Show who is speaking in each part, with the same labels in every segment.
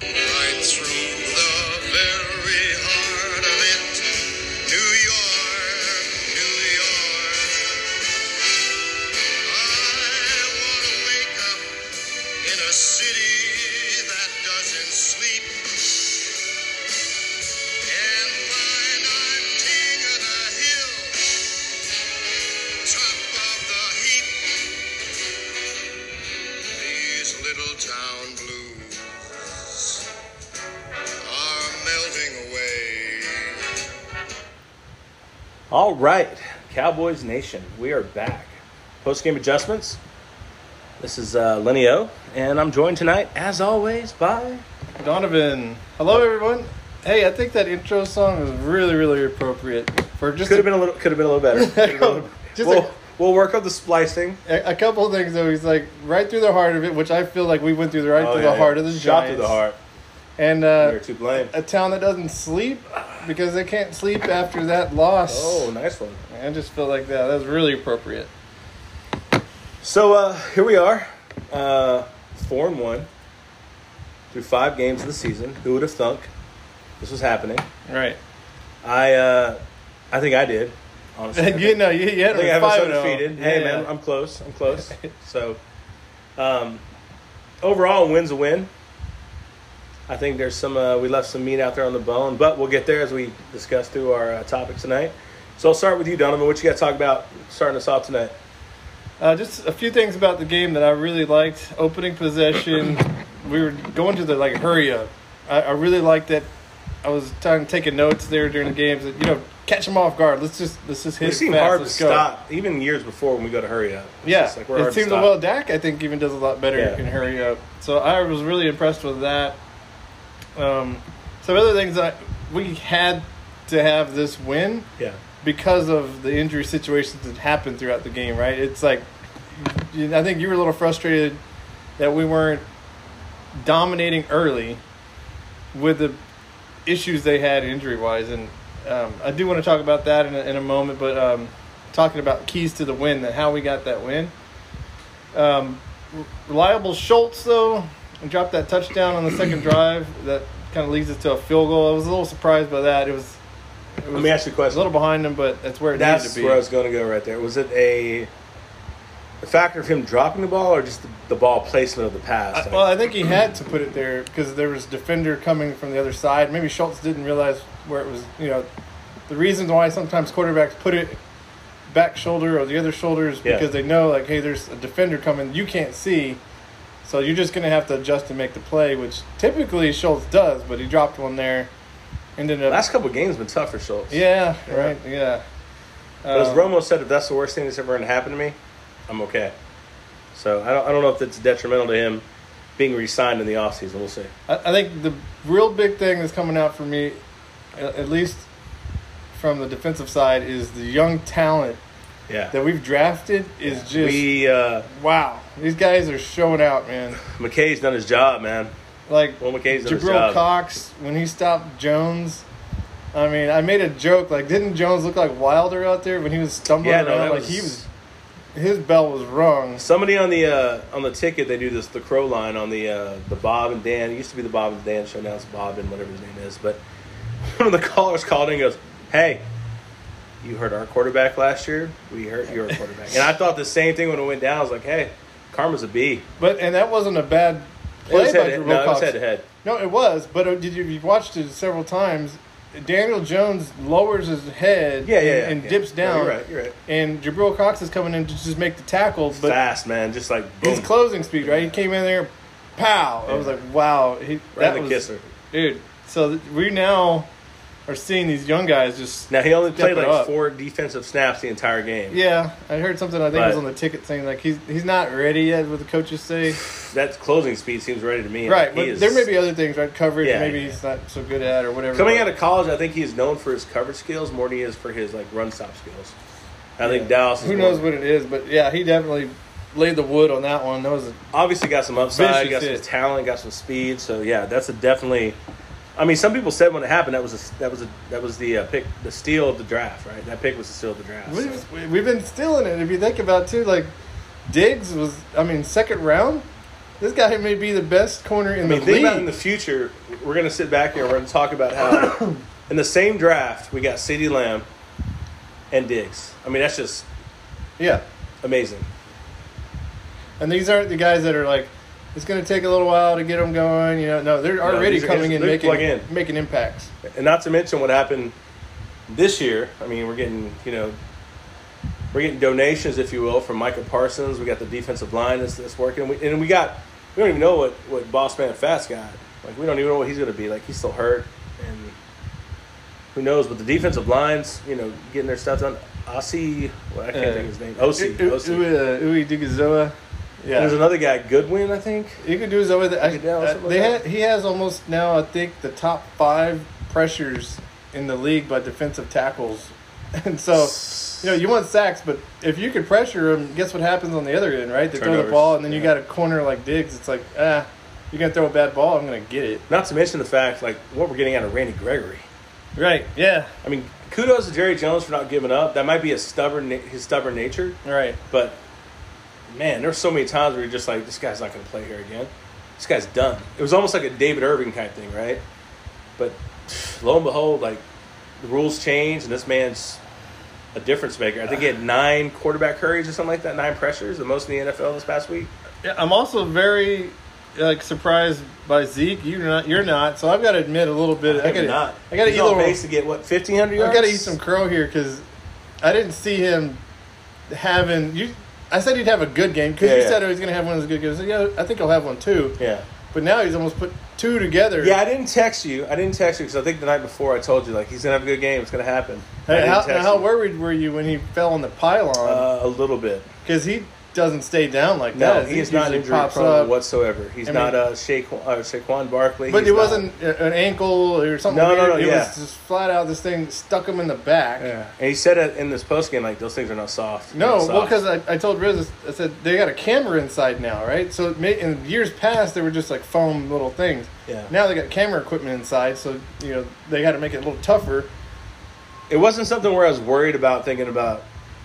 Speaker 1: Right through the very heart of it, New York, New York. I wanna wake up in a city that doesn't sleep and find I'm king of the hill, top of the heap. These little town blues are melting away.
Speaker 2: All right, Cowboys Nation, we are back. Post game adjustments. This is uh, Lenny O, and I'm joined tonight, as always, by
Speaker 3: Donovan. Hello, everyone. Hey, I think that intro song was really, really appropriate for just
Speaker 2: could have been
Speaker 3: a,
Speaker 2: a little could have been a little better. Could have been a little-
Speaker 3: Just a-
Speaker 2: we'll we'll work on the splicing.
Speaker 3: a, a couple of things. Though he's like right through the heart of it, which I feel like we went through the right through the heart of the
Speaker 2: Oh, shot
Speaker 3: Giants.
Speaker 2: through the heart.
Speaker 3: and
Speaker 2: We
Speaker 3: uh,
Speaker 2: are to blame.
Speaker 3: a town that doesn't sleep because they can't sleep after that loss.
Speaker 2: Oh, nice one.
Speaker 3: I just feel like that. That was really appropriate.
Speaker 2: So uh, here we are, uh, four and one through five games of the season. Who would have thunk this was happening?
Speaker 3: Right.
Speaker 2: I uh, I think I did. Honestly, I
Speaker 3: you
Speaker 2: think-
Speaker 3: know, you, you had
Speaker 2: I think I
Speaker 3: a
Speaker 2: have us
Speaker 3: five and
Speaker 2: undefeated.
Speaker 3: oh.
Speaker 2: Hey
Speaker 3: Yeah.
Speaker 2: man, I'm close. I'm close. so, um, overall, a win's a win. I think there's some uh, we left some meat out there on the bone, but we'll get there as we discuss through our uh, topic tonight. So I'll start with you, Donovan. What you got to talk about starting us off tonight?
Speaker 3: Uh, just a few things about the game that I really liked. Opening possession, we were going to the like hurry up. I, I really liked that. I was trying taking notes there during the games. That, you know, catch them off guard. Let's just let's just hit
Speaker 2: We
Speaker 3: it
Speaker 2: seem
Speaker 3: fast.
Speaker 2: hard to
Speaker 3: let's go.
Speaker 2: stop, even years before when we go to hurry up. It's
Speaker 3: Yeah,
Speaker 2: just like we're hard
Speaker 3: it
Speaker 2: to
Speaker 3: seems
Speaker 2: stop.
Speaker 3: well. Dak I think even does a lot better
Speaker 2: Yeah.
Speaker 3: in hurry up. So I was really impressed with that. Um, some other things that we had to have this win
Speaker 2: yeah,
Speaker 3: because of the injury situations that happened throughout the game, right? It's like you- I think you were a little frustrated that we weren't dominating early with the issues they had injury wise, and um, I do want to talk about that in a, in a moment. But um, talking about keys to the win and how we got that win, um, reliable Schultz though dropped that touchdown on the second drive that kind of leads us to a field goal. I was a little surprised by that. It was. It was
Speaker 2: Let me ask you a
Speaker 3: a
Speaker 2: question.
Speaker 3: little behind him, but that's where it needed
Speaker 2: That's
Speaker 3: to be.
Speaker 2: where I was going to go right there. Was it a, a factor of him dropping the ball, or just the, the ball placement of the pass?
Speaker 3: I, Uh, well, I think he had to put it there because there was defender coming from the other side. Maybe Schultz didn't realize where it was. You know, the reasons why sometimes quarterbacks put it back shoulder or the other shoulder is
Speaker 2: Yeah.
Speaker 3: because they know like, hey, there's a defender coming. You can't see, so you're just gonna have to adjust and make the play, which typically Schultz does. But he dropped one there, ended up.
Speaker 2: Last couple of games have been tough for Schultz.
Speaker 3: yeah,
Speaker 2: Yeah.
Speaker 3: right. Yeah.
Speaker 2: But as
Speaker 3: Um,
Speaker 2: Romo said, if that's the worst thing that's ever going to happen to me, I'm okay. So I don't, I don't know if it's detrimental to him being re signed in the offseason. We'll see.
Speaker 3: I, I think the real big thing that's coming out for me, at, at least from the defensive side, is the young talent
Speaker 2: Yeah.
Speaker 3: that we've drafted is just
Speaker 2: We, uh,
Speaker 3: wow. These guys are showing out, man.
Speaker 2: McKay's done his job, man.
Speaker 3: Like
Speaker 2: Well, McKay's done his
Speaker 3: Jabril
Speaker 2: job.
Speaker 3: Cox when he stopped Jones. I mean, I made a joke like, didn't Jones look like Wilder out there when he was stumbling
Speaker 2: yeah, no,
Speaker 3: around?
Speaker 2: that
Speaker 3: Like
Speaker 2: was,
Speaker 3: he was, his bell was rung.
Speaker 2: Somebody on the uh, on the ticket, they do this the crow line on the uh, the Bob and Dan. It used to be the Bob and Dan show. Now it's Bob and whatever his name is. But one of the callers called in and goes, "Hey, you heard our quarterback last year. We heard your quarterback." And I thought the same thing when it went down. I was like, "Hey, karma's a B."
Speaker 3: But and that wasn't a bad
Speaker 2: It
Speaker 3: play
Speaker 2: was
Speaker 3: by
Speaker 2: head.
Speaker 3: Jabril
Speaker 2: No, it was
Speaker 3: Cox.
Speaker 2: head to head.
Speaker 3: No, it was, but uh, did you, you watched it several times? Daniel Jones lowers his head
Speaker 2: Yeah, yeah,
Speaker 3: and,
Speaker 2: yeah,
Speaker 3: and
Speaker 2: yeah.
Speaker 3: dips
Speaker 2: No,
Speaker 3: down.
Speaker 2: you're right. You're right.
Speaker 3: And Jabril Cox is coming in to just make the tackle, but
Speaker 2: Fast man, just like boom.
Speaker 3: his closing speed, right? He came in there, pow! I was
Speaker 2: Yeah.
Speaker 3: like, wow, he,
Speaker 2: Right in
Speaker 3: that
Speaker 2: the
Speaker 3: was
Speaker 2: kisser.
Speaker 3: dude. So th- we now are seeing these young guys just.
Speaker 2: Now he only
Speaker 3: Step
Speaker 2: played
Speaker 3: it
Speaker 2: like
Speaker 3: up.
Speaker 2: four defensive snaps the entire game.
Speaker 3: Yeah, I heard something. I think it was
Speaker 2: But-
Speaker 3: on the ticket saying like he's he's not ready yet. What the coaches say,
Speaker 2: That closing speed seems ready to me.
Speaker 3: right?
Speaker 2: He
Speaker 3: But
Speaker 2: is-
Speaker 3: there may be other things, right? Coverage,
Speaker 2: Yeah,
Speaker 3: maybe
Speaker 2: yeah,
Speaker 3: he's not so good at or whatever.
Speaker 2: Coming
Speaker 3: but-
Speaker 2: out of college, I think he's known for his cover skills more than he is for his like run stop skills. I think Dallas. Is
Speaker 3: Who knows what it is, but yeah, he definitely laid the wood on that one. That was a,
Speaker 2: Obviously, got some upside,
Speaker 3: Vicious
Speaker 2: got some
Speaker 3: hit.
Speaker 2: talent, got some speed. So yeah, that's a definitely. I mean, some people said when it happened that was a, that was a, that was the uh, pick, the steal of the draft, right? That pick was the steal of the draft.
Speaker 3: we,
Speaker 2: so.
Speaker 3: we've been stealing it. If you think about it, too, like Diggs was, I mean, second round, This guy may be the best corner in
Speaker 2: I mean,
Speaker 3: the
Speaker 2: think
Speaker 3: league.
Speaker 2: about in the future, we're going to sit back here and we're going to talk about how in the same draft we got CeeDee Lamb and Diggs. I mean, that's just
Speaker 3: yeah,
Speaker 2: amazing.
Speaker 3: and these aren't the guys that are like, it's going to take a little while to get them going. You know, no, they're already
Speaker 2: these are-
Speaker 3: coming in
Speaker 2: they
Speaker 3: making
Speaker 2: plug in.
Speaker 3: making impacts.
Speaker 2: And not to mention what happened this year. I mean, we're getting, you know, we're getting donations, if you will, from Michael Parsons. We got the defensive line that's, that's working. We, and we got, we don't even know what, what Boss Man Fast got. Like, we don't even know what he's going to be. Like, he's still hurt. And who knows? But the defensive line's, you know, getting their stuff done. Ossie, well, I can't
Speaker 3: Uh,
Speaker 2: think of his name. Osi.
Speaker 3: U- U-
Speaker 2: Osi.
Speaker 3: U- uh, Uwe Dugazoa. Yeah,
Speaker 2: There's another guy, Goodwin, I think.
Speaker 3: You could do is over the, I,
Speaker 2: Goodell,
Speaker 3: I-
Speaker 2: something like
Speaker 3: they
Speaker 2: that.
Speaker 3: had, he has almost now I think the top five pressures in the league by defensive tackles, and so you know you want sacks, but if you could pressure him, guess what happens on the other end, right? They throw the
Speaker 2: Turnovers,
Speaker 3: ball, and then you
Speaker 2: yeah.
Speaker 3: got a corner like Diggs. It's like ah, you're gonna throw a bad ball, I'm gonna get it.
Speaker 2: Not to mention the fact, like, what we're getting out of Randy Gregory.
Speaker 3: Right? Yeah.
Speaker 2: I mean, kudos to Jerry Jones for not giving up. That might be a stubborn, na- his stubborn nature,
Speaker 3: Right.
Speaker 2: but man, there's so many times where you're just like, this guy's not going to play here again. This guy's done. It was almost like a David Irving type thing, right? But lo and behold, like the rules change, and this man's a difference maker. I think he had nine quarterback hurries or something like that, nine pressures, the most in the NFL this past week.
Speaker 3: Yeah, I'm also very like surprised by Zeke. You're not. You're not. So I've got to admit a little bit. I,
Speaker 2: am
Speaker 3: gotta.
Speaker 2: not.
Speaker 3: I gotta
Speaker 2: He's
Speaker 3: eat a
Speaker 2: on
Speaker 3: little.
Speaker 2: base to get what 1500 yards.
Speaker 3: I gotta eat some crow here because I didn't see him having you. I said he'd have a good game because
Speaker 2: Yeah,
Speaker 3: you
Speaker 2: yeah.
Speaker 3: said he was gonna have one of those good games. I said, yeah, I think he'll have one too.
Speaker 2: Yeah.
Speaker 3: But now he's almost put two together.
Speaker 2: Yeah, I didn't text you. I didn't text you because I think the night before I told you like he's gonna have a good game. It's gonna happen. I
Speaker 3: Hey,
Speaker 2: didn't
Speaker 3: how,
Speaker 2: text
Speaker 3: now how
Speaker 2: you.
Speaker 3: worried were you when he fell on the pylon?
Speaker 2: Uh, a little bit.
Speaker 3: Because he doesn't stay down like
Speaker 2: No,
Speaker 3: that.
Speaker 2: he is not
Speaker 3: usually
Speaker 2: injury
Speaker 3: pops
Speaker 2: prone
Speaker 3: up.
Speaker 2: whatsoever. He's
Speaker 3: I
Speaker 2: not
Speaker 3: mean-
Speaker 2: uh, Shaquan, uh, Shaquan Barkley.
Speaker 3: But
Speaker 2: He's
Speaker 3: it
Speaker 2: not-
Speaker 3: wasn't a- an ankle or something.
Speaker 2: No, no,
Speaker 3: weird.
Speaker 2: no,
Speaker 3: It
Speaker 2: yeah.
Speaker 3: was just flat out. This thing stuck him in the back.
Speaker 2: Yeah, and he said it in this post game like those things are not soft. They're not
Speaker 3: No, well,
Speaker 2: soft.
Speaker 3: because I, I told Riz, I said they got a camera inside now, right? So it may, in years past, they were just like foam little things.
Speaker 2: Yeah.
Speaker 3: Now they got camera equipment inside, so you know they got to make it a little tougher.
Speaker 2: it wasn't something where I was worried about thinking about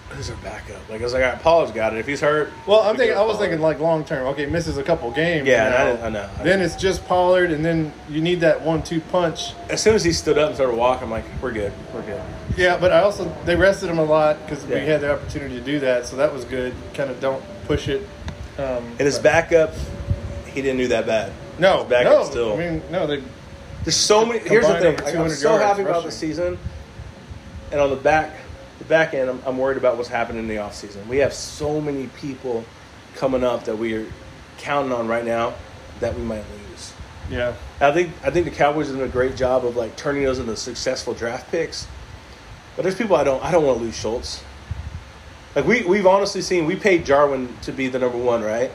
Speaker 2: who's our backup. Like I was like, all right, Paul's got it. If he's hurt,
Speaker 3: Well, I'm
Speaker 2: we
Speaker 3: thinking,
Speaker 2: give
Speaker 3: I was
Speaker 2: Pollard.
Speaker 3: thinking like long term. Okay, misses a couple games.
Speaker 2: Yeah,
Speaker 3: now.
Speaker 2: and I didn't- I know.
Speaker 3: Then it's just Pollard, and then you need that one-two punch.
Speaker 2: as soon as he stood up and started walking, I'm like, we're good, we're good.
Speaker 3: Yeah, but I also they rested him a lot because
Speaker 2: Yeah.
Speaker 3: we had the opportunity to do that, so that was good. Kind of don't push it. Um,
Speaker 2: And his backup, he didn't do that bad.
Speaker 3: no,
Speaker 2: his backup
Speaker 3: no,
Speaker 2: still-
Speaker 3: I mean, no, they
Speaker 2: There's so many. Here's the
Speaker 3: Combined
Speaker 2: thing.
Speaker 3: over
Speaker 2: Like, I'm
Speaker 3: 200
Speaker 2: so
Speaker 3: yards
Speaker 2: happy about
Speaker 3: rushing.
Speaker 2: the season, and on the back, the back end, I'm, I'm worried about what's happening in the off season. We have so many people coming up that we are counting on right now that we might lose.
Speaker 3: yeah.
Speaker 2: I think I think the Cowboys have done a great job of like turning those into successful draft picks. But there's people I don't I don't want to lose Schultz. Like we we've honestly seen we paid Jarwin to be the number one, right?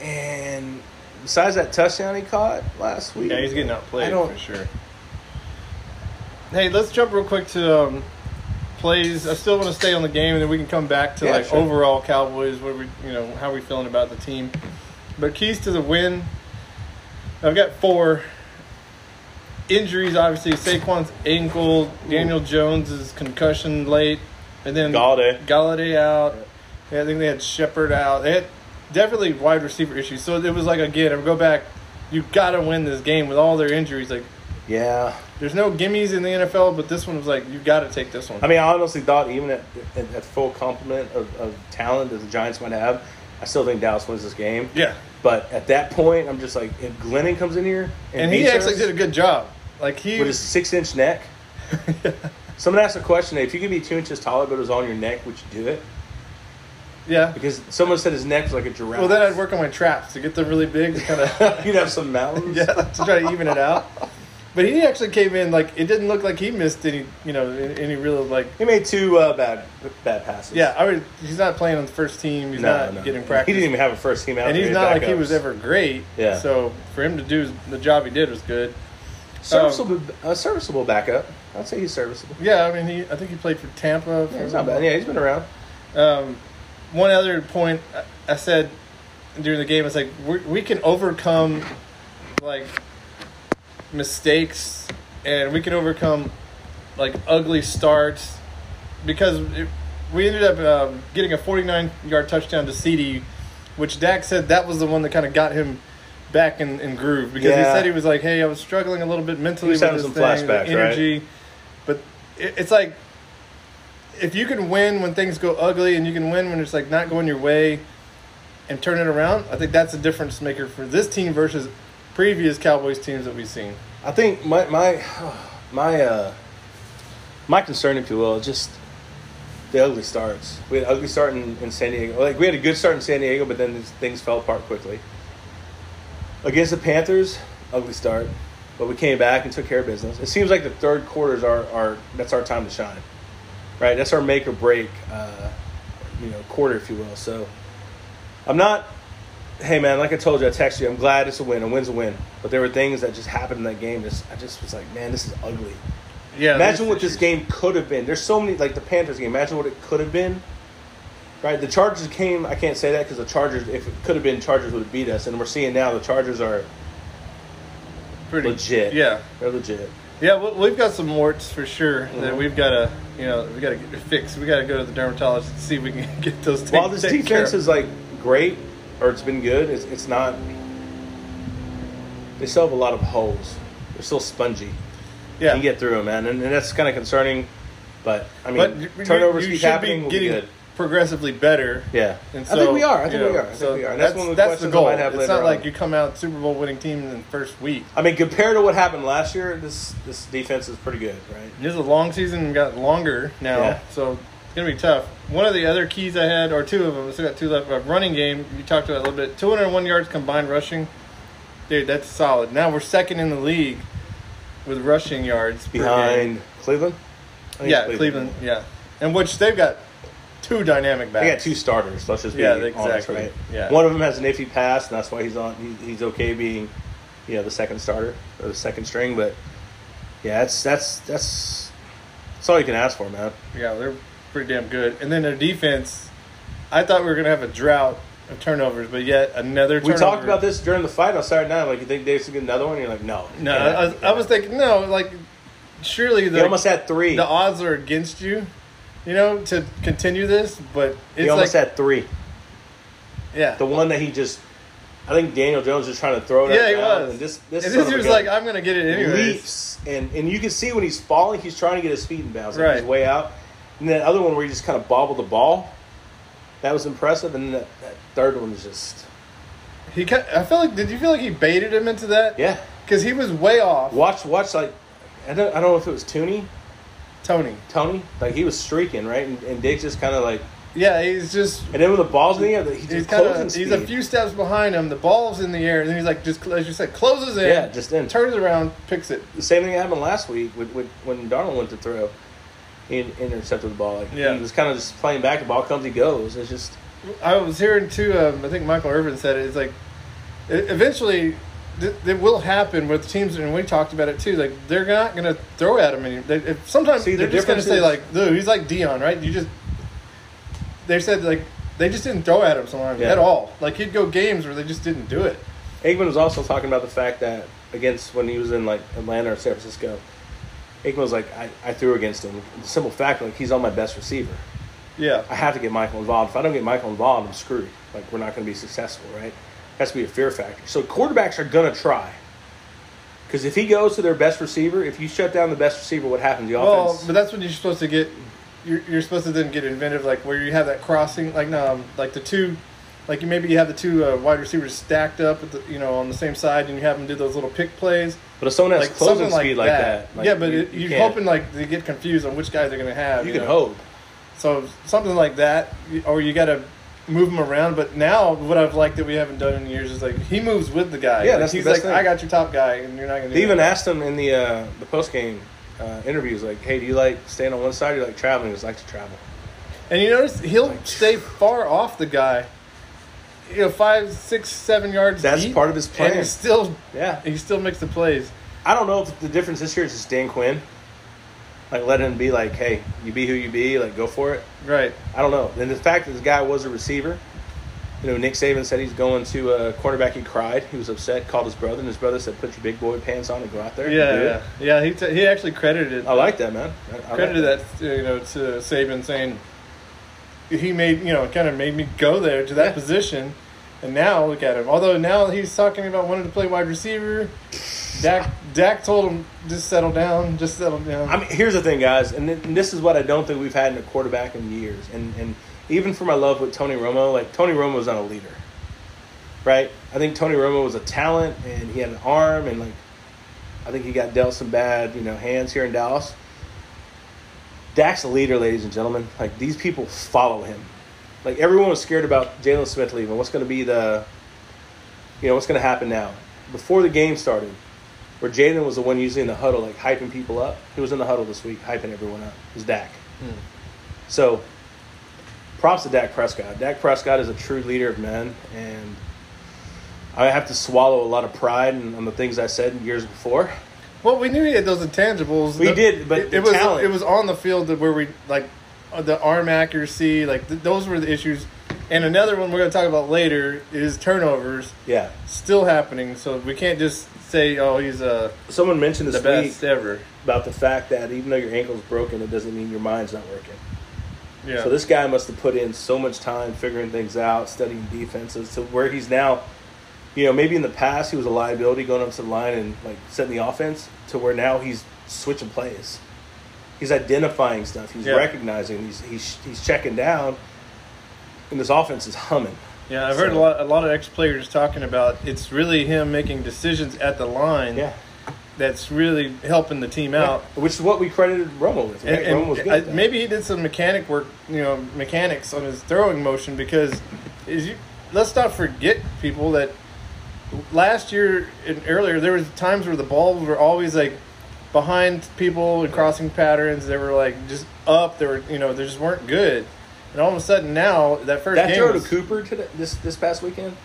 Speaker 2: And besides that touchdown he caught last week,
Speaker 3: Yeah, he's getting outplayed
Speaker 2: I don't-
Speaker 3: for sure. Hey, let's jump real quick to um, plays. I still want to stay on the game, and then we can come back to
Speaker 2: Yeah,
Speaker 3: like
Speaker 2: sure.
Speaker 3: overall Cowboys. What we, you know, how we feeling about the team? But keys to the win. I've got four injuries. Obviously, Saquon's ankle, Daniel Jones's concussion late, and then
Speaker 2: Galladay.
Speaker 3: Galladay out. Yeah, I think they had Shepard out. They had definitely wide receiver issues. So it was like again, I go back. You gotta win this game with all their injuries. Like
Speaker 2: Yeah,
Speaker 3: there's no gimmies in the NFL, but this one was like you gotta take this one.
Speaker 2: I mean, I honestly thought even at, at, at full complement of, of talent that the Giants might have, I still think Dallas wins this game.
Speaker 3: yeah,
Speaker 2: But at that point, I'm just like, if Glennon comes in here and,
Speaker 3: and he
Speaker 2: beats
Speaker 3: actually
Speaker 2: us
Speaker 3: did a good job. Like he,
Speaker 2: with his six inch neck, someone asked a question: If you could be two inches taller, but it was on your neck, would you do it?
Speaker 3: yeah.
Speaker 2: Because someone said his neck was like a giraffe.
Speaker 3: Well, then I'd work on my traps to get them really big, kind of
Speaker 2: You'd have some mountains.
Speaker 3: yeah, to try to even it out. But he actually came in like it didn't look like he missed any, you know, any real like.
Speaker 2: He made two uh, bad bad passes.
Speaker 3: Yeah, I would. He's not playing on the first team. He's not getting practice.
Speaker 2: He didn't even have a first team out.
Speaker 3: and
Speaker 2: there.
Speaker 3: he's
Speaker 2: had
Speaker 3: not like he
Speaker 2: backups.
Speaker 3: was ever great.
Speaker 2: Yeah.
Speaker 3: So for him to do the job he did was good.
Speaker 2: serviceable.
Speaker 3: Um,
Speaker 2: a serviceable backup. I'd say he's serviceable.
Speaker 3: Yeah, I mean, he I think he played for Tampa.
Speaker 2: Yeah, he's not bad. Yeah, he's been around.
Speaker 3: Um, one other point I- I said during the game is like we we can overcome like mistakes and we can overcome like ugly starts because it, we ended up um, getting a 49 yard touchdown to CD which Dak said that was the one that kind of got him back in, in groove because he
Speaker 2: Yeah.
Speaker 3: said he was like, "Hey, I was struggling a little bit mentally
Speaker 2: He was
Speaker 3: with
Speaker 2: having some
Speaker 3: this thing, the
Speaker 2: flashbacks, right?
Speaker 3: energy," but it, it's like if you can win when things go ugly and you can win when it's like not going your way and turn it around, I think that's a difference maker for this team versus previous Cowboys teams that we've seen.
Speaker 2: I think my my my uh, my concern, if you will, is just the ugly starts. We had an ugly start in, in San Diego. Like we had a good start in San Diego, but then these things fell apart quickly. Against the Panthers, ugly start, but we came back and took care of business. It seems like the third quarters are our that's our time to shine, right? That's our make or break, uh, you know, quarter, if you will. So I'm not hey man, like I told you, I texted you. I'm glad it's a win. A win's a win. But there were things that just happened in that game. That I just was like, man, this is ugly.
Speaker 3: Yeah,
Speaker 2: Imagine
Speaker 3: these
Speaker 2: what this
Speaker 3: issues.
Speaker 2: game could have been. There's so many like the Panthers game. Imagine what it could have been. Right, the Chargers came. I can't say that because the Chargers, if it could have been, Chargers would have beat us. And we're seeing now the Chargers are
Speaker 3: pretty
Speaker 2: legit.
Speaker 3: Yeah,
Speaker 2: they're legit.
Speaker 3: Yeah, we- we've got some warts for sure
Speaker 2: Mm-hmm.
Speaker 3: that we've got to, you know, we got to get fixed. We got to go to the dermatologist and see if we can get those things.
Speaker 2: While this
Speaker 3: taken care
Speaker 2: defense
Speaker 3: of.
Speaker 2: is like great or it's been good, it's, it's not. They still have a lot of holes. They're still spongy.
Speaker 3: yeah,
Speaker 2: you get through them, man, and, and that's kind of concerning. But I mean,
Speaker 3: but you- you-
Speaker 2: turnovers
Speaker 3: you
Speaker 2: keep
Speaker 3: should
Speaker 2: happening.
Speaker 3: be
Speaker 2: we'll
Speaker 3: getting
Speaker 2: be good.
Speaker 3: progressively better.
Speaker 2: Yeah,
Speaker 3: And
Speaker 2: I think
Speaker 3: so,
Speaker 2: we are. I
Speaker 3: you
Speaker 2: think we
Speaker 3: know,
Speaker 2: are. I think
Speaker 3: so
Speaker 2: we are. And
Speaker 3: that's
Speaker 2: that's, one of the
Speaker 3: that's the
Speaker 2: questions
Speaker 3: goal.
Speaker 2: I might have
Speaker 3: it's
Speaker 2: later
Speaker 3: not like
Speaker 2: on.
Speaker 3: you come out Super Bowl winning team in the first week.
Speaker 2: I mean, compared to what happened last year, this this defense is pretty good, right?
Speaker 3: This is a long season and got longer now,
Speaker 2: Yeah.
Speaker 3: so it's gonna be tough. One of the other keys I had, or two of them, I still got two left. But running game, you talked about it a little bit. Two hundred one yards combined rushing, dude, that's solid. Now we're second in the league with rushing yards per
Speaker 2: Behind
Speaker 3: game.
Speaker 2: Cleveland. I think it's
Speaker 3: Yeah, Cleveland. Yeah, and which they've got two dynamic backs.
Speaker 2: They got two starters. Let's just be
Speaker 3: Yeah,
Speaker 2: honest,
Speaker 3: exactly.
Speaker 2: right?
Speaker 3: Yeah.
Speaker 2: One of them has an iffy pass, and that's why he's on. He, he's okay being, you know, the second starter or the second string. But yeah, that's that's that's that's all you can ask for, man.
Speaker 3: Yeah, they're pretty damn good. And then their defense, I thought we were gonna have a drought of turnovers, but yet another.
Speaker 2: We
Speaker 3: Turnover.
Speaker 2: talked about this during the fight on Saturday night. Like, you think Dave's gonna get another one? You're like, no,
Speaker 3: No, I, I, I was thinking no, like surely
Speaker 2: He
Speaker 3: the
Speaker 2: almost had three.
Speaker 3: the odds are against you, you know, to continue this. But it's
Speaker 2: he almost
Speaker 3: like
Speaker 2: had three.
Speaker 3: yeah,
Speaker 2: The one that he just, I think Daniel Jones was trying to throw it.
Speaker 3: yeah, he
Speaker 2: out,
Speaker 3: was.
Speaker 2: And this, this,
Speaker 3: and
Speaker 2: son of
Speaker 3: this he
Speaker 2: a
Speaker 3: was
Speaker 2: gun
Speaker 3: like, I'm gonna get it anyways.
Speaker 2: leaps, and and you can see when he's falling, he's trying to get his feet in bounds, like
Speaker 3: Right.
Speaker 2: he's way out. And that other one where he just kind of bobbled the ball, that was impressive. And then that, that third one was just,
Speaker 3: He, ki- I feel like, did you feel like he baited him into that?
Speaker 2: yeah.
Speaker 3: because he was way off.
Speaker 2: Watch, watch, like, I don't, I don't know if it was Tooney,
Speaker 3: Tony,
Speaker 2: Tony, like he was streaking right, and, and Diggs just kind of like,
Speaker 3: yeah, he's just.
Speaker 2: and then with the balls in the air, he
Speaker 3: He's
Speaker 2: just
Speaker 3: kind
Speaker 2: closing
Speaker 3: of he's
Speaker 2: speed.
Speaker 3: a few steps behind him. The ball's in the air, and then he's like, just as you said, closes in.
Speaker 2: Yeah, just in.
Speaker 3: Turns around, picks it.
Speaker 2: the same thing happened last week with, with when Darnold went to throw, he intercepted the ball. Like,
Speaker 3: Yeah.
Speaker 2: he was kind of just playing back. The ball comes, he goes. It's just
Speaker 3: I was hearing too. Um, I think Michael Irvin said it. It's like e- eventually th- it will happen with teams, and we talked about it too. Like they're not going to throw at him, and they, if, sometimes
Speaker 2: See, the
Speaker 3: they're just going to say
Speaker 2: difference
Speaker 3: like, "Dude, he's like Dion, right?" You just they said like they just didn't throw at him sometimes
Speaker 2: Yeah.
Speaker 3: at all. Like he'd go games where they just didn't do it.
Speaker 2: Aikman was also talking about the fact that against when he was in like Atlanta or San Francisco, Aikman was like, I, I threw against him. The simple fact, like he's on my best receiver.
Speaker 3: Yeah,
Speaker 2: I have to get Michael involved. If I don't get Michael involved, I'm screwed. Like we're not going to be successful, right? Has to be a fear factor. So quarterbacks are going to try. Because if he goes to their best receiver, if you shut down the best receiver, what happens? The
Speaker 3: well,
Speaker 2: offense.
Speaker 3: but that's when you're supposed to get. You're, you're supposed to then get inventive, like where you have that crossing, like no, um, like the two, like you maybe you have the two uh, wide receivers stacked up, at the, you know, on the same side, and you have them do those little pick plays.
Speaker 2: But if someone has
Speaker 3: like
Speaker 2: closing
Speaker 3: something
Speaker 2: speed
Speaker 3: like, that.
Speaker 2: like,
Speaker 3: yeah, but you,
Speaker 2: you
Speaker 3: you're
Speaker 2: can't-
Speaker 3: hoping like they get confused on which guys they're gonna have.
Speaker 2: you
Speaker 3: know?
Speaker 2: can hope.
Speaker 3: So something like that, you- or you gotta move them around. But now, what I've liked that we haven't done in years is like he moves with the guy.
Speaker 2: Yeah,
Speaker 3: Like,
Speaker 2: that's the
Speaker 3: he's
Speaker 2: best thing.
Speaker 3: like, I got your top guy, and you're not gonna. do
Speaker 2: They even
Speaker 3: that.
Speaker 2: asked him in the uh, the post game uh, interviews, like, "Hey, do you like staying on one side? Or do you like traveling? He was like to travel."
Speaker 3: And you notice he'll stay far off the guy. You know, five, six, seven yards.
Speaker 2: That's
Speaker 3: deep,
Speaker 2: part of his
Speaker 3: And
Speaker 2: plan.
Speaker 3: he still,
Speaker 2: Yeah,
Speaker 3: he still makes the plays.
Speaker 2: I don't know if the difference this year is just Dan Quinn, like let him be like, "Hey, you be who you be, like go for it."
Speaker 3: Right.
Speaker 2: I don't know. And the fact that this guy was a receiver, you know, Nick Saban said he's going to a quarterback. He cried, he was upset, called his brother, and his brother said, "Put your big boy pants on and go out there."
Speaker 3: Yeah,
Speaker 2: and do
Speaker 3: yeah,
Speaker 2: it."
Speaker 3: yeah. He t- he actually credited.
Speaker 2: I like that man. Oh, I, I like
Speaker 3: credited that you know to Saban saying he made you know kind of made me go there to that
Speaker 2: Yeah.
Speaker 3: position, And now look at him. Although now he's talking about wanting to play wide receiver. Dak Dak told him just settle down, just settle down.
Speaker 2: I mean, here's the thing, guys, and, th- and this is what I don't think we've had in a quarterback in years. And and even for my love with Tony Romo, like Tony Romo was not a leader, right? I think Tony Romo was a talent, and he had an arm, and like I think he got dealt some bad, you know, hands here in Dallas. Dak's a leader, ladies and gentlemen. Like these people follow him. Like everyone was scared about Jalen Smith leaving. What's going to be the, you know, what's going to happen now? Before the game started, where Jalen was the one usually in the huddle, like hyping people up. He was in the huddle this week, hyping everyone up. It was Dak.
Speaker 3: Hmm.
Speaker 2: So, props to Dak Prescott. Dak Prescott is a true leader of men, and I have to swallow a lot of pride in, on the things I said years before.
Speaker 3: Well, we knew he had those intangibles.
Speaker 2: We
Speaker 3: The-
Speaker 2: did, but
Speaker 3: it,
Speaker 2: the
Speaker 3: it was
Speaker 2: talent-
Speaker 3: it was on the field that where we like uh, the arm accuracy, like th- those were the issues. And another one we're going to talk about later is turnovers
Speaker 2: Yeah.
Speaker 3: still happening. So we can't just say, "Oh, he's uh,
Speaker 2: Someone mentioned
Speaker 3: the
Speaker 2: this
Speaker 3: best
Speaker 2: week
Speaker 3: ever."
Speaker 2: about the fact that even though your ankle's broken, it doesn't mean your mind's not working.
Speaker 3: Yeah.
Speaker 2: So this guy must have put in so much time figuring things out, studying defenses to where he's now. You know, maybe in the past he was a liability going up to the line and like setting the offense to where now he's switching plays. He's identifying stuff. He's
Speaker 3: Yeah.
Speaker 2: recognizing. He's he's he's checking down, and this offense is humming.
Speaker 3: yeah, I've heard a
Speaker 2: so-
Speaker 3: lot a lot of ex players talking about it's really him making decisions at the line
Speaker 2: Yeah,
Speaker 3: that's really helping the team out.
Speaker 2: which is what we credited Romo with. Right?
Speaker 3: And, and
Speaker 2: Romo was good.
Speaker 3: I-
Speaker 2: at that.
Speaker 3: maybe he did some mechanic work, you know, mechanics on his throwing motion because, is you let's not forget people that last year and earlier there was times where the balls were always like behind people and crossing patterns. They were like just up. They were you know they just weren't good. And all of a sudden now that first
Speaker 2: that
Speaker 3: game,
Speaker 2: throw
Speaker 3: was-
Speaker 2: to Cooper today, this this past weekend,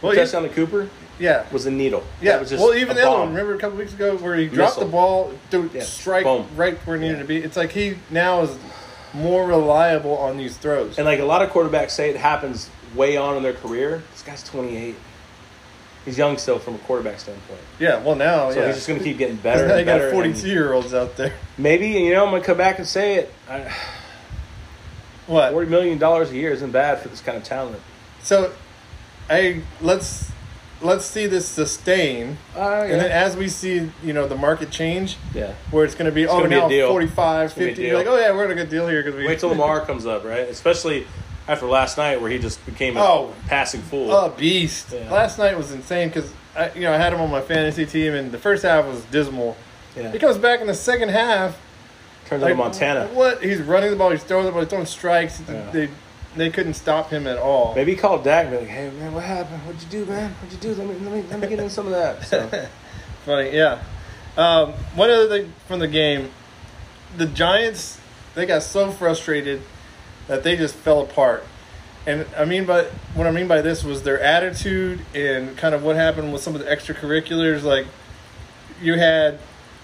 Speaker 3: Well,
Speaker 2: the
Speaker 3: you-
Speaker 2: touchdown to Cooper
Speaker 3: yeah,
Speaker 2: was a needle.
Speaker 3: Yeah,
Speaker 2: That was just
Speaker 3: well, even
Speaker 2: a
Speaker 3: the other
Speaker 2: bomb.
Speaker 3: one. Remember a couple weeks ago where he dropped
Speaker 2: Missile.
Speaker 3: the ball, to
Speaker 2: Yeah,
Speaker 3: strike
Speaker 2: boom.
Speaker 3: right where it needed
Speaker 2: Yeah.
Speaker 3: to be. It's like he now is more reliable on these throws.
Speaker 2: And like a lot of quarterbacks say, it happens way on in their career. This guy's 28. He's young still from a quarterback standpoint.
Speaker 3: yeah, well now,
Speaker 2: So
Speaker 3: Oh, yeah,
Speaker 2: he's just going to keep getting better.
Speaker 3: now
Speaker 2: and
Speaker 3: you got
Speaker 2: better, and
Speaker 3: 42 year olds out there.
Speaker 2: Maybe, you know, I'm going to come back and say it. I-
Speaker 3: What?
Speaker 2: $40 million a year isn't bad for this kind of talent.
Speaker 3: So, I let's let's see this sustain,
Speaker 2: Uh,
Speaker 3: and then as we see, you know, the market change.
Speaker 2: yeah.
Speaker 3: Where it's going to be, oh,
Speaker 2: gonna be a
Speaker 3: now
Speaker 2: deal.
Speaker 3: 45,
Speaker 2: gonna be a
Speaker 3: 50. You're
Speaker 2: deal.
Speaker 3: like, oh, yeah, we're in a good deal here. Cause we,
Speaker 2: Wait till Lamar comes up, right? Especially after last night where he just became a
Speaker 3: Oh.
Speaker 2: passing fool.
Speaker 3: A beast.
Speaker 2: Yeah.
Speaker 3: Last night was insane because I, you know, I had him on my fantasy team, and the first half was dismal.
Speaker 2: yeah.
Speaker 3: He comes back in the second half.
Speaker 2: Turns
Speaker 3: like,
Speaker 2: into Montana.
Speaker 3: What? He's running the ball. He's throwing the ball. He's throwing strikes.
Speaker 2: Yeah.
Speaker 3: They they couldn't stop him at all.
Speaker 2: Maybe he called Dak and be like, hey, man, what happened? What'd you do, man? What'd you do? Let me, let me, let me get in some of that. So,
Speaker 3: Funny, yeah. Um, one other thing from the game, the Giants they got so frustrated that they just fell apart. And I mean by what I mean by this was their attitude and kind of what happened with some of the extracurriculars. Like you had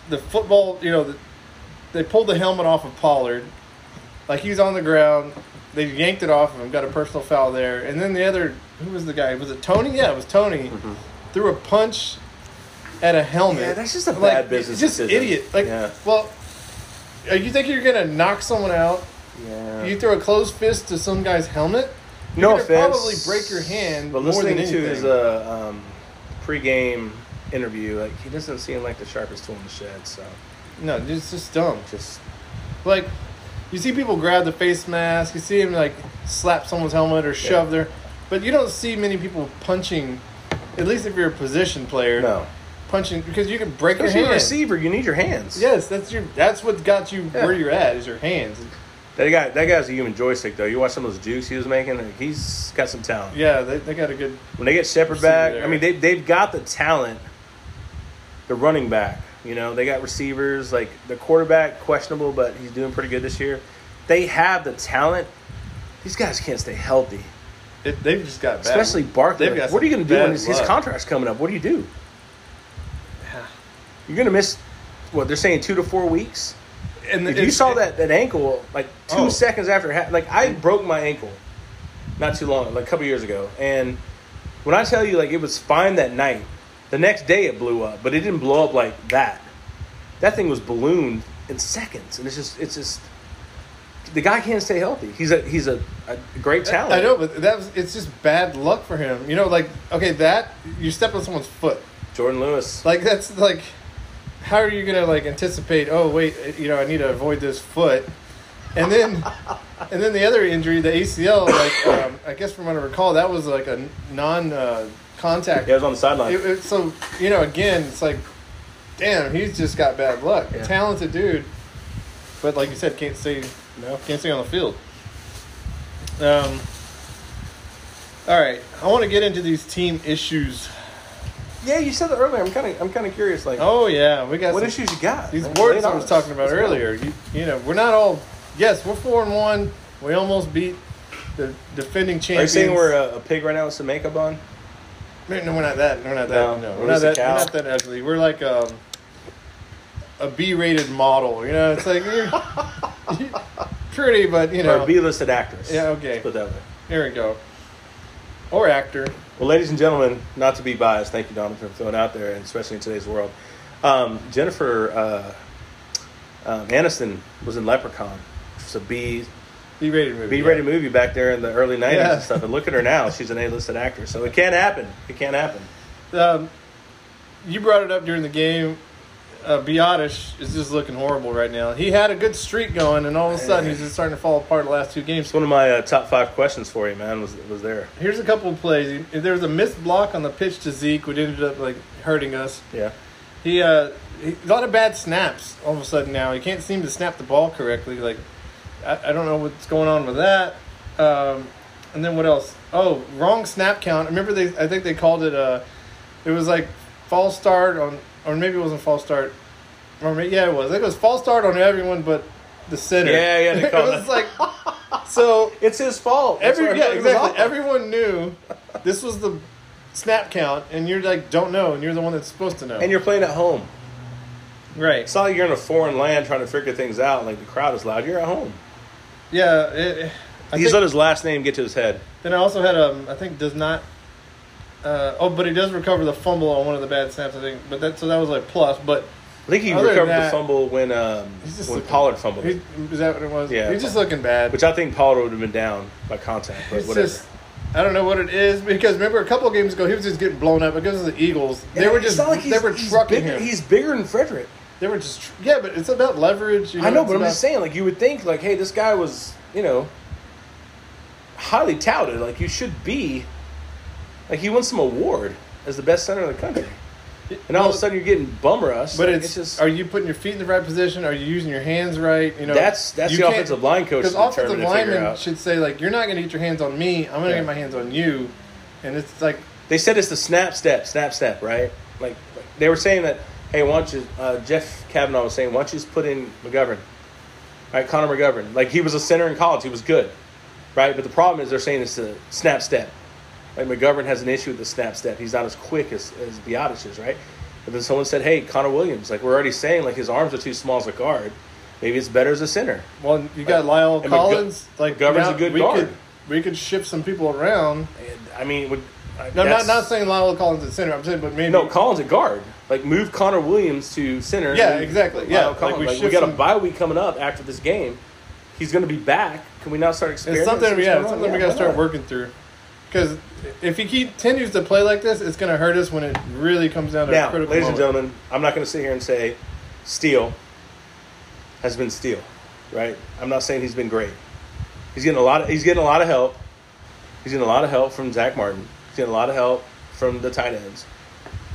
Speaker 3: the football, you know, the, they pulled the helmet off of Pollard, like he's on the ground. They yanked it off of him, got a personal foul there, and then the other who was the guy? Was it Tony? Yeah, it was Tony. Threw a punch at a helmet.
Speaker 2: Yeah, that's just a
Speaker 3: Like,
Speaker 2: bad business
Speaker 3: Just
Speaker 2: decision.
Speaker 3: idiot. Like,
Speaker 2: Yeah.
Speaker 3: well, uh, you think you're gonna knock someone out?
Speaker 2: yeah.
Speaker 3: You throw a closed fist to some guy's helmet?
Speaker 2: no
Speaker 3: could
Speaker 2: offense.
Speaker 3: probably break your hand
Speaker 2: But
Speaker 3: more than
Speaker 2: listening to his
Speaker 3: anything.
Speaker 2: uh, um, pregame interview, like he doesn't seem like the sharpest tool in the shed. So
Speaker 3: No, it's just dumb.
Speaker 2: just
Speaker 3: Like, you see people grab the face mask. You see him like slap someone's helmet or shove their, but you don't see many people punching. At least if you're a position player,
Speaker 2: no.
Speaker 3: punching because you can break your
Speaker 2: Especially a
Speaker 3: hand.
Speaker 2: receiver, you need your hands.
Speaker 3: Yes, that's your. That's what got you
Speaker 2: Yeah.
Speaker 3: where you're at is your hands.
Speaker 2: That guy, that guy's a human joystick though. You watch some of those jukes he was making. Like, he's got some talent.
Speaker 3: Yeah, they, they got a good.
Speaker 2: When they get Shepard
Speaker 3: Receiver
Speaker 2: back,
Speaker 3: there.
Speaker 2: I mean they they've got the talent. The running back, you know, they got receivers like the quarterback questionable, but he's doing pretty good this year. They have the talent. These guys can't stay healthy.
Speaker 3: It, they've just got bad.
Speaker 2: Especially Barkley.
Speaker 3: They've got
Speaker 2: what are you
Speaker 3: some
Speaker 2: going to do when
Speaker 3: bad
Speaker 2: his, his
Speaker 3: luck.
Speaker 2: contract's coming up? What do you do? You're going to miss what they're saying two to four weeks.
Speaker 3: And
Speaker 2: If you
Speaker 3: it's-
Speaker 2: saw that, that ankle like two
Speaker 3: Oh.
Speaker 2: seconds after, it hap- like I broke my ankle not too long, like a couple years ago, and when I tell you like it was fine that night, the next day it blew up, but it didn't blow up like that. That thing was ballooned in seconds, and it's just it's just the guy can't stay healthy. He's a he's a, a great talent.
Speaker 3: I know, but that was, it's just bad luck for him. You know, like okay, that you step on someone's foot.
Speaker 2: Jordan Lewis.
Speaker 3: Like that's like, how are you gonna like anticipate? Oh wait, you know I need to avoid this foot, and then, and then the other injury, the ACL. Like um, I guess from what I recall, that was like a non-contact.
Speaker 2: yeah, I was on the sideline.
Speaker 3: It- it- so you know, again, it's like, damn, he's just got bad luck.
Speaker 2: Yeah.
Speaker 3: Talented dude, but like you said, can't stay. No, can't stay on the field. Um. All right, I want to get into these team issues.
Speaker 2: Yeah, you said that earlier. I'm kind of I'm kind of curious. Like,
Speaker 3: Oh yeah, we got
Speaker 2: what
Speaker 3: some-
Speaker 2: issues you got?
Speaker 3: These
Speaker 2: Like, lay
Speaker 3: boards
Speaker 2: it
Speaker 3: I
Speaker 2: on
Speaker 3: was
Speaker 2: us.
Speaker 3: talking about
Speaker 2: Let's go.
Speaker 3: earlier. You, you know, we're not all. Yes, we're four and one. We almost beat the defending
Speaker 2: Are you
Speaker 3: champions.
Speaker 2: saying we're a, a pig right now with some makeup on?
Speaker 3: No, we're not that. We're not
Speaker 2: No,
Speaker 3: that. No,
Speaker 2: we're
Speaker 3: we're not
Speaker 2: just a
Speaker 3: that. We're
Speaker 2: cow.
Speaker 3: not that ugly. We're like um, a B-rated model. You know, it's like you're, you're pretty, but you
Speaker 2: Or
Speaker 3: know.
Speaker 2: a B-listed actress?
Speaker 3: Yeah, okay.
Speaker 2: Let's put that way.
Speaker 3: There we go. Or actor.
Speaker 2: Well, ladies and gentlemen, not to be biased, thank you, Donovan, for throwing it out there, and especially in today's world. Um, Jennifer uh, um, Aniston was in Leprechaun. It's a B
Speaker 3: B-rated movie.
Speaker 2: B rated movie back there in the early '90s
Speaker 3: Yeah.
Speaker 2: and stuff. And look at her now; she's an A-listed actress. So it can't happen. It can't happen.
Speaker 3: movie. Um, you brought it up during the game. Uh, Biotish is just looking horrible right now. He had a good streak going, and all of a sudden he's just starting to fall apart the last two games.
Speaker 2: It's one of my uh, top five questions for you, man. Was was there?
Speaker 3: Here's a couple of plays. If there was a missed block on the pitch to Zeke, which ended up like hurting us.
Speaker 2: Yeah.
Speaker 3: He, uh, he a lot of bad snaps all of a sudden now. He can't seem to snap the ball correctly. Like, I, I don't know what's going on with that. Um, and then what else? Oh, wrong snap count. Remember they? I think they called it uh It was like false start on, or maybe it wasn't false start. Or maybe, yeah, it was. I think it was false start on everyone but the center.
Speaker 2: Yeah, yeah, they called
Speaker 3: it was like so.
Speaker 2: It's his fault. That's why I
Speaker 3: Every yeah,
Speaker 2: thought it was
Speaker 3: exactly.
Speaker 2: awful.
Speaker 3: Everyone knew this was the snap count, and you're like, don't know, and you're the one that's supposed to know.
Speaker 2: and you're playing at home.
Speaker 3: right.
Speaker 2: It's not like you're in a foreign land trying to figure things out. Like the crowd is loud. You're at home.
Speaker 3: Yeah. It, I
Speaker 2: He's
Speaker 3: think,
Speaker 2: let his last name get to his head.
Speaker 3: then I also had um I think does not. Uh, oh, but he does recover the fumble on one of the bad snaps. I think, but that so that was like plus. But
Speaker 2: I think he
Speaker 3: Other than
Speaker 2: recovered the
Speaker 3: that-
Speaker 2: fumble when um,
Speaker 3: he's just
Speaker 2: when
Speaker 3: looking-
Speaker 2: Pollard fumbled,
Speaker 3: He, is that what it was?
Speaker 2: Yeah.
Speaker 3: He's just looking bad.
Speaker 2: which I think Pollard would have been down by contact, but
Speaker 3: it's
Speaker 2: whatever.
Speaker 3: just I don't know what it is because remember a couple of games ago he was just getting blown up because of the Eagles. They were
Speaker 2: It's
Speaker 3: just
Speaker 2: not like
Speaker 3: they
Speaker 2: he's-
Speaker 3: were
Speaker 2: he's
Speaker 3: trucking
Speaker 2: bigger-
Speaker 3: him.
Speaker 2: He's bigger than Frederick.
Speaker 3: They were just tr- yeah, but it's about leverage. You know,
Speaker 2: I know,
Speaker 3: it's
Speaker 2: but I'm
Speaker 3: about-
Speaker 2: just saying, like you would think, like, hey, this guy was, you know, highly touted. Like you should be, like he won some award as the best center in the country, and all of a sudden you're getting bum rushed.
Speaker 3: But
Speaker 2: Like,
Speaker 3: it's,
Speaker 2: just
Speaker 3: are you putting your feet in the right position? Are you using your hands right? You know,
Speaker 2: That's- that's
Speaker 3: you
Speaker 2: the
Speaker 3: can't-
Speaker 2: offensive line coach to determine
Speaker 3: offensive
Speaker 2: to figure
Speaker 3: linemen
Speaker 2: out.
Speaker 3: should say like, "You're not going to get your hands on me. I'm going to
Speaker 2: Yeah.
Speaker 3: get my hands on you," and it's like,
Speaker 2: they said it's the snap step, snap step, right? Like like, they were saying that, hey, why don't you? Uh, Jeff Kavanaugh was saying, why don't you just put in McGovern, right? Connor McGovern, like he was a center in college, he was good, right? But the problem is they're saying it's the snap step. Like McGovern has an issue with the snap step. He's not as quick as as Biotis is, right? But then someone said, hey, Connor Williams, like we're already saying, like his arms are too small as a guard. Maybe it's better as a center.
Speaker 3: well, you got Lyle
Speaker 2: and McGo-
Speaker 3: Collins. like,
Speaker 2: McGovern's
Speaker 3: now
Speaker 2: a good
Speaker 3: we
Speaker 2: guard.
Speaker 3: Could, we could shift some people around.
Speaker 2: And, I mean, would I-
Speaker 3: No, I'm not
Speaker 2: that's-
Speaker 3: not saying Lyle Collins at center. I'm saying, but maybe
Speaker 2: No, Collins at guard. Like move Connor Williams to center.
Speaker 3: Yeah,
Speaker 2: And
Speaker 3: exactly.
Speaker 2: allow
Speaker 3: Yeah,
Speaker 2: Collins.
Speaker 3: like,
Speaker 2: like
Speaker 3: we
Speaker 2: we,
Speaker 3: shift
Speaker 2: got a
Speaker 3: some-
Speaker 2: bye week coming up after this game. He's going to be back. Can we not start
Speaker 3: it's
Speaker 2: experimenting?
Speaker 3: something.
Speaker 2: What's
Speaker 3: Yeah,
Speaker 2: going
Speaker 3: it's
Speaker 2: on?
Speaker 3: something we
Speaker 2: Yeah,
Speaker 3: got to
Speaker 2: why
Speaker 3: start
Speaker 2: not?
Speaker 3: working through. Because if he continues to play like this, it's going to hurt us when it really comes down to a
Speaker 2: Now, ladies
Speaker 3: critical
Speaker 2: and
Speaker 3: moment.
Speaker 2: gentlemen, I'm not going to sit here and say Steele has been Steele, right? I'm not saying he's been great. He's getting a lot. Of, he's getting a lot of help. He's getting a lot of help from Zach Martin. He's getting a lot of help from the tight ends.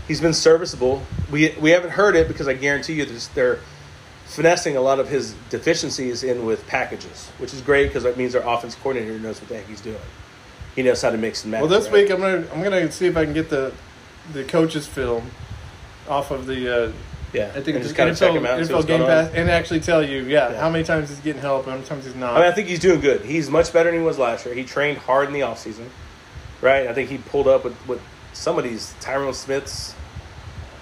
Speaker 2: He's been serviceable. We we haven't heard it because I guarantee you there's, they're finessing a lot of his deficiencies in with packages, which is great because that means our offense coordinator knows what the heck he's doing. He knows how to mix and match.
Speaker 3: Well, this
Speaker 2: right?
Speaker 3: week I'm gonna I'm gonna see if I can get the the coaches' film off of the uh,
Speaker 2: yeah,
Speaker 3: I think
Speaker 2: and
Speaker 3: it's
Speaker 2: just kind of check him out. and see
Speaker 3: NFL
Speaker 2: what's
Speaker 3: Game
Speaker 2: going on.
Speaker 3: Pass and actually tell you yeah,
Speaker 2: Yeah.
Speaker 3: how many times he's getting help and how many times he's not.
Speaker 2: I mean, I think he's doing good. He's much better than he was last year. He trained hard in the offseason, right? I think he pulled up with, with some of these Tyrone Smiths,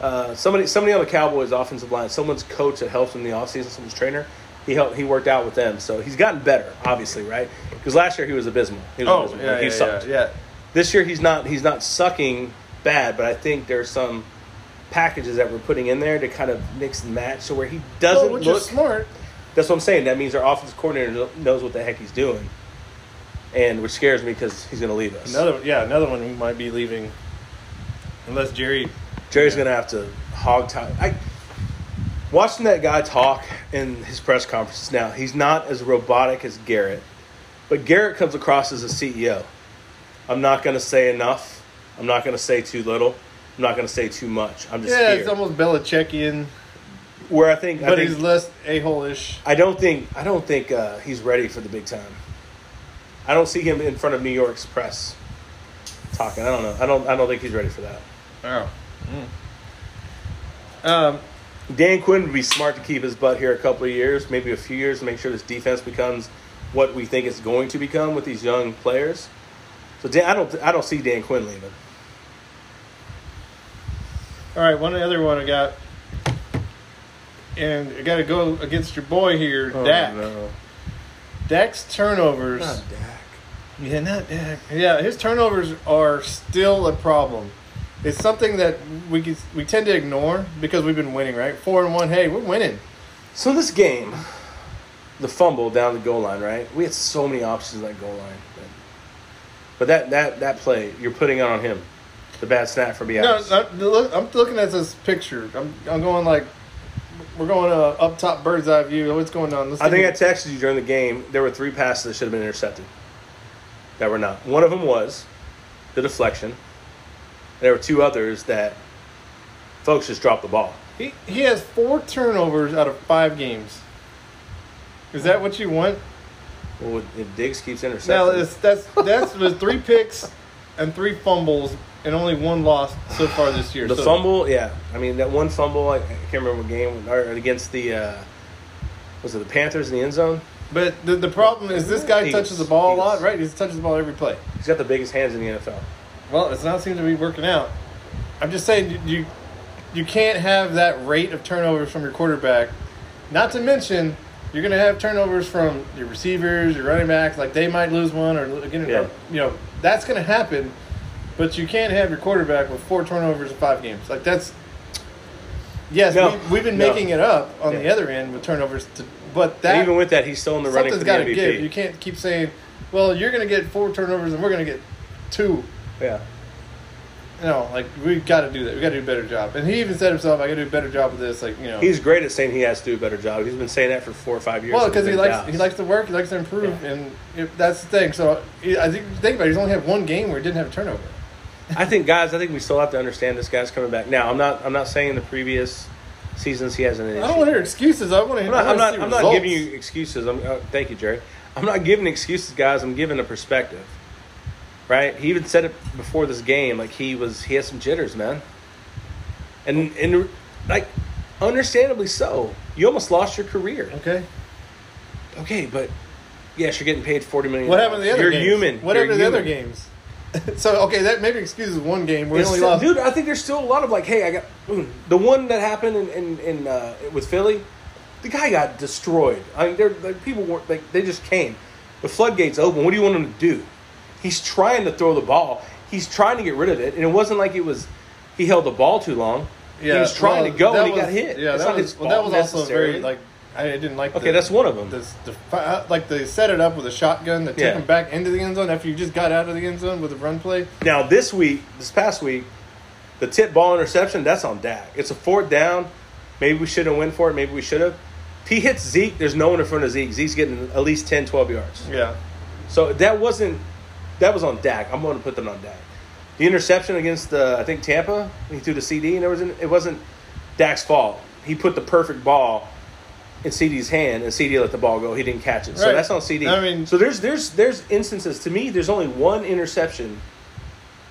Speaker 2: uh, somebody somebody on the Cowboys offensive line, someone's coach that helps him in the offseason, someone's trainer. He helped. He worked out with them, so he's gotten better, obviously, right? Because last year he was abysmal. He was
Speaker 3: oh
Speaker 2: abysmal.
Speaker 3: yeah,
Speaker 2: Like, he
Speaker 3: yeah,
Speaker 2: sucked.
Speaker 3: yeah, yeah.
Speaker 2: This year he's not. He's not sucking bad, but I think there's some packages that we're putting in there to kind of mix and match, so where he doesn't
Speaker 3: Well, which
Speaker 2: look
Speaker 3: is smart.
Speaker 2: That's what I'm saying. That means our offensive coordinator kno- knows what the heck he's doing, and which scares me because he's going to leave us.
Speaker 3: Another yeah, another one who might be leaving, unless Jerry.
Speaker 2: Jerry's gonna have to hog tie. I watching that guy talk in his press conferences now. He's not as robotic as Garrett, but Garrett comes across as a CEO. I'm not gonna say enough. I'm not gonna say too little. I'm not gonna say too much. I'm just
Speaker 3: Yeah,
Speaker 2: here.
Speaker 3: it's almost Belichickian,
Speaker 2: where I think, I,
Speaker 3: but
Speaker 2: think
Speaker 3: he's less a hole ish.
Speaker 2: I don't think I don't think uh, he's ready for the big time. I don't see him in front of New York's press talking. I don't know. I don't. I don't think he's ready for that.
Speaker 3: Oh. Um,
Speaker 2: Dan Quinn would be smart to keep his butt here a couple of years, maybe a few years, to make sure this defense becomes what we think it's going to become with these young players. So Dan, I don't, I don't see Dan Quinn leaving.
Speaker 3: all right, one other one I got, and I got to go against your boy here,
Speaker 2: Oh,
Speaker 3: Dak. Dak's turnovers.
Speaker 2: not Dak.
Speaker 3: Yeah, not Dak. Yeah, his turnovers are still a problem. It's something that we can, we tend to ignore because we've been winning, right? Four and one. Hey, we're winning.
Speaker 2: So this game, the fumble down the goal line, right? We had so many options at that goal line, but, but that that that play you're putting it on him, the bad snap for
Speaker 3: No,
Speaker 2: Bias.
Speaker 3: I'm, look- I'm looking at this picture. I'm, I'm going like, we're going uh, up top bird's eye view. What's going on? Let's
Speaker 2: I think I
Speaker 3: take
Speaker 2: texted you during the game. There were three passes that should have been intercepted that were not. One of them was the deflection. There were two others that folks just dropped the ball.
Speaker 3: a- he, he has four turnovers out of five games. Is that what you want?
Speaker 2: Well, if Diggs keeps
Speaker 3: Now
Speaker 2: intercepting,
Speaker 3: it's, that's that's with three picks and three fumbles and only one loss so far this year.
Speaker 2: the
Speaker 3: So-
Speaker 2: fumble, yeah. I mean, that one fumble, I, I can't remember what game, or against the, uh, was it the Panthers in the end zone?
Speaker 3: But the, the problem is this guy
Speaker 2: Eagles.
Speaker 3: touches the ball a lot,
Speaker 2: Eagles.
Speaker 3: right? He touches the ball every play.
Speaker 2: He's got the biggest hands in the NFL.
Speaker 3: Well, it's not seem to be working out. I'm just saying you- you you can't have that rate of turnovers from your quarterback. Not to mention you're going to have turnovers from your receivers, your running backs. Like they might lose one or again,
Speaker 2: Yeah.
Speaker 3: you know that's going to happen. But you can't have your quarterback with four turnovers in five games. Like that's yes,
Speaker 2: No.
Speaker 3: we, we've been
Speaker 2: No.
Speaker 3: making it up on the
Speaker 2: Yeah.
Speaker 3: other end with turnovers. To, but that
Speaker 2: And even with that, he's still in the running for
Speaker 3: Something's
Speaker 2: the
Speaker 3: got
Speaker 2: MVP.
Speaker 3: to give. You can't keep saying, "Well, you're going to get four turnovers and we're going to get two.
Speaker 2: yeah.
Speaker 3: No, like we got to do that. We got to do a better job. And he even said himself, "I got to do a better job with this." Like you know,
Speaker 2: He's great at saying he has to do a better job. He's been saying that for four or five years.
Speaker 3: well
Speaker 2: since
Speaker 3: because he
Speaker 2: been
Speaker 3: likes
Speaker 2: Dallas.
Speaker 3: he likes to work, he likes to improve, and if, that's the thing. So he- I think think about it. He's only had one game where he didn't have a turnover.
Speaker 2: I think guys, I think we still have to understand this guy's coming back. Now, I'm not I'm not saying the previous seasons he hasn't.
Speaker 3: I don't want to hear excuses. I want to.
Speaker 2: I'm not I'm not, I'm not giving you excuses. I'm, uh, thank you, Jerry. I'm not giving excuses, guys. I'm giving a perspective. Right? He even said it before this game. Like he was, he had some jitters, man. And and like, understandably so. You almost lost your career.
Speaker 3: Okay.
Speaker 2: Okay, but yes, you're getting paid forty million.
Speaker 3: What happened to the other?
Speaker 2: You're
Speaker 3: games?
Speaker 2: human.
Speaker 3: What
Speaker 2: You're
Speaker 3: happened to the other
Speaker 2: human.
Speaker 3: games? so okay, that maybe excuses one game. where We
Speaker 2: It's
Speaker 3: only
Speaker 2: still-
Speaker 3: lost.
Speaker 2: Dude, I think there's still a lot of like, hey, I got ooh, the one that happened in, in, in uh, with Philly. The guy got destroyed. I mean, they're, they people weren't like they just came. The floodgates open. What do you want him to do? He's trying to throw the ball. He's trying to get rid of it, and it wasn't like it was. He held the ball too long. he was trying
Speaker 3: well,
Speaker 2: to go
Speaker 3: that
Speaker 2: and he
Speaker 3: was-
Speaker 2: got hit.
Speaker 3: Yeah,
Speaker 2: It's
Speaker 3: that
Speaker 2: not
Speaker 3: was,
Speaker 2: his
Speaker 3: well, that
Speaker 2: fault
Speaker 3: was also very
Speaker 2: necessarily.
Speaker 3: like I didn't like.
Speaker 2: Okay, that's one of them.
Speaker 3: This, the, fi- uh, like they set it up with a shotgun that took
Speaker 2: Yeah.
Speaker 3: him back into the end zone after you just got out of the end zone with a run play.
Speaker 2: Now this week, this past week, the tip ball interception, that's on Dak. It's a fourth down. Maybe we shouldn't win for it. Maybe we should have. If he hits Zeke, there's no one in front of Zeke. Zeke's getting at least 10, 12 yards.
Speaker 3: Yeah,
Speaker 2: So that wasn't that was on Dak. I'm going to put them on Dak. The interception against the I think Tampa, he threw the CD and there was an, it wasn't Dak's fault. He put the perfect ball in CD's hand and CD let the ball go. He didn't catch it. So
Speaker 3: Right.
Speaker 2: that's on CD.
Speaker 3: I mean-
Speaker 2: so there's there's there's instances to me there's only one interception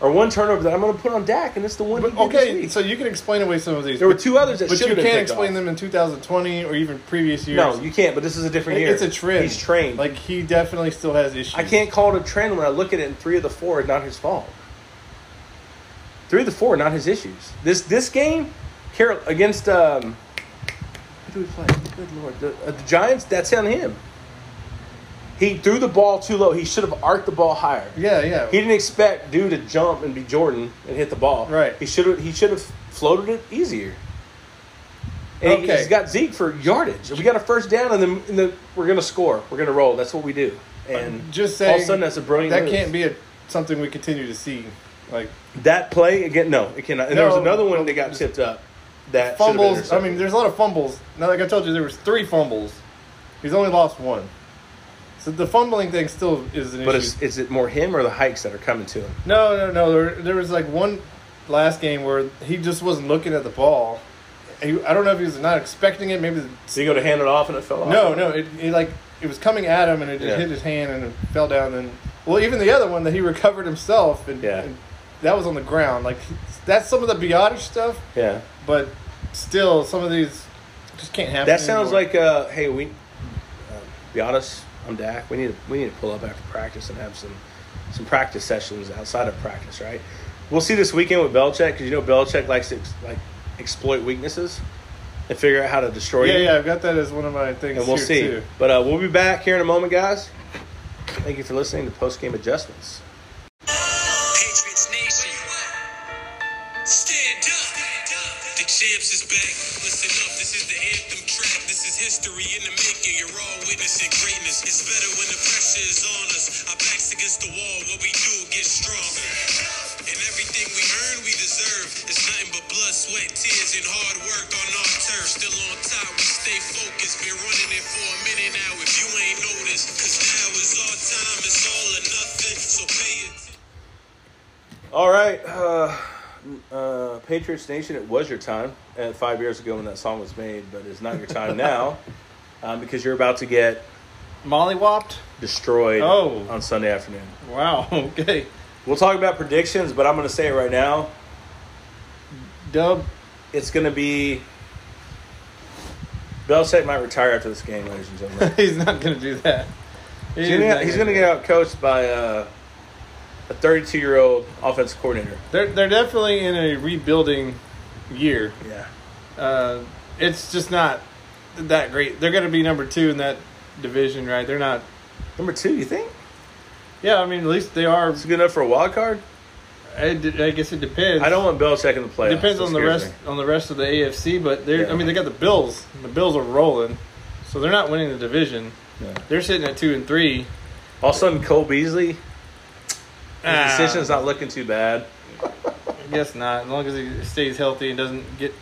Speaker 2: or one turnover that I'm going to put on Dak and it's the one he
Speaker 3: but,
Speaker 2: did this
Speaker 3: okay.
Speaker 2: week.
Speaker 3: So you can explain away some of these.
Speaker 2: there were
Speaker 3: but-
Speaker 2: two others that
Speaker 3: but
Speaker 2: should
Speaker 3: you
Speaker 2: have been
Speaker 3: can't
Speaker 2: picked
Speaker 3: explain
Speaker 2: off.
Speaker 3: them in 2020 or even previous years.
Speaker 2: No, you can't, but this is a different
Speaker 3: It-
Speaker 2: year.
Speaker 3: it's a trend.
Speaker 2: He's trained.
Speaker 3: Like he definitely still has issues.
Speaker 2: I can't call it a trend when I look at it in three of the four are not his fault. Three of the four are not his issues. This this game, Carol against um, who do we play? Good lord, the, uh, the Giants. That's on him. He threw the ball too low. He should have arced the ball higher.
Speaker 3: Yeah, yeah.
Speaker 2: He didn't expect dude to jump and be Jordan and hit the ball.
Speaker 3: Right.
Speaker 2: He should have he should have floated it easier. And he-
Speaker 3: Okay.
Speaker 2: he's got Zeke for yardage. We got a first down, and then, and then we're going to score. We're going to roll. That's what we do. And
Speaker 3: Just
Speaker 2: all of a
Speaker 3: saying,
Speaker 2: sudden, that's a brilliant.
Speaker 3: That
Speaker 2: move.
Speaker 3: can't be a, something we continue to see. Like
Speaker 2: that play again. No, it cannot. And there was
Speaker 3: No.
Speaker 2: another one that got tipped up. That should've been
Speaker 3: fumbles. I
Speaker 2: intercepted.
Speaker 3: mean, there's a lot of fumbles. Now, like I told you, there was three fumbles. He's only lost one. So the fumbling thing still is an
Speaker 2: but
Speaker 3: issue.
Speaker 2: is, is it more him or the hikes that are coming to him?
Speaker 3: No, no, no. There, there was like one last game where he just wasn't looking at the ball. He, I don't know if he was not expecting it. Maybe the,
Speaker 2: So you go to hand it off and it fell off.
Speaker 3: no, no. It, it like it was coming at him and it
Speaker 2: Yeah.
Speaker 3: hit his hand and it fell down. And well, even the other one that he recovered himself and,
Speaker 2: Yeah.
Speaker 3: and that was on the ground. Like that's some of the Biotic stuff,
Speaker 2: Yeah,
Speaker 3: but still some of these just can't happen.
Speaker 2: that sounds
Speaker 3: anymore.
Speaker 2: like uh, hey, we. Uh, be honest, I'm Dak. We need to, we need to pull up after practice and have some some practice sessions outside of practice, right? We'll see this weekend with Belichick because you know Belichick likes to ex- like exploit weaknesses and figure out how to destroy you.
Speaker 3: yeah, yeah. I've got that as one of my things.
Speaker 2: and we'll
Speaker 3: here,
Speaker 2: see.
Speaker 3: Too.
Speaker 2: But uh, we'll be back here in a moment, guys. Thank you for listening to Post Game Adjustments.
Speaker 4: Patriots Nation. Stand up. The champs is back. Listen up. This is the anthem track. This is history in the making. You're all witnessing greatness. It's better when the pressure is on us. Our backs against the wall. What we do gets stronger. And everything we earn, we deserve. It's nothing but blood, sweat, tears, and hard work on our turf. Still on top. We stay focused. Been running it for a minute now. If you ain't noticed, cause now is our time. It's all or nothing. So pay attention.
Speaker 2: All right, uh, uh, Patriots Nation, it was your time uh, five years ago when that song was made, but it's not your time now um, because you're about to get
Speaker 3: Molly whopped.
Speaker 2: destroyed
Speaker 3: Oh.
Speaker 2: on Sunday afternoon.
Speaker 3: Wow. Okay.
Speaker 2: We'll talk about predictions, but I'm going to say it right now.
Speaker 3: Dub.
Speaker 2: It's going to be. Belichick might retire after this game, ladies and gentlemen.
Speaker 3: he's not gonna do that. He
Speaker 2: He's
Speaker 3: is
Speaker 2: gonna,
Speaker 3: not
Speaker 2: he's
Speaker 3: gonna
Speaker 2: gonna
Speaker 3: do
Speaker 2: get out coached by uh, a 32 year old offensive coordinator.
Speaker 3: They're they're definitely in a rebuilding year.
Speaker 2: Yeah,
Speaker 3: Uh, it's just not that great. They're going to be number two in that division, right? They're not.
Speaker 2: number two. You think
Speaker 3: Yeah, I mean, at least they are.
Speaker 2: it's good enough for a wild card?
Speaker 3: I, d- I guess it depends.
Speaker 2: I don't want Belichick in the playoffs.
Speaker 3: It depends
Speaker 2: That
Speaker 3: on the
Speaker 2: scares
Speaker 3: rest
Speaker 2: me.
Speaker 3: on the rest of the AFC, but they're.
Speaker 2: Yeah.
Speaker 3: I mean, they got the Bills. The Bills are rolling, so they're not winning the division.
Speaker 2: Yeah.
Speaker 3: They're sitting at two and three.
Speaker 2: All of a sudden, Cole Beasley, his
Speaker 3: Ah.
Speaker 2: decision's not looking too bad.
Speaker 3: I guess not, as long as he stays healthy and doesn't get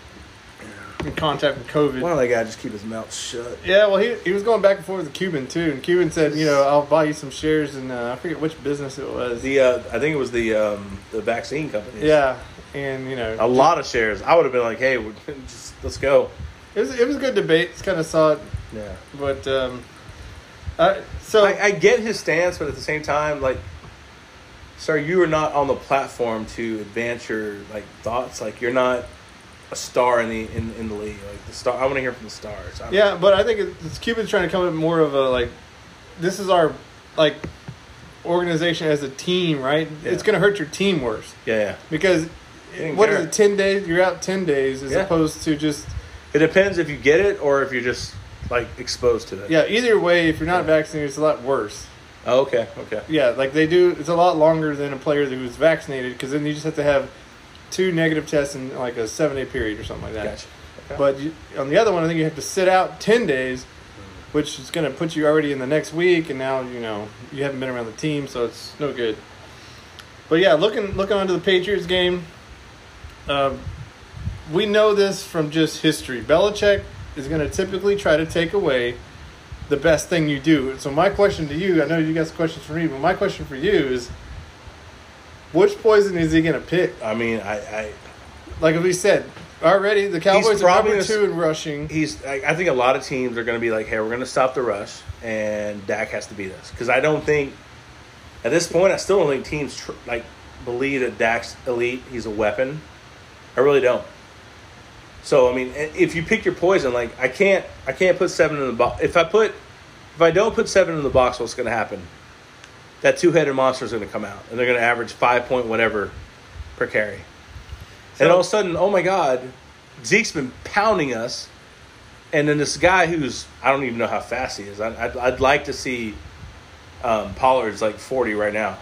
Speaker 3: in contact with COVID.
Speaker 2: Why don't they guy just keep his mouth shut?
Speaker 3: Yeah, well, he, he was going back and forth with Cuban too, and Cuban said, you know, I'll buy you some shares, and uh, I forget which business it was.
Speaker 2: The uh, I think it was the um, the vaccine company.
Speaker 3: yeah, and you know,
Speaker 2: a lot of shares. I would have been like, hey, we're, just let's go.
Speaker 3: it was it was a good debate. It's kind of solid,
Speaker 2: Yeah.
Speaker 3: but um, uh, so
Speaker 2: I, I get his stance, but at the same time, like, sir, you are not on the platform to advance your like thoughts. Like, you're not a star in the in, in the league. Like the star, I want to hear from the stars. I'm,
Speaker 3: yeah, but I think it's, it's Cuban's trying to come up more of a like, this is our like organization as a team, right?
Speaker 2: Yeah.
Speaker 3: It's going to hurt your team worse
Speaker 2: yeah, yeah.
Speaker 3: because
Speaker 2: didn't
Speaker 3: what is
Speaker 2: care.
Speaker 3: it? Ten days you're out ten days as
Speaker 2: Yeah.
Speaker 3: opposed to just
Speaker 2: It depends if you get it or if you're just like exposed to it.
Speaker 3: yeah. Either way, if you're not vaccinated, it's a lot worse.
Speaker 2: Oh, okay. Okay.
Speaker 3: Yeah, like they do. It's a lot longer than a player who's vaccinated because then you just have to have two negative tests in like a seven day period or something like that.
Speaker 2: Gotcha. Okay.
Speaker 3: But you, on the other one, I think you have to sit out ten days, which is going to put you already in the next week, and now you know you haven't been around the team, so it's no good. But yeah, looking looking onto the Patriots game, uh, we know this from just history. Belichick is going to typically try to take away the best thing you do. So my question to you, I know you got some questions for me, but my question for you is, which poison is he going to pick?
Speaker 2: I mean, I, I
Speaker 3: Like we said already, the Cowboys are
Speaker 2: probably
Speaker 3: number
Speaker 2: a-
Speaker 3: two in rushing.
Speaker 2: he's. I, I think a lot of teams are going to be like, "Hey, we're going to stop the rush," and Dak has to be this because I don't think at this point I still don't think teams tr- like believe that Dak's elite. He's a weapon. I really don't. So I mean, i- if you pick your poison, like I can't, I can't put seven in the box. If I put, if I don't put seven in the box, what's going to happen? That two-headed monster is going to come out, and they're going to average five point whatever per carry. and
Speaker 3: So-
Speaker 2: all of a sudden, oh my God, Zeke's been pounding us, and then this guy who's I don't even know how fast he is. I, I'd, I'd like to see um, Pollard's like forty right now.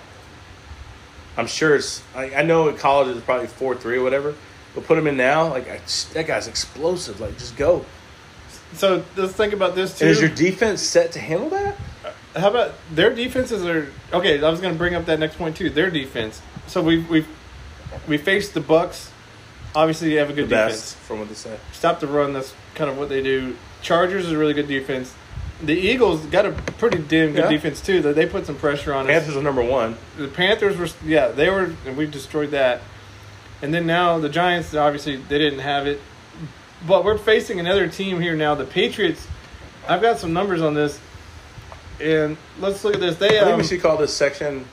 Speaker 2: I'm sure it's. I, I know in college it's probably four three or whatever, But put him in now, like I, that guy's explosive. Like just go.
Speaker 3: So let's think about this too.
Speaker 2: And is your defense set to handle that?
Speaker 3: How about their defenses are okay? I was going to bring up that next point too. Their defense. So we we we faced the Bucks. Obviously, they have a
Speaker 2: The
Speaker 3: good
Speaker 2: best
Speaker 3: defense.
Speaker 2: from what they say.
Speaker 3: Stop the run. That's kind of what they do. Chargers is a really good defense. The Eagles got a pretty damn good
Speaker 2: Yeah.
Speaker 3: defense too. That they put some pressure on us.
Speaker 2: Panthers are number one.
Speaker 3: The Panthers were yeah they were and we destroyed that. And then now the Giants obviously they didn't have it, but we're facing another team here now. The Patriots. I've got some numbers on this, and let's look at this. They
Speaker 2: I think
Speaker 3: um,
Speaker 2: we should call this section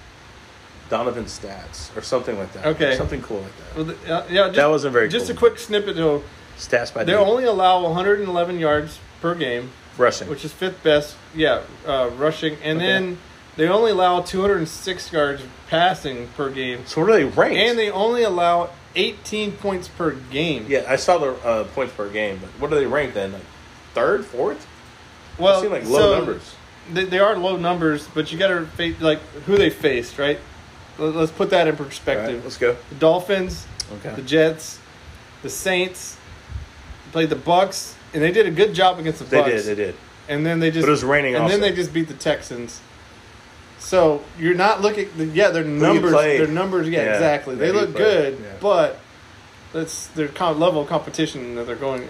Speaker 2: Donovan stats or something like that.
Speaker 3: Okay.
Speaker 2: something cool like that.
Speaker 3: Well, th- uh, yeah, just,
Speaker 2: That wasn't very
Speaker 3: Just
Speaker 2: cool.
Speaker 3: a quick snippet though.
Speaker 2: Stats by
Speaker 3: They
Speaker 2: Duke.
Speaker 3: only allow 111 yards per game,
Speaker 2: rushing.
Speaker 3: which is fifth best. Yeah, uh, rushing, and
Speaker 2: Okay.
Speaker 3: then they only allow 206 yards passing per game,
Speaker 2: so what are they ranked?
Speaker 3: and they only allow 18 points per game.
Speaker 2: yeah, I saw the uh, points per game, but what are they ranked then? Like third, fourth?
Speaker 3: well,
Speaker 2: seem like low
Speaker 3: so
Speaker 2: numbers.
Speaker 3: They, they are low numbers, but you got to face like who they faced, right? Let- Let's put that in
Speaker 2: All right,
Speaker 3: perspective.
Speaker 2: let's go.
Speaker 3: the Dolphins,
Speaker 2: Okay.
Speaker 3: the Jets, the Saints, played the Bucks, and they did a good job against the
Speaker 2: They
Speaker 3: Bucks.
Speaker 2: did. They did.
Speaker 3: And then they just
Speaker 2: But it was raining
Speaker 3: And
Speaker 2: also.
Speaker 3: then they just beat the Texans. So you're not looking. Yeah, their
Speaker 2: you
Speaker 3: numbers.
Speaker 2: played.
Speaker 3: Their numbers. Yeah,
Speaker 2: Yeah,
Speaker 3: exactly. They
Speaker 2: who you
Speaker 3: look
Speaker 2: played,
Speaker 3: good,
Speaker 2: yeah.
Speaker 3: but that's their com- level of competition that they're going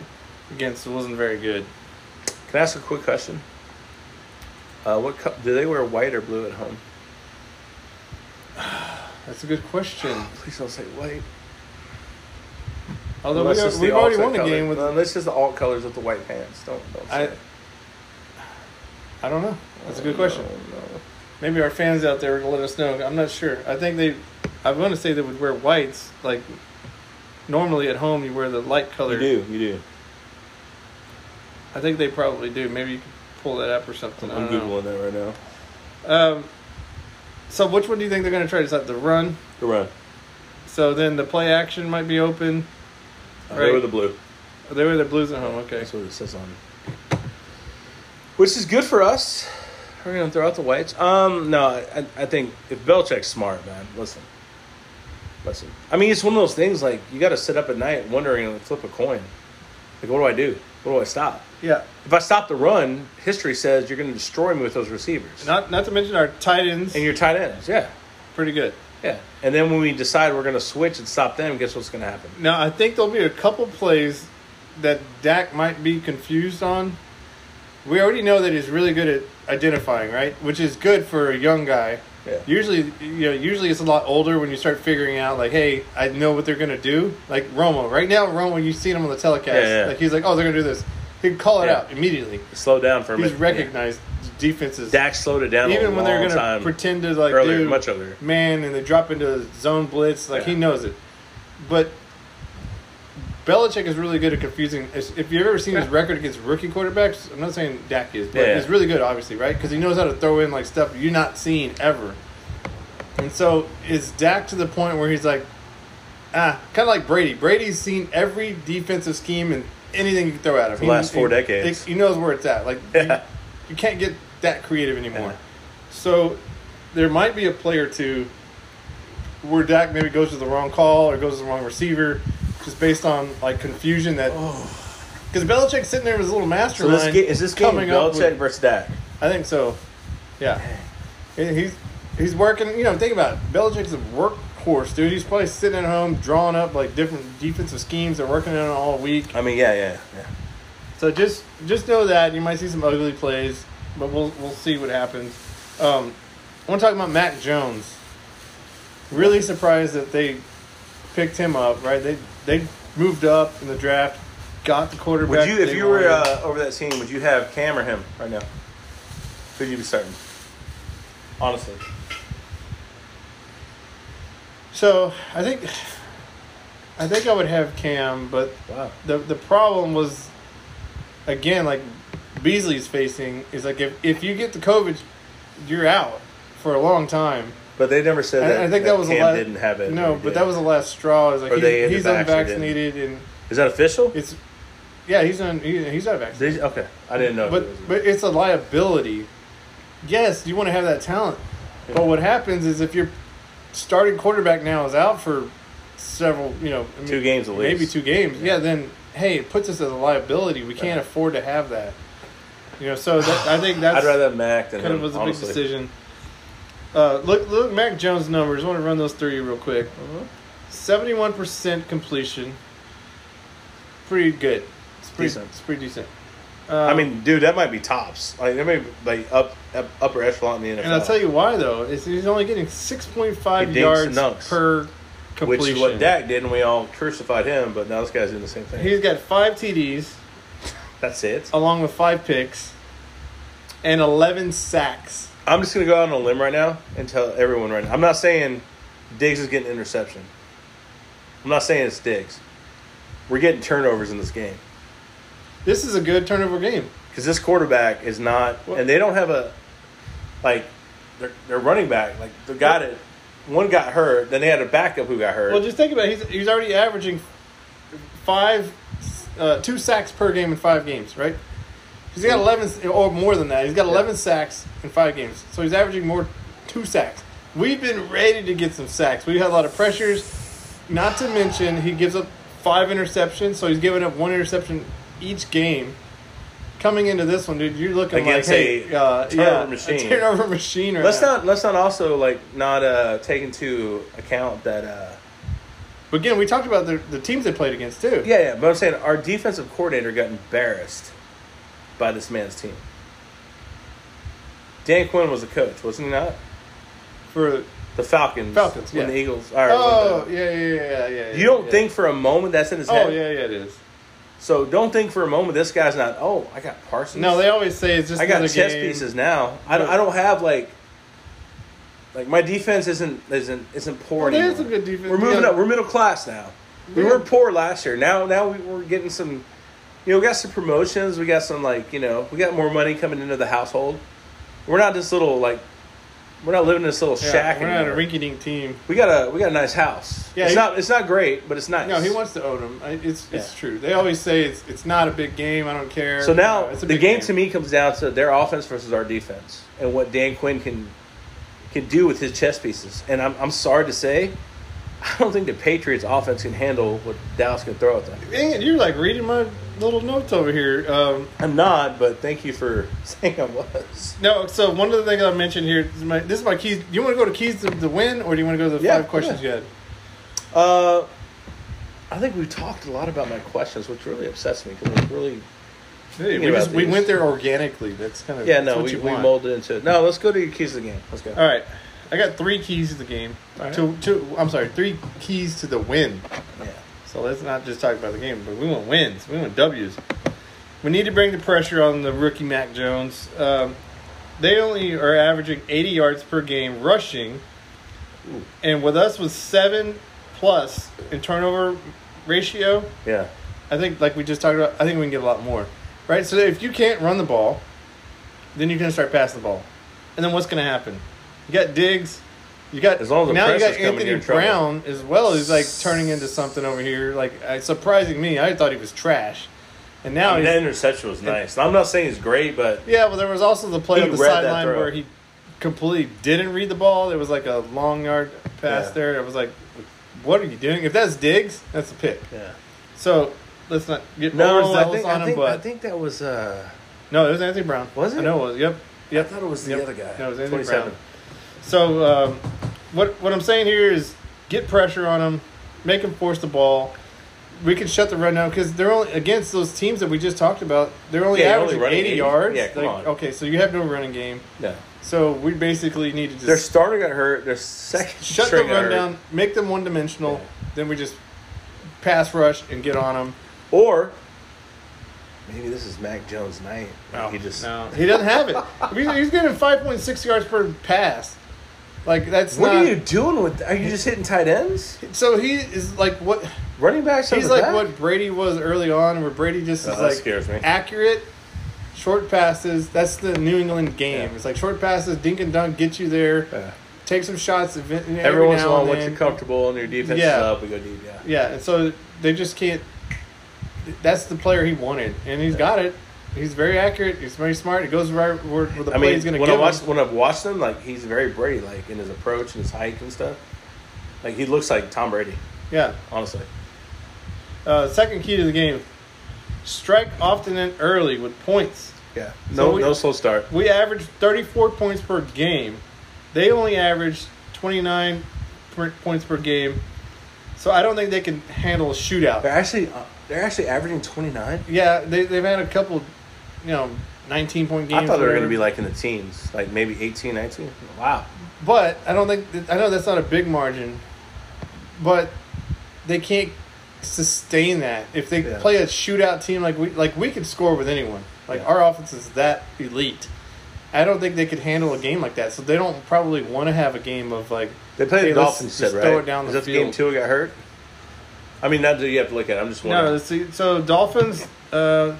Speaker 3: against wasn't very good.
Speaker 2: Can I ask a quick question? Uh, what co- do they wear white or blue at home?
Speaker 3: That's a good question.
Speaker 2: Please don't say white.
Speaker 3: Although we
Speaker 2: Unless
Speaker 3: are,
Speaker 2: it's the
Speaker 3: we've already
Speaker 2: alternate
Speaker 3: won a
Speaker 2: color.
Speaker 3: game with.
Speaker 2: No, unless it's the alt colors with the white pants. Don't don't. Say
Speaker 3: I.
Speaker 2: it.
Speaker 3: I don't know. That's a good question.
Speaker 2: No, no.
Speaker 3: Maybe our fans out there will let us know. I'm not sure. I think they, I want to say they would wear whites. Like, normally at home you wear the light color.
Speaker 2: You do. You do.
Speaker 3: I think they probably do. Maybe you can pull that up or something. I
Speaker 2: I'm
Speaker 3: don't know.
Speaker 2: googling that right now.
Speaker 3: Um, so which one do you think they're going to try to set? The run.
Speaker 2: The run.
Speaker 3: So then the play action might be open.
Speaker 2: Uh,
Speaker 3: Right.
Speaker 2: They were the blue.
Speaker 3: They wear their blues at home. Okay.
Speaker 2: That's what it says on. it. Which is good for us. We're gonna throw out the whites. Um, no, I, I think if Belichick's smart, man, listen, listen. I mean, it's one of those things like you got to sit up at night wondering and flip a coin. Like, what do I do? What do I stop?
Speaker 3: Yeah.
Speaker 2: If I stop the run, history says you're gonna destroy me with those receivers
Speaker 3: Not not to mention our tight ends.
Speaker 2: and your tight ends. Yeah,
Speaker 3: pretty good.
Speaker 2: yeah. And then when we decide we're gonna switch and stop them, guess what's gonna happen?
Speaker 3: Now I think there'll be a couple plays that Dak might be confused on. We already know that he's really good at identifying, right? Which is good for a young guy.
Speaker 2: Yeah.
Speaker 3: Usually, you know, usually it's a lot older when you start figuring out, like, hey, I know what they're gonna do. Like Romo, right now, Romo, you've seen him on the telecast.
Speaker 2: Yeah, yeah.
Speaker 3: Like he's like, oh, they're gonna do this. He can call it
Speaker 2: Yeah.
Speaker 3: out immediately.
Speaker 2: Slow down for a
Speaker 3: He's
Speaker 2: minute.
Speaker 3: recognized defenses,
Speaker 2: Yeah. Dak slowed it down.
Speaker 3: even
Speaker 2: a
Speaker 3: when they're
Speaker 2: long
Speaker 3: gonna
Speaker 2: time.
Speaker 3: pretend to like
Speaker 2: earlier,
Speaker 3: do
Speaker 2: much earlier.
Speaker 3: man, and they drop into zone blitz. Like
Speaker 2: Yeah.
Speaker 3: he knows it, but Belichick is really good at confusing. If if you've ever seen his
Speaker 2: Yeah.
Speaker 3: record against rookie quarterbacks, I'm not saying Dak is, but
Speaker 2: Yeah.
Speaker 3: he's really good, obviously, right? Because he knows how to throw in like stuff you're not seeing ever. And so is Dak to the point where he's like, ah, kind of like Brady. Brady's seen every defensive scheme and anything you can throw at him.
Speaker 2: the last four decades.
Speaker 3: He, knows where it's at. Like
Speaker 2: Yeah.
Speaker 3: you, you can't get that creative anymore.
Speaker 2: Yeah.
Speaker 3: So there might be a play or two where Dak maybe goes to the wrong call or goes to the wrong receiver, just based on like confusion that. Because Belichick's sitting there with his little
Speaker 2: Oh. So
Speaker 3: mastermind.
Speaker 2: this game, is this game
Speaker 3: coming up
Speaker 2: Belichick
Speaker 3: with-
Speaker 2: versus Dak?
Speaker 3: I think so. Yeah, He- he's he's working. You know, think about it. Belichick's a workhorse, dude. He's probably sitting at home drawing up like different defensive schemes and working on it all week.
Speaker 2: I mean, yeah, yeah, yeah.
Speaker 3: So just just know that you might see some ugly plays, but we'll we'll see what happens. Um, I want to talk about Mac Jones. Really surprised that they picked him up. Right? They they moved up in the draft, got the quarterback.
Speaker 2: Would you, if
Speaker 3: they
Speaker 2: you were
Speaker 3: wanted.
Speaker 2: uh, over that team, would you have Cam or him right now? Who'd you be starting? Honestly,
Speaker 3: so I think I think I would have Cam, but
Speaker 2: wow.
Speaker 3: the the problem was again like Beasley's facing is like if if you get the COVID, you're out for a long time.
Speaker 2: But they never said that.
Speaker 3: I, I think that, was
Speaker 2: Cam
Speaker 3: the last.
Speaker 2: didn't have it.
Speaker 3: No,
Speaker 2: He
Speaker 3: but
Speaker 2: did.
Speaker 3: that was the last straw. Is like
Speaker 2: Or
Speaker 3: he's,
Speaker 2: they had
Speaker 3: he's
Speaker 2: the vaccine, didn't
Speaker 3: unvaccinated and
Speaker 2: Is that official?
Speaker 3: it's yeah he's un, he, he's not vaccinated.
Speaker 2: Did- okay, I didn't know. if
Speaker 3: But
Speaker 2: it was-
Speaker 3: but it's a liability. Yes, you want to have that talent, but what happens is if your starting quarterback now is out for several, you know, I mean,
Speaker 2: Two games at
Speaker 3: maybe
Speaker 2: least.
Speaker 3: two games. Yeah. then hey, it puts us as a liability. We can't afford to have that. You know, so that, I think that's
Speaker 2: I'd rather have Mac than
Speaker 3: kind
Speaker 2: him,
Speaker 3: of was a
Speaker 2: honestly.
Speaker 3: big decision. Uh, look, look, Mac Jones numbers. I want to run those through you real quick.
Speaker 2: Uh-huh.
Speaker 3: Seventy-one percent completion. Pretty good. It's pretty.
Speaker 2: Decent.
Speaker 3: It's pretty decent.
Speaker 2: I mean, dude, that might be tops. Like that may be like up, up upper echelon in the NFL.
Speaker 3: And I'll tell you why though. Is he's only getting six point
Speaker 2: He
Speaker 3: five
Speaker 2: dinks and
Speaker 3: yards
Speaker 2: dunks.
Speaker 3: per
Speaker 2: which
Speaker 3: completion.
Speaker 2: is what Dak did, and we all crucified him. But now this guy's doing the same thing.
Speaker 3: He's got five TDs
Speaker 2: That's it.
Speaker 3: along with five picks and eleven sacks.
Speaker 2: I'm just gonna go out on a limb right now and tell everyone right now. I'm not saying Diggs is getting interception. I'm not saying it's Diggs. We're getting turnovers in this game
Speaker 3: This is a good turnover game.
Speaker 2: because this quarterback is not,
Speaker 3: Well-
Speaker 2: and they don't have a like their their running back. Like they got it. One got hurt, then they had a backup who got hurt.
Speaker 3: Well, just think about it. He's, he's already averaging five, uh, two sacks per game in five games, right? He's got 11, or more than that. He's got 11 sacks in five games. So he's averaging more, two sacks. We've been ready to get some sacks. We've had a lot of pressures. Not to mention, he gives up five interceptions, so he's giving up one interception each game. Coming into this one, dude, you're looking
Speaker 2: Against
Speaker 3: like hey,
Speaker 2: a
Speaker 3: uh,
Speaker 2: turnover
Speaker 3: yeah,
Speaker 2: machine.
Speaker 3: A turnover machine. Right
Speaker 2: let's
Speaker 3: now.
Speaker 2: not let's not also like not uh take into account that uh
Speaker 3: But again, we talked about the, the teams they played against too.
Speaker 2: yeah yeah but I'm saying our defensive coordinator got embarrassed by this man's team. Dan Quinn was the coach, wasn't he not?
Speaker 3: For
Speaker 2: The Falcons.
Speaker 3: Falcons,
Speaker 2: When
Speaker 3: yeah.
Speaker 2: the Eagles. Or
Speaker 3: Oh
Speaker 2: when
Speaker 3: yeah, yeah, yeah, yeah, yeah.
Speaker 2: the, you don't
Speaker 3: yeah.
Speaker 2: think for a moment that's in his
Speaker 3: Oh
Speaker 2: head.
Speaker 3: yeah, yeah, it is.
Speaker 2: So don't think for a moment this guy's not. Oh, I got Parsons.
Speaker 3: No, they always say it's just.
Speaker 2: I got
Speaker 3: another
Speaker 2: chess
Speaker 3: game.
Speaker 2: pieces now. I don't, I don't have like like my defense isn't isn't isn't poor
Speaker 3: Well, that
Speaker 2: anymore.
Speaker 3: is a good defense.
Speaker 2: We're moving
Speaker 3: Yeah.
Speaker 2: up. We're middle class now. We
Speaker 3: Yeah.
Speaker 2: were poor last year. Now now we, we're getting some. You know, we got some promotions. We got some like you know we got more money coming into the household. We're not this little like we're not living in this little
Speaker 3: Yeah,
Speaker 2: shack.
Speaker 3: We're not a
Speaker 2: anymore.
Speaker 3: rinky-dink team.
Speaker 2: We got a we got a nice house.
Speaker 3: Yeah,
Speaker 2: it's
Speaker 3: he-
Speaker 2: not it's not great, but it's nice.
Speaker 3: No, he wants to own them. I, it's it's
Speaker 2: Yeah.
Speaker 3: true. They always say it's it's not a big game. I don't care.
Speaker 2: So now
Speaker 3: No, it's a
Speaker 2: the game,
Speaker 3: big
Speaker 2: to me comes down to their offense versus our defense and what Dan Quinn can can do with his chess pieces. And I'm I'm sorry to say, I don't think the Patriots offense can handle what Dallas can throw at them.
Speaker 3: Dang it, you're like reading my little notes over here. Um,
Speaker 2: I'm not, but thank you for saying I was.
Speaker 3: no, so one of the things I mentioned here, this is my, this is my keys. Do you want to go to keys to the win, or do you want to go to the
Speaker 2: Yeah,
Speaker 3: five questions
Speaker 2: yeah.
Speaker 3: you had?
Speaker 2: Uh, I think we've talked a lot about my questions, which really upsets me because it's really
Speaker 3: Hey, we,
Speaker 2: about
Speaker 3: just, we
Speaker 2: these.
Speaker 3: went there organically. That's kind of
Speaker 2: yeah
Speaker 3: that's
Speaker 2: no
Speaker 3: what
Speaker 2: we,
Speaker 3: you
Speaker 2: we
Speaker 3: want.
Speaker 2: molded into it. No, let's go to your keys of the game. Let's go.
Speaker 3: All right, I got three keys to the game.
Speaker 2: All right.
Speaker 3: Two, two. I'm sorry, three keys to the win.
Speaker 2: Yeah.
Speaker 3: So let's not just talk about the game, but we want wins. We want W's. We need to bring the pressure on the rookie Mac Jones. Um, they only are averaging 80 yards per game rushing, and with us with seven plus in turnover ratio,
Speaker 2: Yeah.
Speaker 3: I think like we just talked about, I think we can get a lot more, right? So if you can't run the ball, then you're gonna start passing the ball, and then what's gonna happen? You got Diggs, you got
Speaker 2: As long as the
Speaker 3: now you
Speaker 2: press
Speaker 3: got
Speaker 2: is coming, you're
Speaker 3: Anthony
Speaker 2: in trouble.
Speaker 3: Brown as well who's like turning into something over here. Like uh, surprising me, I thought he was trash, and now he's,
Speaker 2: that interception was nice. I'm not saying it's great, but
Speaker 3: yeah. Well, there was also the play
Speaker 2: He
Speaker 3: on the
Speaker 2: read that
Speaker 3: sideline
Speaker 2: throw.
Speaker 3: where he completely didn't read the ball. It was like a long yard pass
Speaker 2: Yeah.
Speaker 3: there. It was like, what are you doing? If that's Diggs, that's a pick.
Speaker 2: yeah.
Speaker 3: So. Let's not get
Speaker 2: No, I
Speaker 3: overzealous
Speaker 2: think,
Speaker 3: on
Speaker 2: I
Speaker 3: him,
Speaker 2: think,
Speaker 3: but
Speaker 2: I think that was. Uh,
Speaker 3: No, it was Anthony Brown.
Speaker 2: Was it?
Speaker 3: I know it was. Yep. Yep.
Speaker 2: I thought it was the
Speaker 3: Yep.
Speaker 2: other guy.
Speaker 3: No, it was Anthony
Speaker 2: 27.
Speaker 3: Brown. So, um, what what I'm saying here is get pressure on them, make them force the ball. We can shut the run down because they're only against those teams that we just talked about. They're only
Speaker 2: Yeah, you're only
Speaker 3: averaging
Speaker 2: running
Speaker 3: 80,
Speaker 2: 80.
Speaker 3: yards.
Speaker 2: Yeah, come on.
Speaker 3: Okay, so you have no running game.
Speaker 2: No.
Speaker 3: So we basically need to
Speaker 2: Their
Speaker 3: just
Speaker 2: starter got hurt. Their second
Speaker 3: shut the
Speaker 2: string got
Speaker 3: run
Speaker 2: hurt.
Speaker 3: down, make them one dimensional.
Speaker 2: Yeah.
Speaker 3: Then we just pass rush and get on them.
Speaker 2: Or maybe this is Mac Jones' night. he just
Speaker 3: no. He doesn't have it. He's, he's getting five point six yards per pass. Like that's
Speaker 2: What
Speaker 3: not.
Speaker 2: are you doing with? Are you just hitting tight ends?
Speaker 3: So he is like what
Speaker 2: Running backs. on
Speaker 3: he's
Speaker 2: the
Speaker 3: like
Speaker 2: back?
Speaker 3: what Brady was early on, where Brady just
Speaker 2: Uh,
Speaker 3: is
Speaker 2: that
Speaker 3: like
Speaker 2: scares me.
Speaker 3: accurate, short passes. That's the New England game.
Speaker 2: Yeah.
Speaker 3: It's like short passes, dink and dunk, get you there,
Speaker 2: Yeah.
Speaker 3: take some shots. ev- Every,
Speaker 2: Every once in a
Speaker 3: now
Speaker 2: while,
Speaker 3: and
Speaker 2: once
Speaker 3: then.
Speaker 2: you're comfortable and your defense
Speaker 3: Yeah.
Speaker 2: is up, we go deep. Yeah.
Speaker 3: Yeah, and so they just can't. That's the player he wanted, and he's got it. He's very accurate. He's very smart. He goes right where, where the
Speaker 2: I
Speaker 3: play
Speaker 2: mean,
Speaker 3: is going to
Speaker 2: when I
Speaker 3: give him.
Speaker 2: watch when I've watched him, like he's very Brady, like in his approach and his hike and stuff. Like he looks like Tom Brady.
Speaker 3: Yeah.
Speaker 2: honestly.
Speaker 3: Uh, second key to the game: strike often and early with points.
Speaker 2: Yeah. No,
Speaker 3: So we-
Speaker 2: no slow start.
Speaker 3: We averaged 34 points per game. They only averaged 29 per- points per game. So I don't think they can handle a shootout.
Speaker 2: They're actually uh, they're actually averaging twenty nine.
Speaker 3: Yeah, they, they've had a couple, you know, 19 point games.
Speaker 2: I thought they
Speaker 3: or
Speaker 2: were going to
Speaker 3: whatever.
Speaker 2: be like in the teens, like maybe 18, 19. Wow.
Speaker 3: But I don't think that- I know that's not a big margin, but they can't sustain that. If they
Speaker 2: Yeah.
Speaker 3: play a shootout team like we like we could score with anyone. Like
Speaker 2: Yeah.
Speaker 3: our offense is that elite. I don't think they could handle a game like that. So they don't probably want to have a game of like
Speaker 2: They played
Speaker 3: hey,
Speaker 2: the
Speaker 3: let's
Speaker 2: Dolphins,
Speaker 3: just
Speaker 2: said, right?
Speaker 3: Throw it down
Speaker 2: Is
Speaker 3: the
Speaker 2: that the game
Speaker 3: field.
Speaker 2: two got hurt? I mean, not that you have to look at. it. I'm just
Speaker 3: No,
Speaker 2: wondering.
Speaker 3: let's see. So Dolphins. Uh,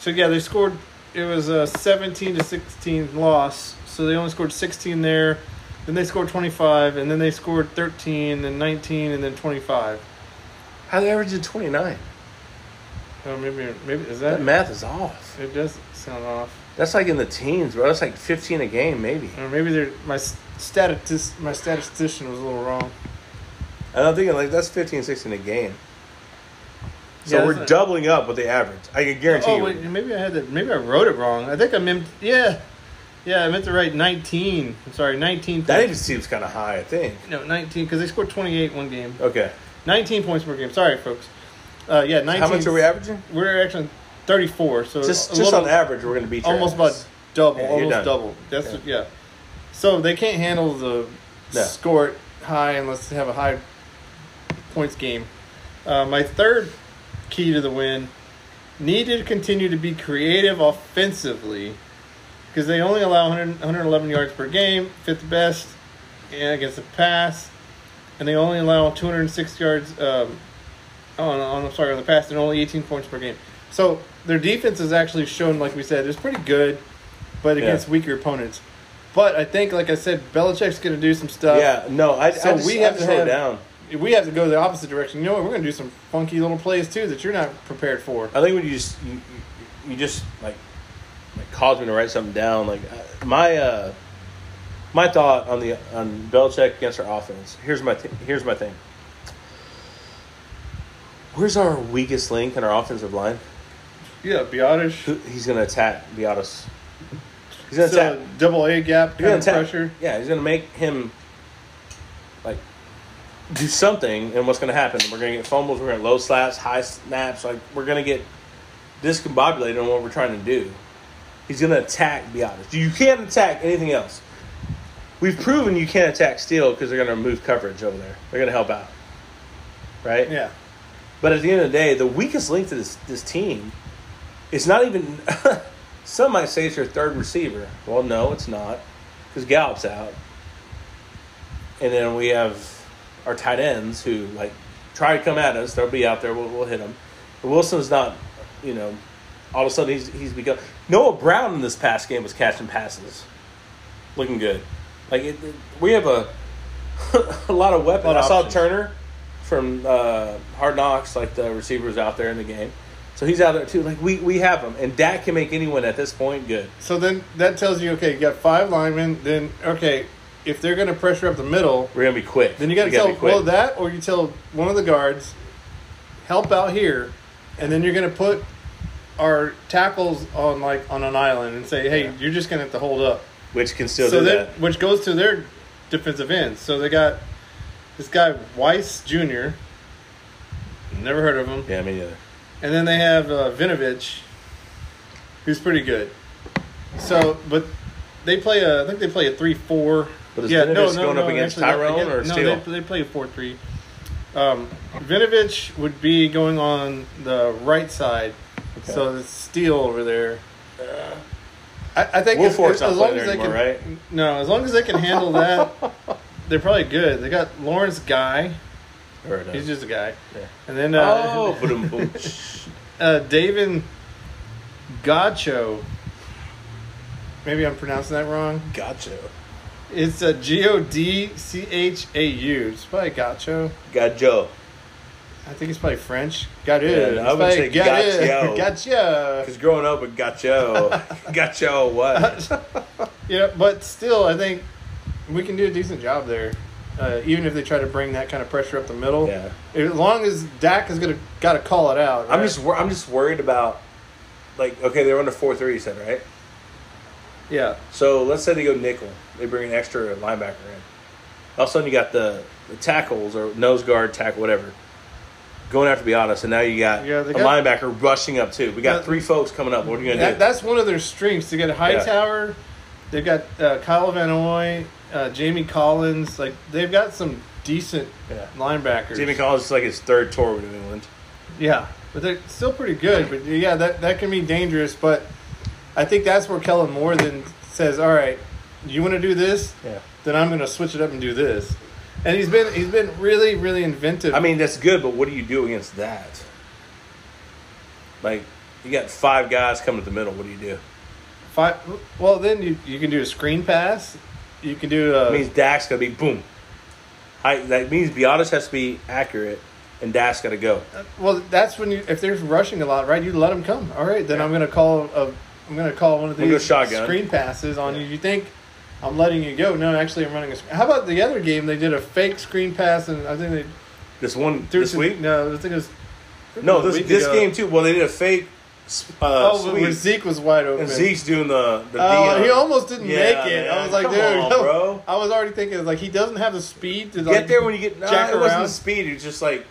Speaker 3: so yeah, they scored. It was a seventeen to sixteen loss. So they only scored sixteen there. Then they scored twenty five, and then they scored thirteen, then nineteen, and then twenty five.
Speaker 2: How they averaging 29?
Speaker 3: Oh, maybe maybe is
Speaker 2: That
Speaker 3: that?
Speaker 2: math is off.
Speaker 3: it does sound off.
Speaker 2: That's like in the teens, bro. That's like 15 a game, maybe.
Speaker 3: Or maybe they're, my s- statis, my statistician was a little wrong.
Speaker 2: And I'm thinking, like, that's 15, 16 a game. So
Speaker 3: Yeah,
Speaker 2: we're
Speaker 3: that's not-
Speaker 2: doubling up with the average. I can guarantee
Speaker 3: Oh
Speaker 2: you.
Speaker 3: wait, maybe I had that. Maybe I wrote it wrong. I think I meant yeah, yeah. I meant to write nineteen. I'm sorry, nineteen.
Speaker 2: That even
Speaker 3: points.
Speaker 2: seems kind of high, I think.
Speaker 3: no nineteen because they scored twenty eight one game.
Speaker 2: Okay.
Speaker 3: 19 points per game. Sorry, folks. Uh, yeah, 19.
Speaker 2: How much are we averaging?
Speaker 3: We're actually 34, so
Speaker 2: Just,
Speaker 3: a
Speaker 2: just
Speaker 3: little-
Speaker 2: on average, we're going to beat your ass.
Speaker 3: almost about double,
Speaker 2: Yeah, you're
Speaker 3: almost
Speaker 2: done.
Speaker 3: double. That's
Speaker 2: Yeah.
Speaker 3: yeah. So they can't handle the
Speaker 2: No.
Speaker 3: score high unless they have a high points game. Uh, my third key to the win needed to continue to be creative offensively because they only allow 100, 111 yards per game, fifth best yeah, against the pass, and they only allow 206 yards um, on, on I'm sorry on the pass and only 18 points per game. So their defense is actually shown, like we said, is pretty good, but
Speaker 2: Yeah.
Speaker 3: against weaker opponents. But I think, like I said, Belichick's going to do some stuff.
Speaker 2: yeah, no, I,
Speaker 3: so
Speaker 2: I just,
Speaker 3: we
Speaker 2: I
Speaker 3: have
Speaker 2: just
Speaker 3: to
Speaker 2: wrote
Speaker 3: have-
Speaker 2: down.
Speaker 3: we have to go the opposite direction. You know what? We're going to do some funky little plays too that you're not prepared for.
Speaker 2: I think when you just you, you- you just like like caused me to write something down. Like uh, my uh, my thought on the on Belichick against our offense. Here's my th- here's my thing. Where's our weakest link in our offensive line?
Speaker 3: Yeah, Biotish.
Speaker 2: Who, he's gonna attack Biotis. He's gonna
Speaker 3: So,
Speaker 2: attack.
Speaker 3: double A gap
Speaker 2: He's
Speaker 3: kind
Speaker 2: gonna
Speaker 3: of
Speaker 2: attack.
Speaker 3: pressure.
Speaker 2: Yeah, he's gonna make him like do something, and what's gonna happen? We're gonna get fumbles. We're gonna low slaps, high snaps. Like we're gonna get discombobulated on what we're trying to do. He's gonna attack. Be honest, you can't attack anything else. We've proven you can't attack Steele because they're gonna remove coverage over there. They're gonna help out, right?
Speaker 3: Yeah.
Speaker 2: But at the end of the day, the weakest link to this this team is not even. some might say it's your third receiver. Well, no, it's not, because Gallup's out, and then we have our tight ends who like try to come at us. They'll be out there. We'll, we'll hit them. But Wilson's not. You know, all of a sudden he's he's become Noah Brown in this past game was catching passes, looking good. Like it, it- we have a a lot of weapons.
Speaker 3: Lot of
Speaker 2: I saw
Speaker 3: options.
Speaker 2: Turner from uh, Hard Knocks, like the receivers out there in the game. So he's out there too. Like we, we have him, and Dak can make anyone at this point good.
Speaker 3: So then that tells you, okay, you got five linemen. Then okay, if they're going to pressure up the middle,
Speaker 2: We're gonna be quick.
Speaker 3: then you got to
Speaker 2: We gotta
Speaker 3: tell well that, or you tell one of the guards, help out here, and then you're going to put our tackles on like on an island and say, hey,
Speaker 2: Yeah.
Speaker 3: you're just going to have to hold up.
Speaker 2: which can still
Speaker 3: so
Speaker 2: do
Speaker 3: then,
Speaker 2: that.
Speaker 3: which goes to their defensive ends. So they got this guy Weiss Jr. Never heard of him.
Speaker 2: Yeah, me neither.
Speaker 3: And then they have uh, Vinovich, who's pretty good. So, but they play a, I think they play a three-four.
Speaker 2: But is Vinovich going up against Tyrone or
Speaker 3: no,
Speaker 2: Steele?
Speaker 3: they, they play a four-three. Um, Vinovich would be going on the right side,
Speaker 2: Okay.
Speaker 3: so it's Steele over there. I, I think if-
Speaker 2: Wilfork's
Speaker 3: if-
Speaker 2: not
Speaker 3: as long
Speaker 2: playing
Speaker 3: as
Speaker 2: there
Speaker 3: they can,
Speaker 2: anymore,
Speaker 3: no, as long as they can handle that, they're probably good. They got Lawrence Guy.
Speaker 2: Or no.
Speaker 3: He's just a guy.
Speaker 2: Yeah.
Speaker 3: And then uh,
Speaker 2: oh, boom, boom.
Speaker 3: uh, David Gacho. Maybe I'm pronouncing that wrong.
Speaker 2: gotcha.
Speaker 3: It's a G O D C H A U. It's probably Gacho.
Speaker 2: Gajo.
Speaker 3: I think it's probably French. Got
Speaker 2: Yeah,
Speaker 3: it.
Speaker 2: I would say Gacho.
Speaker 3: Gotcha.
Speaker 2: Because growing up with Gacho, Gacho what?
Speaker 3: Yeah, but still, I think we can do a decent job there. uh, even if they try to bring that kind of pressure up the middle.
Speaker 2: Yeah.
Speaker 3: As long as Dak is gonna got to call it out.
Speaker 2: I'm
Speaker 3: right?
Speaker 2: just wor- I'm just worried about like okay they're under four three you said right
Speaker 3: yeah.
Speaker 2: so let's say they go nickel they bring an extra linebacker in all of a sudden you got the, the tackles or nose guard tackle whatever going after Biotis and now you got
Speaker 3: Yeah,
Speaker 2: a
Speaker 3: they got-
Speaker 2: linebacker rushing up too we got
Speaker 3: Yeah.
Speaker 2: three folks coming up what are you gonna
Speaker 3: That,
Speaker 2: do
Speaker 3: that's one of their strengths. They got Hightower, they've got uh, Kyle Van Noy, uh, Jamie Collins. Like they've got some decent
Speaker 2: Yeah.
Speaker 3: linebackers.
Speaker 2: Jimmy Collins is like his third tour with New England
Speaker 3: Yeah, but they're still pretty good. But yeah, that that can be dangerous. But I think that's where Kellen Moore then says, "All right, you want to do this?
Speaker 2: Yeah.
Speaker 3: Then I'm going to switch it up and do this." And he's been he's been really really inventive.
Speaker 2: I mean, that's good, but what do you do against that? Like, you got five guys coming at the middle. What do you do?
Speaker 3: Fi well then you, you can do a screen pass. You can do a
Speaker 2: That means Dak's got to be boom. I, that means Biotis has to be accurate, and Dak's got to go.
Speaker 3: well. That's when you if they're rushing a lot, right? You let them come. All right, then I'm going to call a I'm going to call one of
Speaker 2: We'll go
Speaker 3: these
Speaker 2: shotgun.
Speaker 3: screen passes on you. You think I'm letting you go? No, actually I'm running a. sc- How about the other game? They did a fake screen pass and I think they
Speaker 2: This one
Speaker 3: threw
Speaker 2: this
Speaker 3: to-
Speaker 2: week? Uh,
Speaker 3: No, I think it was.
Speaker 2: No,
Speaker 3: a
Speaker 2: this
Speaker 3: week
Speaker 2: this
Speaker 3: ago.
Speaker 2: game too. Well, they did a fake s- uh,
Speaker 3: Oh, when
Speaker 2: sweep,
Speaker 3: Zeke was wide open.
Speaker 2: and Zeke's doing the the. uh,
Speaker 3: Oh,
Speaker 2: Dion.
Speaker 3: he almost didn't
Speaker 2: Yeah,
Speaker 3: make it.
Speaker 2: man.
Speaker 3: I was like,
Speaker 2: Come
Speaker 3: dude,
Speaker 2: on,
Speaker 3: no.
Speaker 2: bro.
Speaker 3: I was already thinking like he doesn't have the speed to
Speaker 2: Get
Speaker 3: like,
Speaker 2: there when you get. Nah,
Speaker 3: jack
Speaker 2: it wasn't
Speaker 3: around.
Speaker 2: the speed. He was just like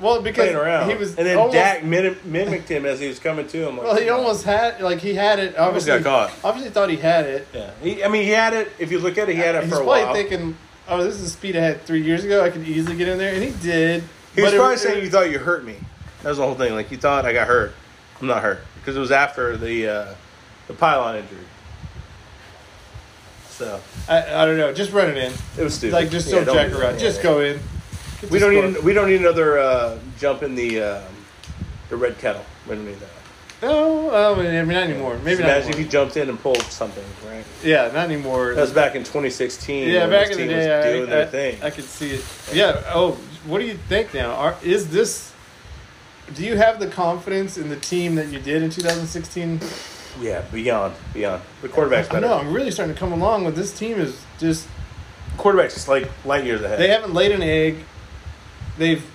Speaker 3: Well, because
Speaker 2: playing around.
Speaker 3: he was
Speaker 2: and then
Speaker 3: almost,
Speaker 2: Dak mim- mimicked him as he was coming to him. Like,
Speaker 3: Well, he
Speaker 2: come on.
Speaker 3: almost had like he had it. Obviously,
Speaker 2: got caught.
Speaker 3: Obviously, thought he had it.
Speaker 2: Yeah, he, I mean, he had it. If you look at it, he had it
Speaker 3: He's
Speaker 2: for a
Speaker 3: probably
Speaker 2: while.
Speaker 3: thinking, "Oh, this is speed I had three years ago. I could easily get in there," and he did.
Speaker 2: He was
Speaker 3: But it-
Speaker 2: probably
Speaker 3: it-
Speaker 2: saying you thought you hurt me. That was the whole thing. Like you thought I got hurt. I'm not hurt because it was after the uh, the pylon injury. So
Speaker 3: I, I don't know. Just run it in.
Speaker 2: it was stupid.
Speaker 3: Like just
Speaker 2: Yeah,
Speaker 3: don't
Speaker 2: don't
Speaker 3: jack
Speaker 2: do
Speaker 3: around.
Speaker 2: that.
Speaker 3: just
Speaker 2: Yeah,
Speaker 3: go in. Get
Speaker 2: We
Speaker 3: the
Speaker 2: don't
Speaker 3: score.
Speaker 2: need we don't need another uh, jump in the um, the red kettle. We don't need that.
Speaker 3: No, oh, I mean, not anymore. Maybe
Speaker 2: Just
Speaker 3: not.
Speaker 2: imagine
Speaker 3: anymore.
Speaker 2: if he jumped in and pulled something. Right.
Speaker 3: Yeah, not anymore.
Speaker 2: That was back in 2016.
Speaker 3: yeah,
Speaker 2: when
Speaker 3: back
Speaker 2: this
Speaker 3: in the
Speaker 2: team was
Speaker 3: day, I,
Speaker 2: doing their
Speaker 3: I-
Speaker 2: thing.
Speaker 3: I could see it. Yeah. Oh, what do you think now? Are, is this? Do you have the confidence in the team that you did in 2016?
Speaker 2: yeah, beyond beyond the quarterback's
Speaker 3: I
Speaker 2: better.
Speaker 3: know. I'm really starting to come along with this team. Is just
Speaker 2: Quarterback's just like light years ahead.
Speaker 3: they haven't laid an egg. They've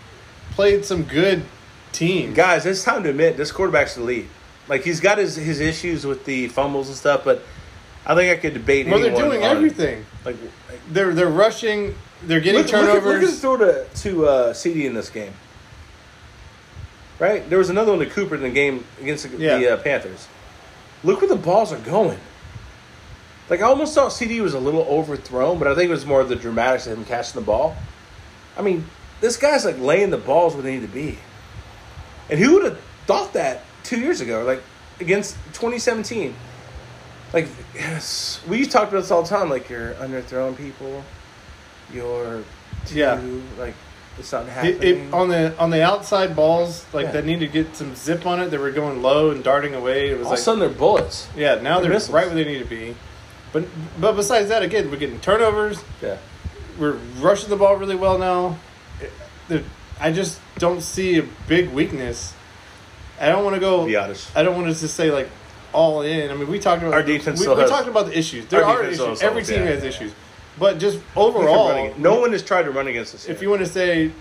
Speaker 3: played some good teams.
Speaker 2: guys, it's time to admit this quarterback's the lead. Like he's got his, his issues with the fumbles and stuff, but I think I could debate.
Speaker 3: well, they're
Speaker 2: anyone
Speaker 3: doing
Speaker 2: on-
Speaker 3: everything.
Speaker 2: Like, like
Speaker 3: They're they're rushing. They're getting
Speaker 2: look,
Speaker 3: turnovers.
Speaker 2: Look, at- look at the throw to to uh, CD in this game. Right there was another one to Cooper in the game against the,
Speaker 3: Yeah.
Speaker 2: the uh, Panthers. Look where the balls are going. Like I almost thought CD was a little overthrown, but I think it was more of the dramatics of him catching the ball. I mean, this guy's like laying the balls where they need to be. And who would have thought that two years ago, like against 2017? Like, yes, we used to talk about this all the time. Like, you're underthrowing people. You're too,
Speaker 3: Yeah.
Speaker 2: like, it's not happening.
Speaker 3: It, it, on the on the outside balls, like
Speaker 2: Yeah.
Speaker 3: that need to get some zip on it. They were going low and darting away. It was
Speaker 2: all
Speaker 3: like
Speaker 2: of a sudden, they're bullets.
Speaker 3: yeah, now
Speaker 2: they're
Speaker 3: they're
Speaker 2: missiles.
Speaker 3: right where they need to be. But but besides that, again, we're getting turnovers.
Speaker 2: Yeah.
Speaker 3: We're rushing the ball really well now. It- I just don't see a big weakness. I don't want to go.
Speaker 2: Be honest.
Speaker 3: I don't want us to say like all in. I mean, we talked about
Speaker 2: Our defense
Speaker 3: We,
Speaker 2: still
Speaker 3: we
Speaker 2: has-
Speaker 3: talked about the issues. There
Speaker 2: Our
Speaker 3: are
Speaker 2: defense still
Speaker 3: issues.
Speaker 2: has
Speaker 3: Every
Speaker 2: holes,
Speaker 3: team
Speaker 2: yeah.
Speaker 3: has issues. But just
Speaker 2: Running
Speaker 3: overall,
Speaker 2: it. no one has tried to run against us.
Speaker 3: if
Speaker 2: yet.
Speaker 3: you want to say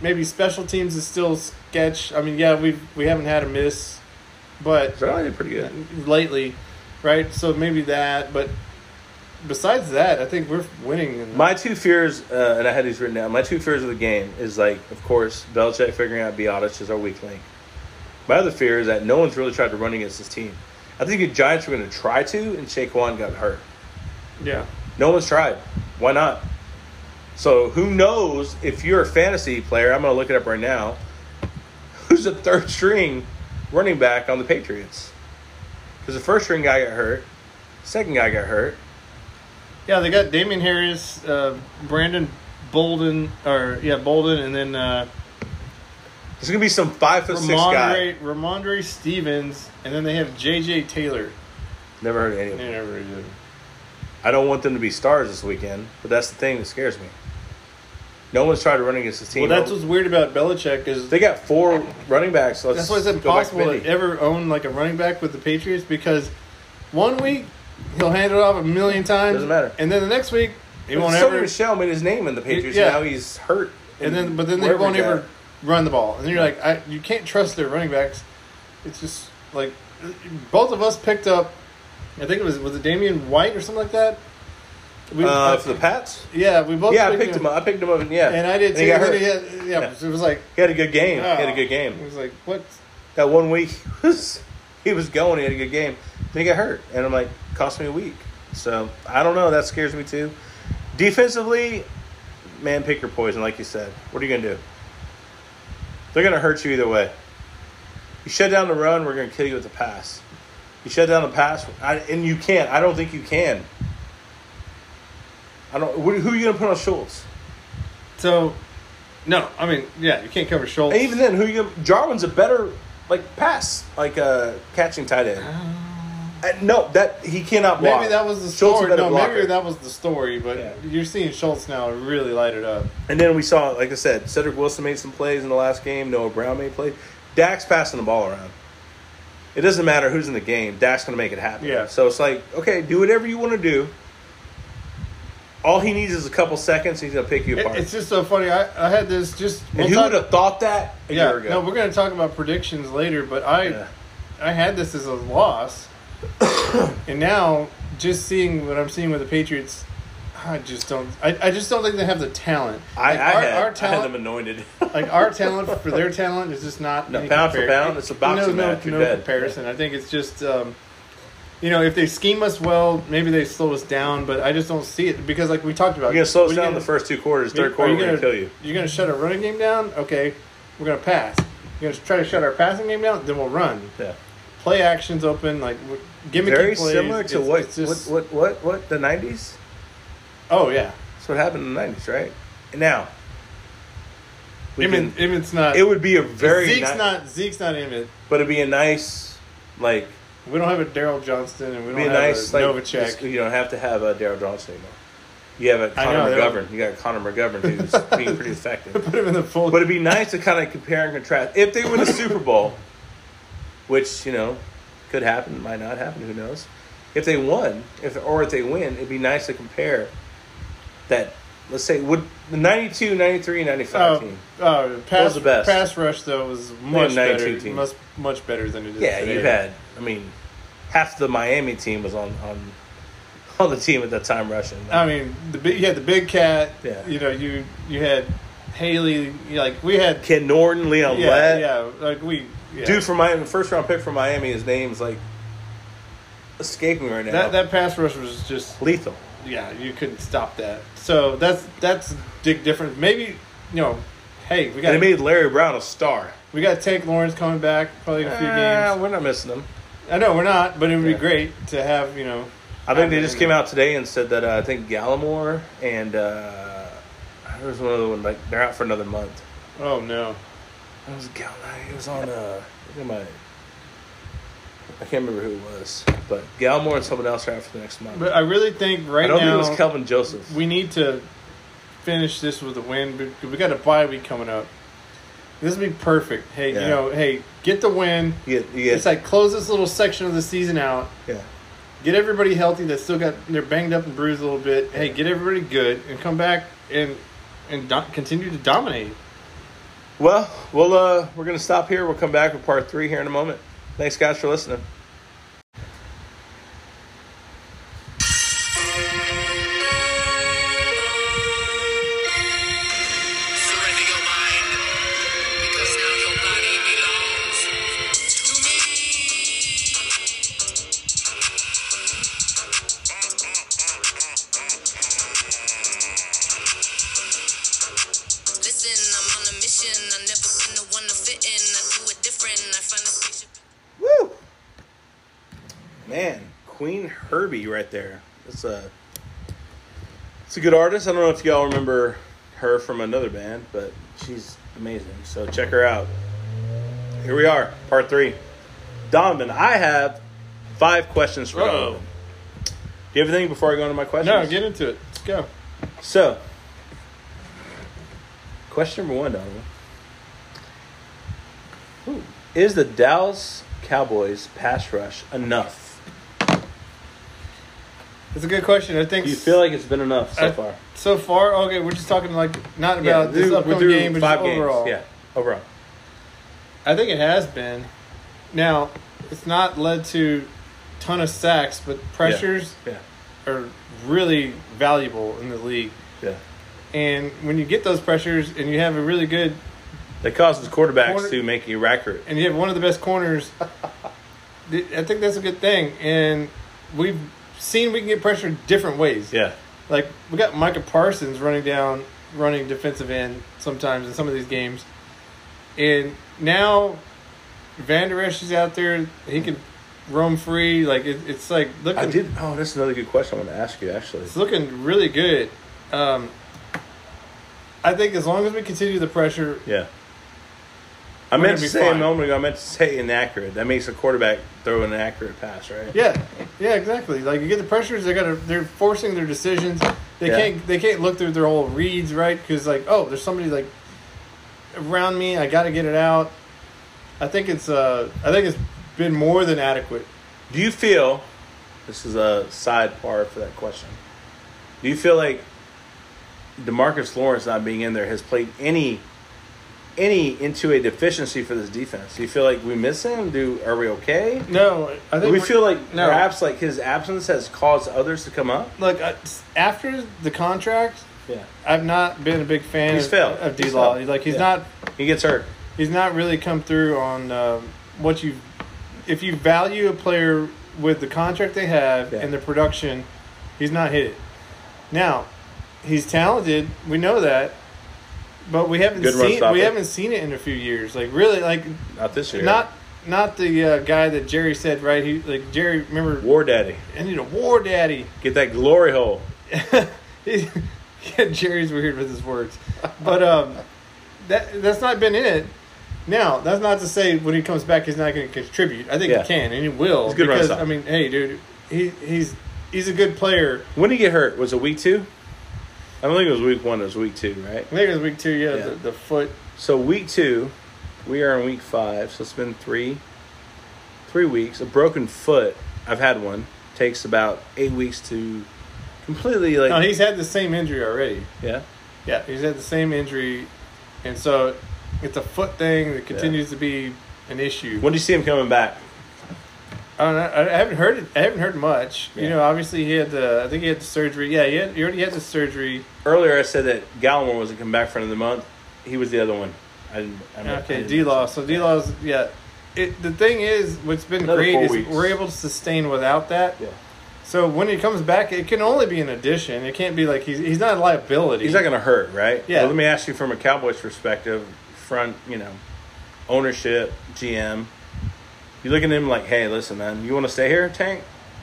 Speaker 3: maybe special teams is still sketch. I mean, yeah, we we haven't had a miss, but
Speaker 2: But I did pretty good.
Speaker 3: lately, right? So maybe that, but besides that, I think we're winning. In
Speaker 2: My two fears, uh, and I had these written down. My two fears of the game is like, of course, Belichick figuring out Biotis is our weak link. My other fear is that no one's really tried to run against this team. I think the Giants were going to try to, and Shaquan got hurt.
Speaker 3: yeah,
Speaker 2: No one's tried. Why not? So who knows if you're a fantasy player? I'm going to look it up right now. Who's the third string running back on the Patriots? Because the first string guy got hurt, second guy got hurt.
Speaker 3: yeah, they got Damian Harris, uh, Brandon Bolden, or yeah, Bolden, and then uh,
Speaker 2: There's going to be some five foot six guy.
Speaker 3: Ramondre Ramondre Stevens, and then they have JJ Taylor.
Speaker 2: Never heard of any of them.
Speaker 3: They never did.
Speaker 2: I don't want them to be stars this weekend, but that's the thing that scares me. No one's tried to run against this team.
Speaker 3: Well, that's what's weird about Belichick is
Speaker 2: they got four running backs. Let's
Speaker 3: That's why it's
Speaker 2: go back
Speaker 3: impossible to
Speaker 2: many.
Speaker 3: ever own like a running back with the Patriots because one week he'll hand it off a million times.
Speaker 2: Doesn't matter.
Speaker 3: And then the next week They won't
Speaker 2: Sony
Speaker 3: ever.
Speaker 2: Michelle made his name in the Patriots.
Speaker 3: yeah.
Speaker 2: Now he's hurt.
Speaker 3: And then, but then they
Speaker 2: wherever
Speaker 3: won't
Speaker 2: he's
Speaker 3: ever
Speaker 2: at.
Speaker 3: run the ball. And then you're like, I, you can't trust their running backs. It's just like both of us picked up. I think it was was it Damian White or something like that. We,
Speaker 2: Uh, for the Pats.
Speaker 3: yeah, we both.
Speaker 2: Yeah, I picked him up. I picked him up. And, yeah,
Speaker 3: and I did
Speaker 2: And
Speaker 3: too.
Speaker 2: he got
Speaker 3: And
Speaker 2: hurt.
Speaker 3: then he had- yeah,
Speaker 2: Yeah.
Speaker 3: it was like
Speaker 2: He had a good game. He had a
Speaker 3: oh.
Speaker 2: good
Speaker 3: It
Speaker 2: game.
Speaker 3: was like what?
Speaker 2: That one week he was he was going. He had a good game. Then he got hurt, and I'm like, cost me a week. So I don't know. That scares me too. Defensively, man, pick your poison. Like you said, what are you gonna do? They're gonna hurt you either way. You shut down the run, we're gonna kill you with the pass. You shut down the pass, I, and you can't. I don't think you can. I don't. Who who are you gonna put on Schultz?
Speaker 3: So, no, I mean, yeah, you can't cover Schultz.
Speaker 2: And even then, who you Jarwin's a better like pass, like uh, catching tight end. Uh, no, that he cannot block.
Speaker 3: maybe that was the
Speaker 2: Schultz a
Speaker 3: story.
Speaker 2: better
Speaker 3: No, maybe
Speaker 2: blocker.
Speaker 3: that was the story. But
Speaker 2: Yeah.
Speaker 3: you're seeing Schultz now really light it up.
Speaker 2: And then we saw, like I said, Cedric Wilson made some plays in the last game. Noah Brown made plays. Dak's passing the ball around. It doesn't matter who's in the game. Dak's going to make it happen.
Speaker 3: Yeah.
Speaker 2: So it's like, okay, do whatever you want to do. All he needs is a couple seconds. He's going to pick you
Speaker 3: It-
Speaker 2: apart.
Speaker 3: it's just so funny. I, I had this just.
Speaker 2: and
Speaker 3: we'll
Speaker 2: who
Speaker 3: talk-
Speaker 2: would have thought that a
Speaker 3: yeah,
Speaker 2: year ago?
Speaker 3: no, we're going to talk about predictions later, but I,
Speaker 2: Yeah.
Speaker 3: I had this as a loss, and now just seeing what I'm seeing with the Patriots, I just don't. I, I just don't think they have the talent.
Speaker 2: I,
Speaker 3: Like,
Speaker 2: I,
Speaker 3: our,
Speaker 2: had,
Speaker 3: our
Speaker 2: I had
Speaker 3: talent,
Speaker 2: them anointed.
Speaker 3: like our talent for their talent is just not
Speaker 2: No,
Speaker 3: any
Speaker 2: pound for
Speaker 3: compar-
Speaker 2: pound, it's a boxing
Speaker 3: no, no,
Speaker 2: match, you're
Speaker 3: no
Speaker 2: dead.
Speaker 3: comparison. I think it's just. Um, you know, if they scheme us well, maybe they slow us down, but I just don't see it because, like we talked about,
Speaker 2: You're going to slow us
Speaker 3: we
Speaker 2: down
Speaker 3: can-
Speaker 2: the first two quarters.
Speaker 3: are
Speaker 2: Third quarter,
Speaker 3: you
Speaker 2: we're going to kill you.
Speaker 3: You're going to shut our running game down? Okay, we're going to pass. You're going to try to shut our passing game down? Then we'll run.
Speaker 2: Yeah.
Speaker 3: Play actions open, like w- give me
Speaker 2: Very
Speaker 3: plays.
Speaker 2: similar to
Speaker 3: It's-
Speaker 2: what,
Speaker 3: it's just-
Speaker 2: what, what, what, what, the 90s?
Speaker 3: Oh yeah,
Speaker 2: That's what happened in the 90s, right? And now, we
Speaker 3: I mean,
Speaker 2: can-
Speaker 3: I mean, it's not.
Speaker 2: it would be a very
Speaker 3: Zeke's
Speaker 2: ni-
Speaker 3: not. Zeke's not in it.
Speaker 2: but it'd be a nice, like,
Speaker 3: We don't have a Daryl Johnston, and we
Speaker 2: it'd
Speaker 3: don't
Speaker 2: be a
Speaker 3: have
Speaker 2: nice,
Speaker 3: a
Speaker 2: like, just-
Speaker 3: Novacek.
Speaker 2: you don't have to have a Daryl Johnson anymore. You have a
Speaker 3: I
Speaker 2: Connor
Speaker 3: know, they
Speaker 2: McGovern. You got a Connor McGovern who's being pretty effective.
Speaker 3: Put him in the full.
Speaker 2: But it'd be nice to kind of compare and contrast. If they win a Super Bowl, which you know could happen, might not happen, who knows? If they won, if or if they win, it'd be nice to compare that. Let's say would the 92, 93, 95
Speaker 3: uh,
Speaker 2: team.
Speaker 3: uh, pass,
Speaker 2: the best?
Speaker 3: pass rush though was
Speaker 2: 92
Speaker 3: much better,
Speaker 2: team.
Speaker 3: much, much better than it is.
Speaker 2: Yeah,
Speaker 3: today.
Speaker 2: you had. I mean, half the Miami team was on on on the team at that time rushing.
Speaker 3: I mean, the big you had the big cat.
Speaker 2: Yeah.
Speaker 3: You know, you you had Haley. You, like we had.
Speaker 2: Ken Norton, Leon
Speaker 3: yeah,
Speaker 2: Lett,
Speaker 3: yeah. Like we. Yeah.
Speaker 2: dude from Miami, first round pick from Miami. His name's like escaping me right now.
Speaker 3: that that pass rush was just
Speaker 2: lethal.
Speaker 3: yeah. You couldn't stop that. So that's that's a big difference. Maybe you know. Hey, we
Speaker 2: And
Speaker 3: got
Speaker 2: it made Larry Brown a star.
Speaker 3: we got Tank Lawrence coming back probably in a few
Speaker 2: Ah,
Speaker 3: games.
Speaker 2: We're not missing them.
Speaker 3: I know we're not, but it would
Speaker 2: Yeah.
Speaker 3: be great to have you know.
Speaker 2: I think they
Speaker 3: have
Speaker 2: just
Speaker 3: him.
Speaker 2: came out today and said that uh, I think Gallimore and uh, there's one other one like they're out for another month.
Speaker 3: Oh no.
Speaker 2: It was Gal. It was on uh, look at my. I can't remember who it was, but Gallimore and someone else are out for the next month.
Speaker 3: But I really think right
Speaker 2: I don't
Speaker 3: now
Speaker 2: think it was Kelvin Joseph.
Speaker 3: we need to finish this with a win. but We got a bye week coming up. This would be perfect. Hey,
Speaker 2: Yeah.
Speaker 3: you know, hey, get the win.
Speaker 2: yeah, yeah,
Speaker 3: It's like close this little section of the season out.
Speaker 2: yeah.
Speaker 3: Get everybody healthy that's still got they're banged up and bruised a little bit. Hey, get everybody good and come back and and do- continue to dominate.
Speaker 2: Well, we'll uh, we're gonna stop here. We'll come back with part three here in a moment. Thanks, guys, for listening.
Speaker 4: Surrender your mind, because now your body belongs to me.
Speaker 5: Listen, I'm on a mission. I never been the one to fit in. I do it different. I find a
Speaker 2: Woo!
Speaker 5: patient.
Speaker 2: Man, Queen Herbie right there. It's a it's a good artist. I don't know if y'all remember her from another band, but she's amazing. So check her out. Here we are, part three. Donovan, I have five questions for
Speaker 3: Uh-oh.
Speaker 2: Donovan. Do you have anything before I go into my questions?
Speaker 3: No, get into it. Let's go.
Speaker 2: So, question number one, Donovan. Ooh, Is the Dallas Cowboys pass rush enough?
Speaker 3: It's a good question. I think
Speaker 2: Do you feel like it's been enough so
Speaker 3: I-
Speaker 2: far?
Speaker 3: so far, okay, we're just talking like not
Speaker 2: Yeah,
Speaker 3: about Uh, this
Speaker 2: we're
Speaker 3: upcoming
Speaker 2: through
Speaker 3: game, but just overall.
Speaker 2: Yeah, overall.
Speaker 3: I think it has been. Now, it's not led to ton of sacks, but pressures
Speaker 2: Yeah,
Speaker 3: are really valuable in the league.
Speaker 2: yeah.
Speaker 3: And when you get those pressures, and you have a really good,
Speaker 2: That causes quarterbacks
Speaker 3: Quarter-
Speaker 2: to make you accurate.
Speaker 3: and you have one of the best corners, th- I think that's a good thing. And we've seen we can get pressure different ways.
Speaker 2: Yeah,
Speaker 3: Like we got Micah Parsons running down, running defensive end sometimes in some of these games, and now Van Der Esch is out there. He can roam free. Like it, it's like looking,
Speaker 2: I did. Oh, that's another good question. I want to ask you actually.
Speaker 3: it's looking really good. Um, I think as long as we continue the pressure,
Speaker 2: Yeah. I
Speaker 3: We're
Speaker 2: meant
Speaker 3: gonna
Speaker 2: to
Speaker 3: be
Speaker 2: say a
Speaker 3: fine.
Speaker 2: moment ago. I meant to say inaccurate. That makes a quarterback throw an accurate pass, right?
Speaker 3: yeah, yeah, exactly. Like you get the pressures, they got to they're forcing their decisions. They
Speaker 2: Yeah.
Speaker 3: can't they can't look through their whole reads right because like oh there's somebody like around me. I got to get it out. I think it's uh I think it's been more than adequate.
Speaker 2: Do you feel this is a side part for that question? Do you feel like Demarcus Lawrence not being in there has played any any into a deficiency for this defense? Do you feel like we miss him? Do are we okay?
Speaker 3: No, I
Speaker 2: Do
Speaker 3: think
Speaker 2: we feel like
Speaker 3: no.
Speaker 2: perhaps like his absence has caused others to come up?
Speaker 3: Look, I, after the contract,
Speaker 2: Yeah.
Speaker 3: I've not been a big fan
Speaker 2: He's
Speaker 3: of,
Speaker 2: failed.
Speaker 3: of
Speaker 2: He's
Speaker 3: D Law.
Speaker 2: failed.
Speaker 3: Like he's
Speaker 2: Yeah.
Speaker 3: not
Speaker 2: He gets hurt.
Speaker 3: he's not really come through on um, what you if you value a player with the contract they have
Speaker 2: Yeah.
Speaker 3: and the production he's not hit it now he's talented we know that but we haven't
Speaker 2: Good run
Speaker 3: seen
Speaker 2: stopper.
Speaker 3: we haven't seen it in a few years like really like
Speaker 2: Not this year.
Speaker 3: not not the uh, guy that Jerry said right he like Jerry remember
Speaker 2: War Daddy.
Speaker 3: I need a war daddy
Speaker 2: Get that glory hole.
Speaker 3: yeah, Jerry's weird with his words, but um, that that's not been it. Now, that's not to say when he comes back he's not going to contribute. I think
Speaker 2: Yeah.
Speaker 3: he can and he will
Speaker 2: He's a good run
Speaker 3: because
Speaker 2: stopper.
Speaker 3: I mean, hey, dude, he he's he's a good player.
Speaker 2: When did he get hurt? Was it week two? I don't think it was week one. It was week two, right?
Speaker 3: I think it was week two. Yeah,
Speaker 2: Yeah.
Speaker 3: The, the foot.
Speaker 2: So week two, we are in week five. So it's been three, three weeks. A broken foot. I've had one. Takes about eight weeks to completely like.
Speaker 3: No, he's had the same injury already.
Speaker 2: yeah.
Speaker 3: Yeah, he's had the same injury, and so it's a foot thing that continues to be an issue.
Speaker 2: When do you see him coming back?
Speaker 3: I don't know. I I haven't heard it. I haven't heard much.
Speaker 2: Yeah.
Speaker 3: You know, obviously he had the. I think he had the surgery. Yeah, he, had, he already had the surgery.
Speaker 2: Earlier, I said that Gallimore wasn't coming back for another month. He was the other one. I didn't. I mean, I
Speaker 3: Okay,
Speaker 2: didn't-
Speaker 3: D Law. So D Law's yeah. It the thing is, what's been
Speaker 2: Another
Speaker 3: great
Speaker 2: four
Speaker 3: is
Speaker 2: weeks.
Speaker 3: we're able to sustain without that.
Speaker 2: Yeah.
Speaker 3: So when he comes back, it can only be an addition. It can't be like he's he's not a liability.
Speaker 2: He's not going to hurt, right?
Speaker 3: Yeah.
Speaker 2: Well, let me ask you from a Cowboys perspective, front, you know, ownership, GM. You look at him like, hey, listen, man, you want to stay here, Tank?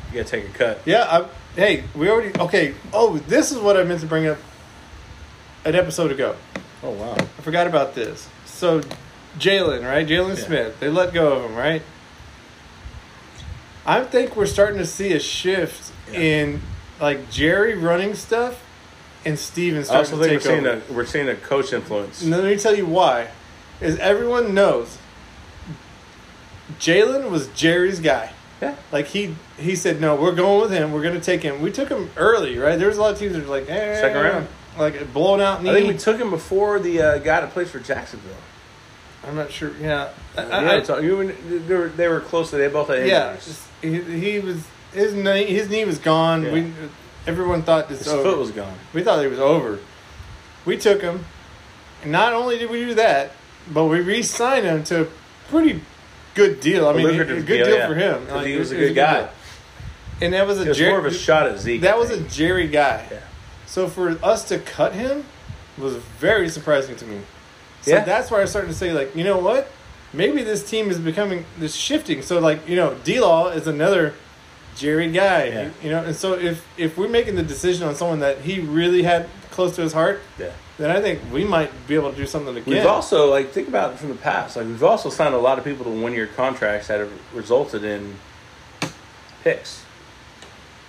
Speaker 2: You got to take a cut.
Speaker 3: yeah. I, hey, we already okay. Oh, this is what I meant to bring up an episode ago.
Speaker 2: Oh, wow.
Speaker 3: I forgot about this. So Jalen, right? Jalen
Speaker 2: Yeah.
Speaker 3: Smith. They let go of him, right? I think we're starting to see a shift
Speaker 2: Yeah.
Speaker 3: in like Jerry running stuff and Steven
Speaker 2: I
Speaker 3: starting
Speaker 2: also
Speaker 3: to
Speaker 2: think we're
Speaker 3: take
Speaker 2: seeing,
Speaker 3: over.
Speaker 2: a, we're seeing a coach influence.
Speaker 3: And let me tell you why. Is everyone knows Jalen was Jerry's guy.
Speaker 2: Yeah.
Speaker 3: Like he he said, No, we're going with him, we're gonna take him. We took him early, right? There was a lot of teams that were like, eh,
Speaker 2: Second round.
Speaker 3: Like blown out knee.
Speaker 2: I think we took him before the uh, guy that plays for Jacksonville.
Speaker 3: I'm not sure yeah. I-
Speaker 2: Uh, Yeah,
Speaker 3: I, I,
Speaker 2: so you and- they, were, they were close. They both had injuries.
Speaker 3: Yeah, he, he was his knee. His knee was gone.
Speaker 2: Yeah.
Speaker 3: We everyone thought this
Speaker 2: His
Speaker 3: over.
Speaker 2: foot was gone.
Speaker 3: we thought it was over. We took him, and not only did we do that, but we re-signed him to a pretty good deal. I mean, a
Speaker 2: lucrative
Speaker 3: good deal,
Speaker 2: deal, yeah.
Speaker 3: for him.
Speaker 2: 'Cause he
Speaker 3: it
Speaker 2: was a
Speaker 3: it
Speaker 2: good guy.
Speaker 3: deal. And that was a
Speaker 2: It was
Speaker 3: Jer-
Speaker 2: more of a shot at Zeke.
Speaker 3: that
Speaker 2: I
Speaker 3: was a
Speaker 2: think.
Speaker 3: Jerry guy.
Speaker 2: Yeah.
Speaker 3: So for us to cut him was very surprising to me. So
Speaker 2: Yeah.
Speaker 3: that's where I started to say, like, you know what? Maybe this team is becoming this shifting. So like, you know, D Law is another Jerry guy.
Speaker 2: Yeah.
Speaker 3: You know, and so if if we're making the decision on someone that he really had close to his heart,
Speaker 2: Yeah.
Speaker 3: then I think we might be able to do something again.
Speaker 2: We've also like think about it from the past. Like we've also signed a lot of people to one year contracts that have resulted in picks,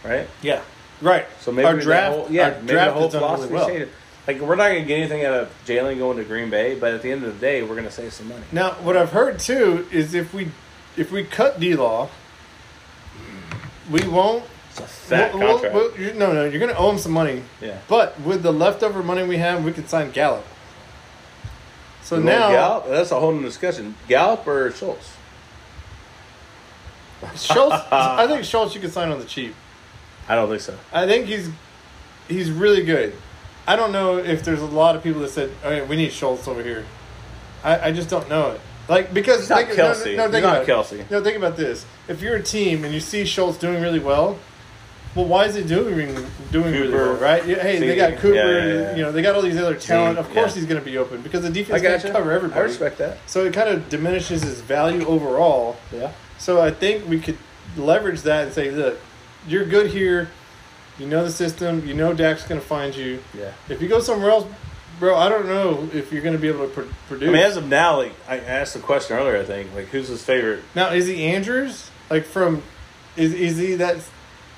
Speaker 2: right?
Speaker 3: yeah. Right.
Speaker 2: So maybe
Speaker 3: our
Speaker 2: that
Speaker 3: draft,
Speaker 2: whole, yeah,
Speaker 3: our
Speaker 2: maybe
Speaker 3: draft
Speaker 2: the whole
Speaker 3: has done really
Speaker 2: philosophy
Speaker 3: well.
Speaker 2: changed. Like we're not gonna get anything out of Jalen going to Green Bay, but at the end of the day, we're gonna save some money.
Speaker 3: Now, what I've heard too is if we if we cut D Law, we won't
Speaker 2: It's a fat
Speaker 3: We'll- we'll-
Speaker 2: contract.
Speaker 3: we'll- you- no, no, you're gonna owe him some money.
Speaker 2: Yeah.
Speaker 3: But with the leftover money we have, we could sign Gallup. So
Speaker 2: You want
Speaker 3: now
Speaker 2: Gallup, that's a whole new discussion. Gallup or Schultz?
Speaker 3: Schultz, I think Schultz you could sign on the cheap.
Speaker 2: I don't think so.
Speaker 3: I think he's he's really good. I don't know if there's a lot of people that said, "Oh, yeah, we need Schultz over here." I, I just don't know it. Like because
Speaker 2: He's not
Speaker 3: think- no, no,
Speaker 2: Kelsey.
Speaker 3: No,
Speaker 2: He's
Speaker 3: think
Speaker 2: not
Speaker 3: about it.
Speaker 2: Kelsey.
Speaker 3: No, think about this. If you're a team and you see Schultz doing really well, well, why is he doing doing really
Speaker 2: Cooper.
Speaker 3: well, right? Yeah, Hey, they
Speaker 2: See,
Speaker 3: got Cooper.
Speaker 2: yeah, yeah, yeah.
Speaker 3: You know, they got all these other talent. Of course,
Speaker 2: yeah.
Speaker 3: he's going to be open because the
Speaker 2: I
Speaker 3: defense
Speaker 2: got
Speaker 3: can't
Speaker 2: you.
Speaker 3: cover everybody.
Speaker 2: I respect that.
Speaker 3: So it kind of diminishes his value overall.
Speaker 2: Yeah.
Speaker 3: So I think we could leverage that and say, look, you're good here. You know the system. You know Dak's going to find you.
Speaker 2: Yeah.
Speaker 3: If you go somewhere else, bro, I don't know if you're going to be able to pr- produce.
Speaker 2: I mean, as of now, like I asked the question earlier, I think like who's his favorite?
Speaker 3: now, is he Andrews? Like from, is is he that
Speaker 2: Is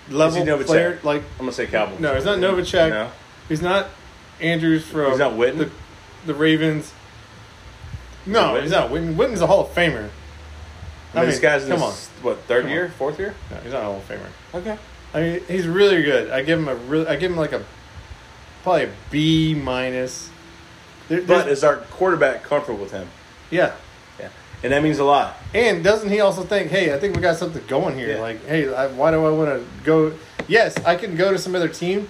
Speaker 2: he
Speaker 3: level
Speaker 2: Novacek?
Speaker 3: player? Like
Speaker 2: I'm gonna say Cowboys.
Speaker 3: no, he's not Novacek.
Speaker 2: No.
Speaker 3: He's not Andrews from.
Speaker 2: He's not Witten?
Speaker 3: The, the Ravens. No,
Speaker 2: Witten?
Speaker 3: he's not Witten. Witten's a Hall of Famer.
Speaker 2: I mean, this guy's in
Speaker 3: come
Speaker 2: his, what third
Speaker 3: Come
Speaker 2: year,
Speaker 3: on.
Speaker 2: fourth year?
Speaker 3: on. No, he's not a Hall of Famer.
Speaker 2: Okay.
Speaker 3: I mean, he's really good. I give him a really, I give him like a probably a B minus. There-
Speaker 2: But
Speaker 3: there's-
Speaker 2: is our quarterback comfortable with him?
Speaker 3: yeah,
Speaker 2: Yeah, and that means a lot.
Speaker 3: and doesn't he also think, hey, I think we got something going here?
Speaker 2: Yeah.
Speaker 3: Like, hey, I, why do I want to go? Yes, I can go to some other team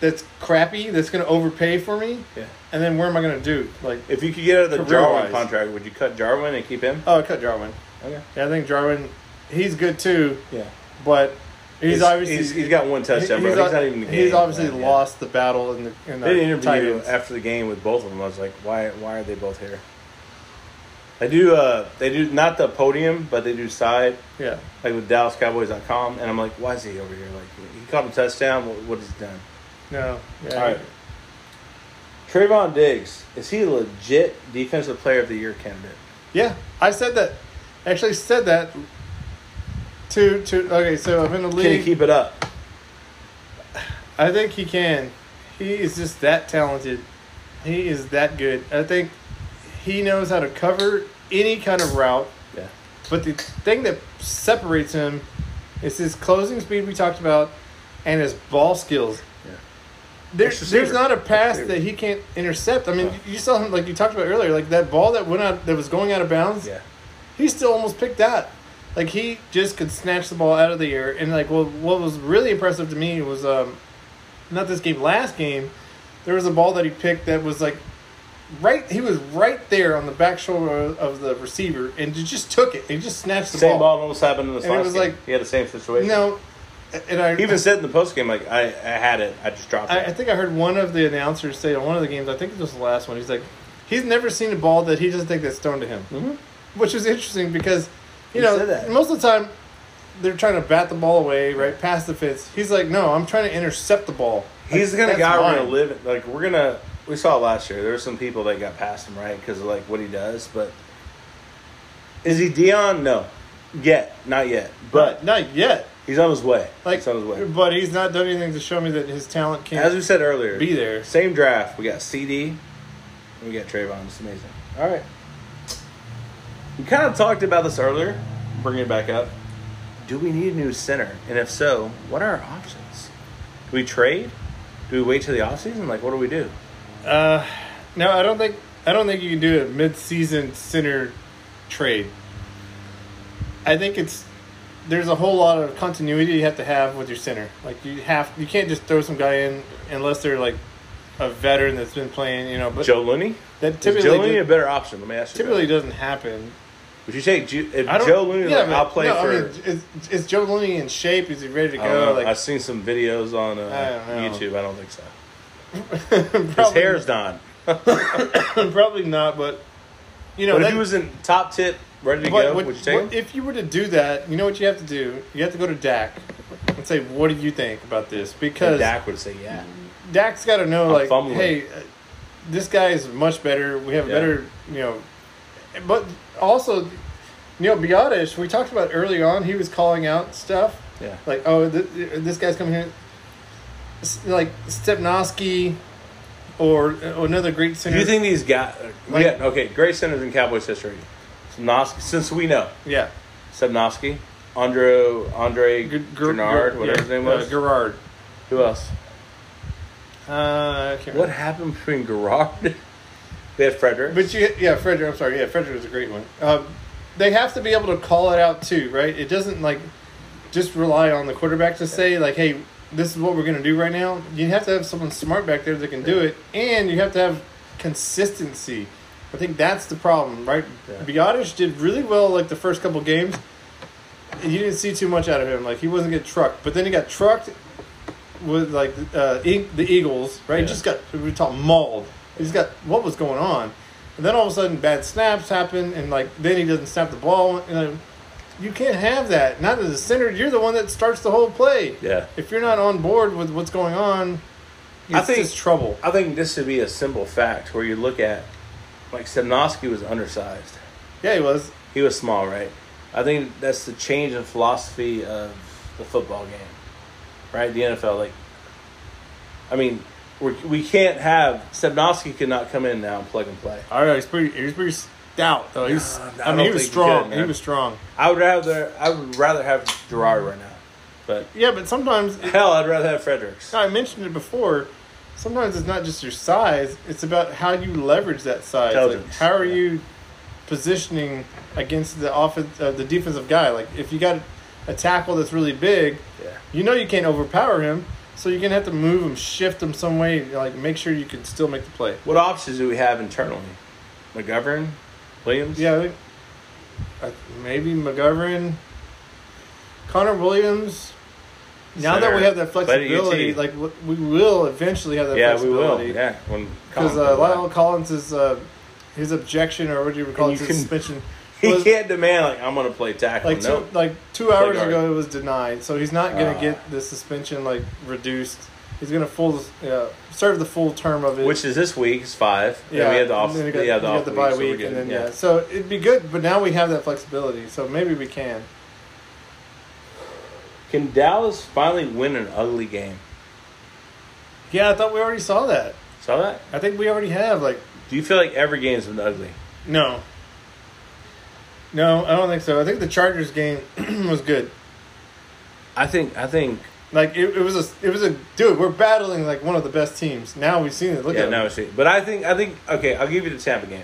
Speaker 3: that's crappy, that's going to overpay for me.
Speaker 2: Yeah.
Speaker 3: and then where am I going to do? Like,
Speaker 2: If you could get out of the
Speaker 3: Career-wise.
Speaker 2: Jarwin contract, would you cut Jarwin and keep him?
Speaker 3: oh, cut Jarwin.
Speaker 2: Okay.
Speaker 3: Yeah, I think Jarwin, he's good too,
Speaker 2: Yeah.
Speaker 3: but he's,
Speaker 2: He's,
Speaker 3: obviously
Speaker 2: he's, he's got one touchdown,
Speaker 3: he's
Speaker 2: bro. He's
Speaker 3: ob-
Speaker 2: not even. in the
Speaker 3: he's
Speaker 2: game.
Speaker 3: obviously
Speaker 2: Yeah.
Speaker 3: lost the battle in the in
Speaker 2: They did an
Speaker 3: the
Speaker 2: interview
Speaker 3: Titans.
Speaker 2: after the game with both of them. I was like, why? Why are they both here? They do. Uh, they do not the podium, but they do side
Speaker 3: Yeah.
Speaker 2: like with DallasCowboys.com, and I'm like, why is he over here? Like he caught a touchdown. What, what has he done?
Speaker 3: No. Yeah.
Speaker 2: All right. Trayvon Diggs is he a legit defensive player of the year candidate?
Speaker 3: Yeah, I said that. Actually, said that. To to okay, so I'm in the
Speaker 2: Can he
Speaker 3: league.
Speaker 2: keep it up?
Speaker 3: I think he can. He is just that talented. He is that good. I think he knows how to cover any kind of route.
Speaker 2: Yeah.
Speaker 3: But the thing that separates him is his closing speed we talked about, and his ball skills.
Speaker 2: Yeah.
Speaker 3: There's,
Speaker 2: It's
Speaker 3: there's
Speaker 2: receiver.
Speaker 3: not a pass
Speaker 2: Receiver.
Speaker 3: that he can't intercept. I mean,
Speaker 2: No.
Speaker 3: you saw him like you talked about earlier, like that ball that went out that was going out of bounds.
Speaker 2: Yeah.
Speaker 3: he still almost picked that. Like he just could snatch the ball out of the air, and like well, what was really impressive to me was um, not this game, last game, there was a ball that he picked that was like right. He was right there on the back shoulder of the receiver, and he just took it. He just snatched the
Speaker 2: Same ball almost happened in the
Speaker 3: And it
Speaker 2: last
Speaker 3: was
Speaker 2: game.
Speaker 3: like-
Speaker 2: he had the same situation.
Speaker 3: No, and I
Speaker 2: He even said in the post game, like I, I had it, I just dropped it.
Speaker 3: I, I think I heard one of the announcers say on one of the games. I think it was the last one. He's like, he's never seen a ball that he doesn't think that's thrown to him, mm-hmm. which is interesting because, you
Speaker 2: He
Speaker 3: know,
Speaker 2: said that.
Speaker 3: most of the time they're trying to bat the ball away, right, past the fence. He's like, no, I'm trying to intercept the ball.
Speaker 2: He's the kind of
Speaker 3: That's
Speaker 2: guy we're
Speaker 3: mine.
Speaker 2: gonna live. Like we're gonna. We saw it last year. There were some people that got past him, right, because of like what he does. But is he Dion? No, yet not yet. But
Speaker 3: But not yet.
Speaker 2: he's on his way.
Speaker 3: Like,
Speaker 2: he's on his way.
Speaker 3: but he's not done anything to show me that his talent can't.
Speaker 2: As we said earlier,
Speaker 3: Be there.
Speaker 2: Same draft. We got CD. And we got Trayvon. It's amazing. All right. We kind of talked about this earlier. Bringing it back up. Do we need a new center? And if so, what are our options? Do we trade? Do we wait till the offseason? Like, what do we do?
Speaker 3: Uh, no, I don't think I don't think you can do a mid-season center trade. I think it's there's a whole lot of continuity you have to have with your center. Like you have you can't just throw some guy in unless they're like a veteran that's been playing, you know. But
Speaker 2: Joe Looney?
Speaker 3: that
Speaker 2: Is
Speaker 3: typically
Speaker 2: Joe Looney
Speaker 3: do-
Speaker 2: a better option? Let me ask you.
Speaker 3: typically
Speaker 2: that.
Speaker 3: doesn't happen.
Speaker 2: would you take Ju- if
Speaker 3: I don't,
Speaker 2: Joe Looney?
Speaker 3: yeah,
Speaker 2: like,
Speaker 3: but-
Speaker 2: I'll play
Speaker 3: no, I
Speaker 2: for. Oh, I
Speaker 3: mean, is, is Joe Looney in shape? Is he ready to
Speaker 2: don't know.
Speaker 3: go?
Speaker 2: I've
Speaker 3: Like
Speaker 2: seen some videos on uh,
Speaker 3: I don't know.
Speaker 2: YouTube. I don't think so. His
Speaker 3: probably,
Speaker 2: hair's done.
Speaker 3: probably not, but you know
Speaker 2: But
Speaker 3: that-
Speaker 2: if he was in top tip, ready to
Speaker 3: But
Speaker 2: go,
Speaker 3: what-
Speaker 2: would you take
Speaker 3: what-
Speaker 2: him?
Speaker 3: if you were to do that, you know what you have to do? You have to go to Dak and say, "What do you think about this?" Because Dak,
Speaker 2: Dak would say, yeah.
Speaker 3: has got to know,
Speaker 2: I'm
Speaker 3: like,
Speaker 2: fumbling.
Speaker 3: hey, uh, this guy is much better. We have
Speaker 2: Yeah.
Speaker 3: better, you know. But also, Neil Biotish, we talked about early on. He was calling out stuff
Speaker 2: Yeah.
Speaker 3: like, "Oh, th- this guy's coming here," S- like Stepnoski, or, or another great
Speaker 2: Do
Speaker 3: singer.
Speaker 2: you think these guys.
Speaker 3: Like-
Speaker 2: yeah, okay, great centers in Cowboys history. Subnoski, since we know.
Speaker 3: Yeah.
Speaker 2: Subnoski, Andre Andre
Speaker 3: G- Ger-
Speaker 2: Gernard,
Speaker 3: Ger-
Speaker 2: whatever
Speaker 3: yeah,
Speaker 2: his name
Speaker 3: uh,
Speaker 2: was.
Speaker 3: Gerard.
Speaker 2: Who else?
Speaker 3: Uh, I can't
Speaker 2: What
Speaker 3: remember.
Speaker 2: happened between Gerard? they had Frederick.
Speaker 3: But you, yeah, Frederick. I'm sorry. Yeah, Frederick is a great one. Um, they have to be able to call it out too, right? It doesn't like just rely on the quarterback to say like, "Hey, this is what we're going to do right now." You have to have someone smart back there that can do it, and you have to have consistency. I think that's the problem, right?
Speaker 2: Yeah.
Speaker 3: Biotish did really well like the first couple games. And you didn't see too much out of him. Like he wasn't getting trucked, but then he got trucked with like uh, E- the Eagles, right?
Speaker 2: Yeah.
Speaker 3: Just got we talk mauled. He just got what was going on, and then all of a sudden bad snaps happen, and like then he doesn't snap the ball. And, uh, you can't have that. Not as a center, you're the one that starts the whole play.
Speaker 2: Yeah.
Speaker 3: If you're not on board with what's going on, it's
Speaker 2: I think-
Speaker 3: just trouble.
Speaker 2: I think this should be a simple fact where you look at like Semnowski was undersized.
Speaker 3: Yeah, he was.
Speaker 2: He was small, right? I think that's the change in philosophy of the football game, right? The NFL, like, I mean, we're, we can't have Sebnowski could not come in now and plug and play.
Speaker 3: I don't know. He's pretty. He's pretty stout though. He's.
Speaker 2: Nah, I
Speaker 3: I mean,
Speaker 2: don't
Speaker 3: he
Speaker 2: think
Speaker 3: was
Speaker 2: he
Speaker 3: strong.
Speaker 2: could,
Speaker 3: He,
Speaker 2: man.
Speaker 3: was strong.
Speaker 2: I would rather I would rather have Gerard right now, but
Speaker 3: Yeah, but sometimes
Speaker 2: hell, I'd rather have Fredericks.
Speaker 3: No, I mentioned it before. Sometimes it's not just your size; it's about how you leverage that size. Like,
Speaker 2: Intelligence,
Speaker 3: how are
Speaker 2: yeah.
Speaker 3: you positioning against the offense, uh, the defensive guy? Like if you got a tackle that's really big,
Speaker 2: Yeah.
Speaker 3: you know you can't overpower him, so you're gonna have to move him, shift him some way, like make sure you can still make the play.
Speaker 2: What options do we have internally? McGovern, Williams.
Speaker 3: Yeah, I think- I- maybe McGovern, Connor Williams. Now that
Speaker 2: Center.
Speaker 3: we have that
Speaker 2: Play to UT.
Speaker 3: flexibility, like w- we will eventually have that
Speaker 2: yeah, we
Speaker 3: flexibility.
Speaker 2: will. Yeah, when Colin
Speaker 3: Because uh,
Speaker 2: comes back.
Speaker 3: Lyle Collins's uh, his objection or what do you call
Speaker 2: And
Speaker 3: it,
Speaker 2: you
Speaker 3: his
Speaker 2: can-
Speaker 3: suspension
Speaker 2: he
Speaker 3: was
Speaker 2: can't demand like I'm gonna play tackle.
Speaker 3: like two
Speaker 2: no,
Speaker 3: like two hours
Speaker 2: guard.
Speaker 3: ago it was denied, so he's not gonna
Speaker 2: Ah.
Speaker 3: get the suspension like reduced. He's gonna full uh, serve the full term of it,
Speaker 2: which is this week. It's five. Yeah, we had the
Speaker 3: and
Speaker 2: off.
Speaker 3: then you got,
Speaker 2: yeah, the
Speaker 3: you
Speaker 2: off
Speaker 3: got the bye
Speaker 2: so we're
Speaker 3: week, and
Speaker 2: good.
Speaker 3: then yeah. So it'd be good, but now we have that flexibility, so maybe we can.
Speaker 2: Can Dallas finally win an ugly game?
Speaker 3: Yeah, I thought we already saw that.
Speaker 2: Saw that?
Speaker 3: I think we already have like
Speaker 2: uh, Do you feel like every game's been ugly?
Speaker 3: no, no, I don't think so. I think the Chargers game was good.
Speaker 2: I think. I think.
Speaker 3: Like it, it was a it was a dude. We're battling like one of the best teams. Now we've seen it. Look
Speaker 2: yeah,
Speaker 3: at
Speaker 2: no,
Speaker 3: it.
Speaker 2: see, but I think. I think. Okay, I'll give you the Tampa game.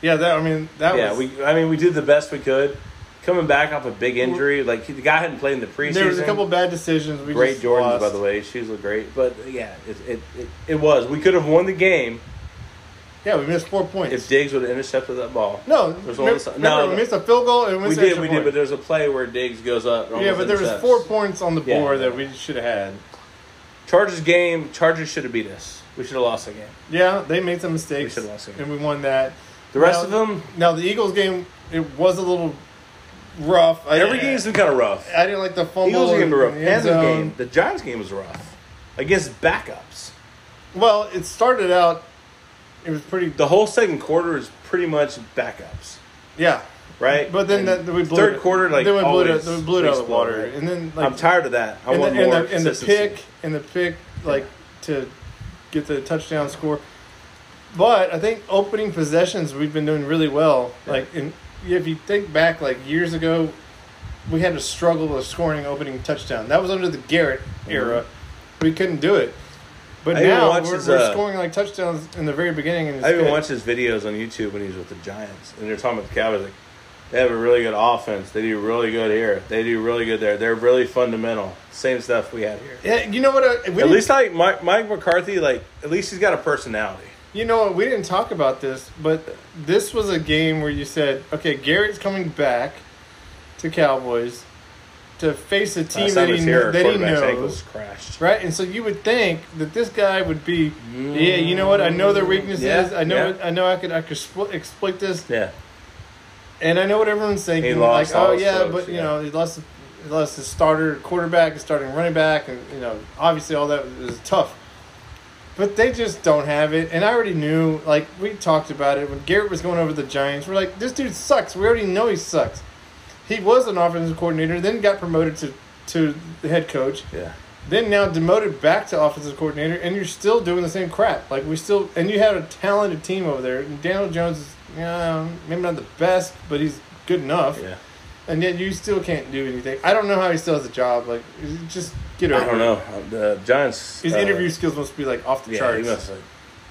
Speaker 3: Yeah, that I mean that
Speaker 2: yeah,
Speaker 3: was.
Speaker 2: we. I mean, we did the best we could. Coming back off a big injury, like the guy hadn't played in the preseason.
Speaker 3: there was a couple bad decisions. We
Speaker 2: great
Speaker 3: just
Speaker 2: Jordans,
Speaker 3: lost.
Speaker 2: by the way. Shoes look great, but yeah, it it, it it was. We could have won the game
Speaker 3: Yeah, we missed four points.
Speaker 2: if Diggs would have intercepted that ball.
Speaker 3: no,
Speaker 2: There's
Speaker 3: remember-
Speaker 2: only some- no,
Speaker 3: remember,
Speaker 2: no.
Speaker 3: we missed a field goal and
Speaker 2: we
Speaker 3: missed an
Speaker 2: did,
Speaker 3: extra
Speaker 2: we did,
Speaker 3: point.
Speaker 2: but there's a play where Diggs goes up. and
Speaker 3: yeah,
Speaker 2: almost
Speaker 3: but there was
Speaker 2: intercepts.
Speaker 3: four points on the
Speaker 2: Yeah.
Speaker 3: board that we should have had.
Speaker 2: Chargers game. Chargers should have beat us. We should have lost the game.
Speaker 3: Yeah, they made some mistakes
Speaker 2: We should've lost the game.
Speaker 3: and we won that.
Speaker 2: The rest
Speaker 3: Now-
Speaker 2: of them,
Speaker 3: Now the Eagles game, it was a little rough. I-
Speaker 2: every game's been kind of rough.
Speaker 3: I didn't like the fumble.
Speaker 2: Eagles game
Speaker 3: in
Speaker 2: was rough.
Speaker 3: the end
Speaker 2: Panthers
Speaker 3: zone.
Speaker 2: game. The Giants game was rough against backups.
Speaker 3: Well, it started out. It was pretty.
Speaker 2: The whole second quarter is pretty much backups,
Speaker 3: Yeah,
Speaker 2: right?
Speaker 3: But then
Speaker 2: And
Speaker 3: that, we blew
Speaker 2: third
Speaker 3: it.
Speaker 2: quarter, like
Speaker 3: then we blew it,
Speaker 2: always,
Speaker 3: then we blew it out of the
Speaker 2: explode,
Speaker 3: water,
Speaker 2: right?
Speaker 3: and then like
Speaker 2: I'm tired of that. I
Speaker 3: and
Speaker 2: want
Speaker 3: the, and
Speaker 2: more
Speaker 3: the, and the
Speaker 2: consistency.
Speaker 3: pick and the pick like to get the touchdown score. But I think opening possessions we've been doing really well. Like in, if you think back like years ago, we had a struggle of scoring opening touchdown. That was under the Garrett era. We couldn't do it. But
Speaker 2: Mm-hmm. I even
Speaker 3: now we're,
Speaker 2: watched his,
Speaker 3: we're
Speaker 2: uh,
Speaker 3: scoring like touchdowns in the very beginning. And it's
Speaker 2: I even
Speaker 3: good.
Speaker 2: watched his videos on YouTube when he was with the Giants, and they're talking about the Cowboys. Like, they have a really good offense. They do really good here. They do really good there. They're really fundamental. Same stuff we have here.
Speaker 3: Yeah, you know what? I, we
Speaker 2: At
Speaker 3: didn't-
Speaker 2: least like Mike, Mike McCarthy, like at least he's got a personality.
Speaker 3: You know what? We didn't talk about this, but this was a game where you said, "Okay, Garrett's coming back to Cowboys to face a team
Speaker 2: Last
Speaker 3: that
Speaker 2: time
Speaker 3: he
Speaker 2: was here,
Speaker 3: kn- that he
Speaker 2: quarterback's
Speaker 3: knows,
Speaker 2: ankles crashed.
Speaker 3: right?" And so you would think that this guy would be, "Yeah, you know what? I know their weaknesses.
Speaker 2: Yeah,
Speaker 3: I know.
Speaker 2: yeah.
Speaker 3: I know I could. I could spl- exploit this,
Speaker 2: Yeah,
Speaker 3: and I know what everyone's thinking.
Speaker 2: lost
Speaker 3: like, oh
Speaker 2: all his
Speaker 3: yeah,
Speaker 2: folks,
Speaker 3: but you
Speaker 2: yeah.
Speaker 3: know, he lost. He lost his starter quarterback, his starting running back, and you know, obviously all that was tough. But they just don't have it, and I already knew. Like we talked about it when Garrett was going over the Giants, we're like, this dude sucks. We already know he sucks. He was an offensive coordinator, then got promoted to to the head coach,
Speaker 2: yeah.
Speaker 3: then now demoted back to offensive coordinator, and you're still doing the same crap. Like we still, and you had a talented team over there. And Daniel Jones is, you know, maybe not the best, but he's good enough.
Speaker 2: Yeah.
Speaker 3: and yet you still can't do anything. I don't know how he still has a job. Like, just get over.
Speaker 2: I don't
Speaker 3: it.
Speaker 2: know. The Giants.
Speaker 3: His
Speaker 2: uh,
Speaker 3: interview skills must be like off the
Speaker 2: Yeah, he
Speaker 3: charts.
Speaker 2: must.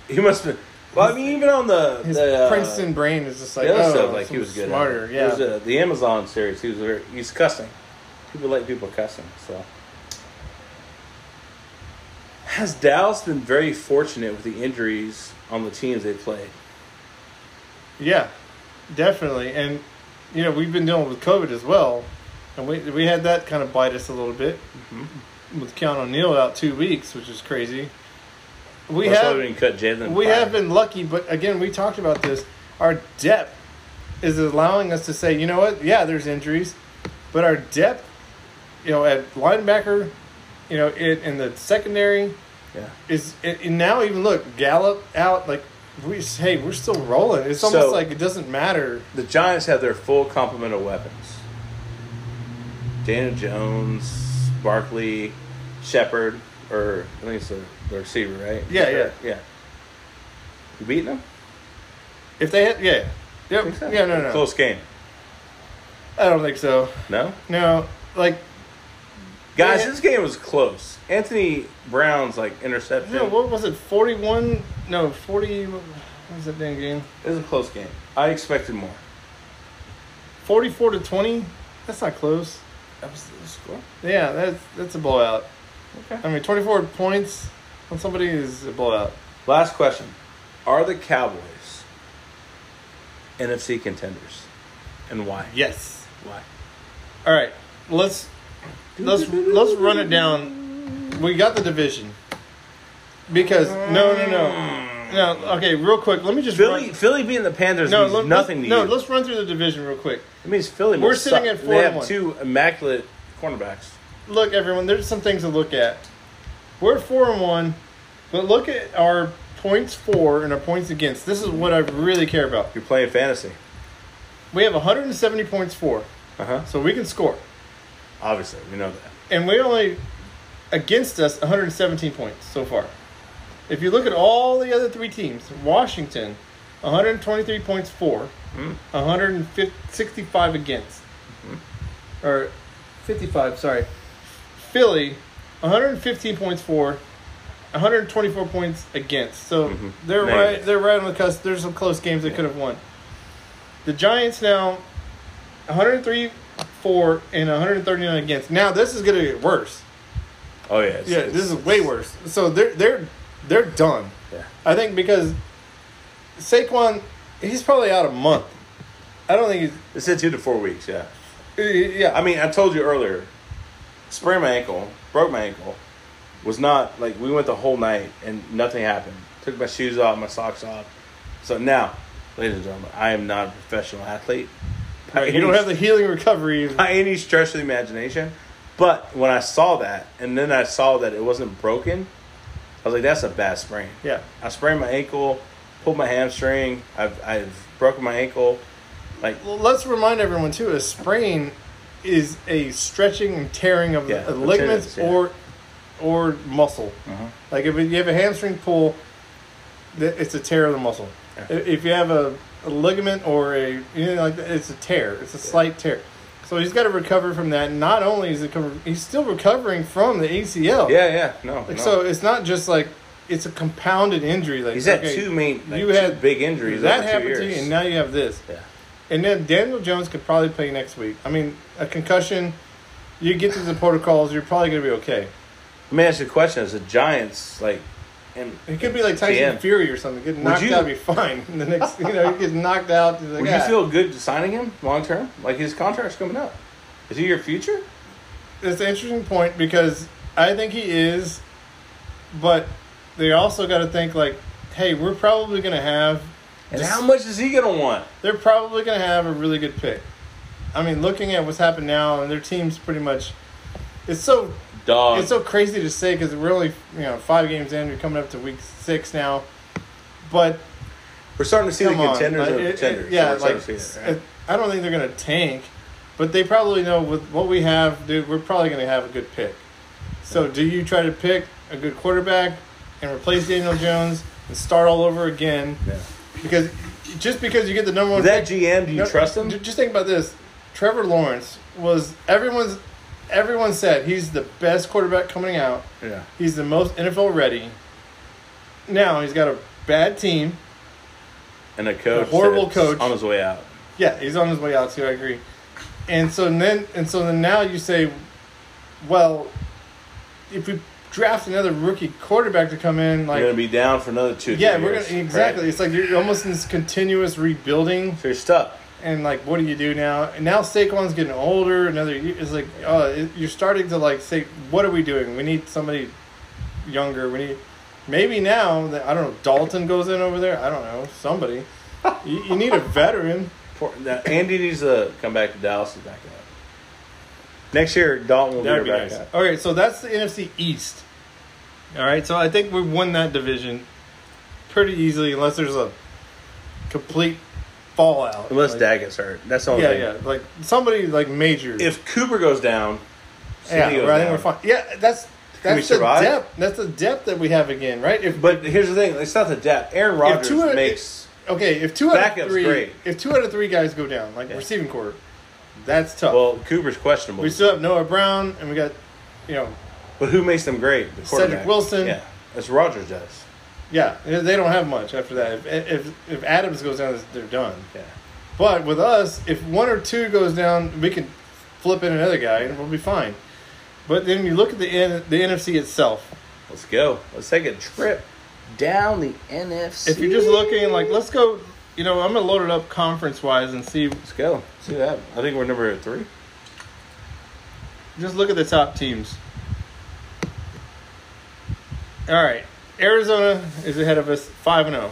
Speaker 2: He must have. Well, I mean, even on the
Speaker 3: His
Speaker 2: the, uh,
Speaker 3: Princeton brain is just like,
Speaker 2: the other
Speaker 3: oh,
Speaker 2: stuff, like he was good. at.
Speaker 3: smarter.
Speaker 2: He
Speaker 3: Yeah,
Speaker 2: was, uh, the Amazon series. He was very, he's cussing. People like people cussing. So has Dallas been very fortunate with the injuries on the teams they played?
Speaker 3: yeah, definitely. And you know, we've been dealing with COVID as well, and we we had that kind of bite us a little bit with Keanu Neal out two weeks, which is crazy. We
Speaker 2: That's why
Speaker 3: have
Speaker 2: we didn't cut Jalen.
Speaker 3: we
Speaker 2: Brunson.
Speaker 3: have been lucky, but again, we talked about this. Our depth is allowing us to say, you know what? Yeah, there's injuries, but our depth, you know, at linebacker, you know, it in the secondary
Speaker 2: Yeah.
Speaker 3: is it, and now even look Gallup out like we hey we're still rolling. It's almost
Speaker 2: So-
Speaker 3: like it doesn't matter.
Speaker 2: The Giants have their full complement of weapons. Daniel Jones, Barkley, Shepard, or I think it's the, the receiver, right?
Speaker 3: Yeah,
Speaker 2: Shepard, yeah. You beating them?
Speaker 3: If they had yeah, yep, yeah no no
Speaker 2: Close game.
Speaker 3: I don't think so.
Speaker 2: No?
Speaker 3: No, like
Speaker 2: Guys,
Speaker 3: Yeah.
Speaker 2: this game was close. Anthony Brown's like interception.
Speaker 3: no, what was it forty one? No forty. What was that damn game?
Speaker 2: it was a close game. I expected more.
Speaker 3: Forty four to twenty. That's not close.
Speaker 2: That was the score.
Speaker 3: Yeah, that's that's a blowout.
Speaker 2: Okay.
Speaker 3: I mean, 24 points on somebody is a blowout.
Speaker 2: Last question: Are the Cowboys NFC contenders, and why?
Speaker 3: Yes.
Speaker 2: Why?
Speaker 3: All right, let's let's let's run it down. We got the division because no, no,
Speaker 2: Hmm.
Speaker 3: no, no. Okay, real quick, let me just
Speaker 2: Philly,
Speaker 3: Run,
Speaker 2: Philly beating the Panthers
Speaker 3: no,
Speaker 2: means
Speaker 3: let,
Speaker 2: nothing
Speaker 3: let,
Speaker 2: to
Speaker 3: no.
Speaker 2: you.
Speaker 3: Let's run through the division real quick.
Speaker 2: it means Philly.
Speaker 3: We're
Speaker 2: must
Speaker 3: sitting
Speaker 2: suck.
Speaker 3: at
Speaker 2: They have
Speaker 3: 4-1.
Speaker 2: two immaculate cornerbacks.
Speaker 3: Look, everyone, there's some things to look at. We're four and one, but look at our points for and our points against. This is what I really care about.
Speaker 2: You're playing fantasy,
Speaker 3: We have 170 points for,
Speaker 2: uh huh.
Speaker 3: so we can score.
Speaker 2: Obviously, we know that.
Speaker 3: and we only against us 117 points so far. If you look at all the other three teams, Washington, 123 points for, 165 against, or 55. Sorry, Philly, 115 points for, 124 points against. So they're
Speaker 2: Negative.
Speaker 3: right. They're right on the cusp. There's some close games they could have won. The Giants now, 103 for and 139 against. Now this is going to get worse.
Speaker 2: Oh yeah, it's-
Speaker 3: Yeah,
Speaker 2: it's-
Speaker 3: this is way worse. So they're they're they're done.
Speaker 2: Yeah.
Speaker 3: I think because Saquon, he's probably out a month. I don't think
Speaker 2: It's in two to four weeks. Yeah.
Speaker 3: he's. Yeah,
Speaker 2: I mean, I told you earlier, sprained my ankle, broke my ankle, was not like we went the whole night and nothing happened. Took my shoes off, my socks off. So now, ladies and gentlemen, I am not a professional athlete. By
Speaker 3: you don't
Speaker 2: any-
Speaker 3: have the healing recovery.
Speaker 2: by any stretch of the imagination. But when I saw that, and then I saw that it wasn't broken, I was like, "That's a bad sprain."
Speaker 3: Yeah.
Speaker 2: I sprained my ankle, pulled my hamstring. I've I've broken my ankle. Like
Speaker 3: Well, let's remind everyone too: a sprain is a stretching and tearing of
Speaker 2: Yeah,
Speaker 3: the
Speaker 2: the
Speaker 3: ligaments
Speaker 2: tendons, yeah. Mm-hmm.
Speaker 3: or or muscle. Like if you have a hamstring pull, th- it's a tear of the muscle.
Speaker 2: Yeah.
Speaker 3: I- If you have a, a ligament or a anything like that, it's a tear. It's a slight tear. So he's got to recover from that. Not only is he cover, he's still recovering from the ACL.
Speaker 2: yeah, yeah, no.
Speaker 3: Like,
Speaker 2: no.
Speaker 3: So it's not just like it's a compounded injury. Like
Speaker 2: he's had
Speaker 3: okay,
Speaker 2: two main, like,
Speaker 3: you
Speaker 2: two
Speaker 3: had
Speaker 2: big injuries.
Speaker 3: that
Speaker 2: over two
Speaker 3: happened
Speaker 2: years.
Speaker 3: to you, and now you have this.
Speaker 2: yeah.
Speaker 3: And then Daniel Jones could probably play next week. I mean, a concussion, you get through the protocols, you're probably going to be okay.
Speaker 2: Let me ask you a question: Is the Giants like, and
Speaker 3: It could be like Tyson
Speaker 2: Damn.
Speaker 3: Fury or something. Get knocked
Speaker 2: you-
Speaker 3: out, be fine. And the next, you know, you get knocked out. you're Like,
Speaker 2: would
Speaker 3: ah.
Speaker 2: you feel good signing him long term? Like his contract's coming up. Is he your future?
Speaker 3: It's an interesting point because I think he is, but they also got to think like, hey, we're probably going to have.
Speaker 2: And
Speaker 3: just-
Speaker 2: how much is he gonna want?
Speaker 3: They're probably going to have a really good pick. I mean, looking at what's happened now, and their team's pretty much. It's so
Speaker 2: Dog.
Speaker 3: it's so crazy to say because we're only you know five games in. We're coming up to week six now, but
Speaker 2: We're starting to see the
Speaker 3: come on,
Speaker 2: contenders
Speaker 3: like,
Speaker 2: and
Speaker 3: it-
Speaker 2: the
Speaker 3: it-
Speaker 2: pretenders.
Speaker 3: yeah,
Speaker 2: We're starting
Speaker 3: like
Speaker 2: to see that, right?
Speaker 3: I don't think they're gonna tank, but they probably know with what we have, dude. We're probably gonna have a good pick. So, do you try to pick a good quarterback and replace Daniel Jones and start all over again?
Speaker 2: Yeah.
Speaker 3: Because just because you get the number one
Speaker 2: With that
Speaker 3: pick-
Speaker 2: GM, do you
Speaker 3: no,
Speaker 2: trust him?
Speaker 3: j- Just think about this. Trevor Lawrence was everyone's. Everyone said he's the best quarterback coming out.
Speaker 2: Yeah.
Speaker 3: He's the most NFL ready. Now he's got a bad team.
Speaker 2: And a coach.
Speaker 3: A horrible
Speaker 2: that's
Speaker 3: coach.
Speaker 2: On his way out.
Speaker 3: Yeah, he's on his way out too. I agree. And so then, and so then now you say, well, if we draft another rookie quarterback to come in,
Speaker 2: You're going
Speaker 3: like
Speaker 2: to be down for another two
Speaker 3: yeah,
Speaker 2: three
Speaker 3: we're
Speaker 2: years,
Speaker 3: gonna exactly.
Speaker 2: right?
Speaker 3: It's like you're almost in this continuous rebuilding,
Speaker 2: So you're stuck.
Speaker 3: and like, what do you do now? And now Saquon's getting older. Another year- it's like, oh, it, you're starting to like say, what are we doing? We need somebody younger. We need maybe now that I don't know. Dalton goes in over there. I don't know somebody. you, you need a veteran.
Speaker 2: Poor- Now, Andy needs to come back to Dallas and back up. Next year, Dalton will
Speaker 3: That'd
Speaker 2: be
Speaker 3: be
Speaker 2: back
Speaker 3: nice.
Speaker 2: up.
Speaker 3: All right, so that's the NFC East. All right, so I think we won that division pretty easily, unless there's a complete fallout.
Speaker 2: Unless
Speaker 3: like,
Speaker 2: Dak gets hurt. That's the only
Speaker 3: Yeah,
Speaker 2: thing.
Speaker 3: yeah, like somebody like major.
Speaker 2: If Cooper goes down,
Speaker 3: yeah,
Speaker 2: City goes
Speaker 3: right, I think
Speaker 2: down.
Speaker 3: we're fine. Yeah, that's
Speaker 2: Can we
Speaker 3: that's the
Speaker 2: survive?
Speaker 3: depth. That's the depth that we have again, right? If
Speaker 2: But here's the thing: it's not the depth. Aaron Rodgers
Speaker 3: two out of-
Speaker 2: makes
Speaker 3: okay, if two out of
Speaker 2: Backup's
Speaker 3: three,
Speaker 2: great.
Speaker 3: if two out of three guys go down, like
Speaker 2: Yeah.
Speaker 3: receiving court, that's tough.
Speaker 2: well. Cooper's questionable,
Speaker 3: we still have Noah Brown, and we got, you know,
Speaker 2: but who makes them great? The quarterback.
Speaker 3: Cedric Wilson.
Speaker 2: Yeah, that's Rodgers does.
Speaker 3: Yeah, they don't have much after that. If if, if Adams goes down, they're done.
Speaker 2: Yeah,
Speaker 3: But with us, if one or two goes down, we can flip in another guy and we'll be fine. But then you look at the N, the NFC itself.
Speaker 2: let's go. Let's take a trip down the NFC.
Speaker 3: If you're just looking like, let's go. You know, I'm gonna load it up conference wise and see.
Speaker 2: let's go. See that? I think we're number three.
Speaker 3: Just look at the top teams. All right, Arizona is ahead of us, five and zero.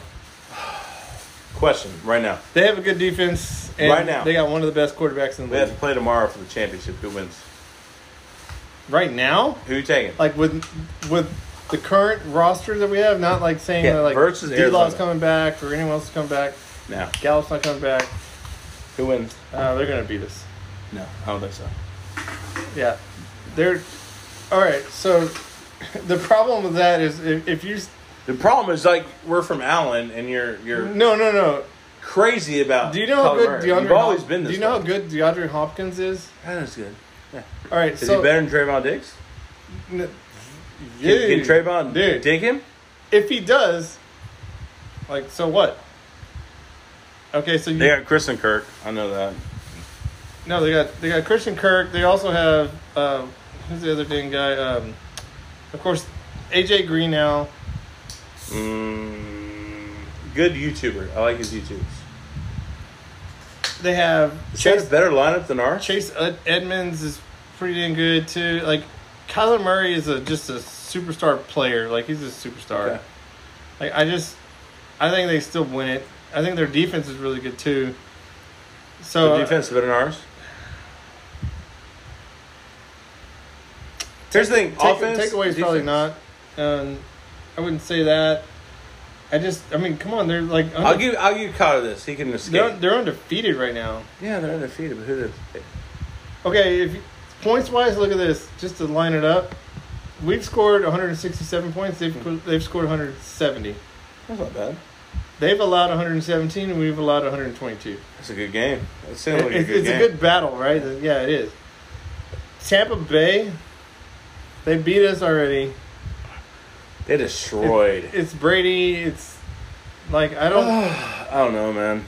Speaker 2: Question right now.
Speaker 3: They have a good defense. And
Speaker 2: Right now.
Speaker 3: they got one of the best quarterbacks in
Speaker 2: We
Speaker 3: the
Speaker 2: have
Speaker 3: league.
Speaker 2: to play tomorrow for the championship. Who wins?
Speaker 3: Right now,
Speaker 2: Who you taking?
Speaker 3: like with with the current roster that we have, not like saying
Speaker 2: Yeah,
Speaker 3: that like
Speaker 2: versus
Speaker 3: D-Law's
Speaker 2: Arizona.
Speaker 3: coming back or anyone else is coming back.
Speaker 2: now,
Speaker 3: Gallup's not coming back.
Speaker 2: who wins?
Speaker 3: Uh, they're gonna beat us.
Speaker 2: No, I don't think so.
Speaker 3: Yeah, they're all right. So the problem with that is if, if you s-
Speaker 2: The problem is like we're from Allen, and you're you're
Speaker 3: no no no.
Speaker 2: crazy about.
Speaker 3: Mm-hmm. Do you know how
Speaker 2: Kyler
Speaker 3: good
Speaker 2: Murray.
Speaker 3: DeAndre?
Speaker 2: You've always
Speaker 3: Hop-
Speaker 2: been this.
Speaker 3: Do you know how
Speaker 2: way.
Speaker 3: good DeAndre Hopkins is?
Speaker 2: That is good.
Speaker 3: All right,
Speaker 2: Is
Speaker 3: so
Speaker 2: he better than Trayvon Diggs?
Speaker 3: n-
Speaker 2: Can, can
Speaker 3: dude,
Speaker 2: Trayvon
Speaker 3: dude,
Speaker 2: dig him?
Speaker 3: if he does, like so what? Okay, so you,
Speaker 2: They got Chris and Kirk. I know that.
Speaker 3: No, they got they got Christian Kirk. They also have um, who's the other dang guy? Um, of course, AJ Green now.
Speaker 2: Mm, good YouTuber. I like his YouTubes.
Speaker 3: They have
Speaker 2: Chase
Speaker 3: Chase
Speaker 2: better lineup than ours.
Speaker 3: Chase Ed- Edmonds is pretty dang good too. Like Kyler Murray is a just a superstar player. Like he's a superstar.
Speaker 2: Okay.
Speaker 3: Like I just I think they still win it. I think their defense is really good too. So
Speaker 2: The defense is better than ours. Here's the thing.
Speaker 3: uh, Take,
Speaker 2: offense.
Speaker 3: takeaways probably
Speaker 2: defense.
Speaker 3: not. Um, I wouldn't say that. I just, I mean, come on, they're like undefe-
Speaker 2: I'll give I'll give Kyle this. He can escape.
Speaker 3: they're, they're undefeated right now.
Speaker 2: yeah, they're undefeated. But who the
Speaker 3: Okay, if you- points wise, look at this. Just to line it up, we've scored 167 points. They've they've scored 170.
Speaker 2: That's not bad.
Speaker 3: They've allowed 117, and we've allowed 122.
Speaker 2: That's a good game. That's
Speaker 3: It-
Speaker 2: like a
Speaker 3: it's
Speaker 2: good
Speaker 3: it's
Speaker 2: game.
Speaker 3: a good battle, right? Yeah, it is. Tampa Bay, they beat us already.
Speaker 2: They destroyed.
Speaker 3: It's Brady. It's like I don't.
Speaker 2: I don't know, man.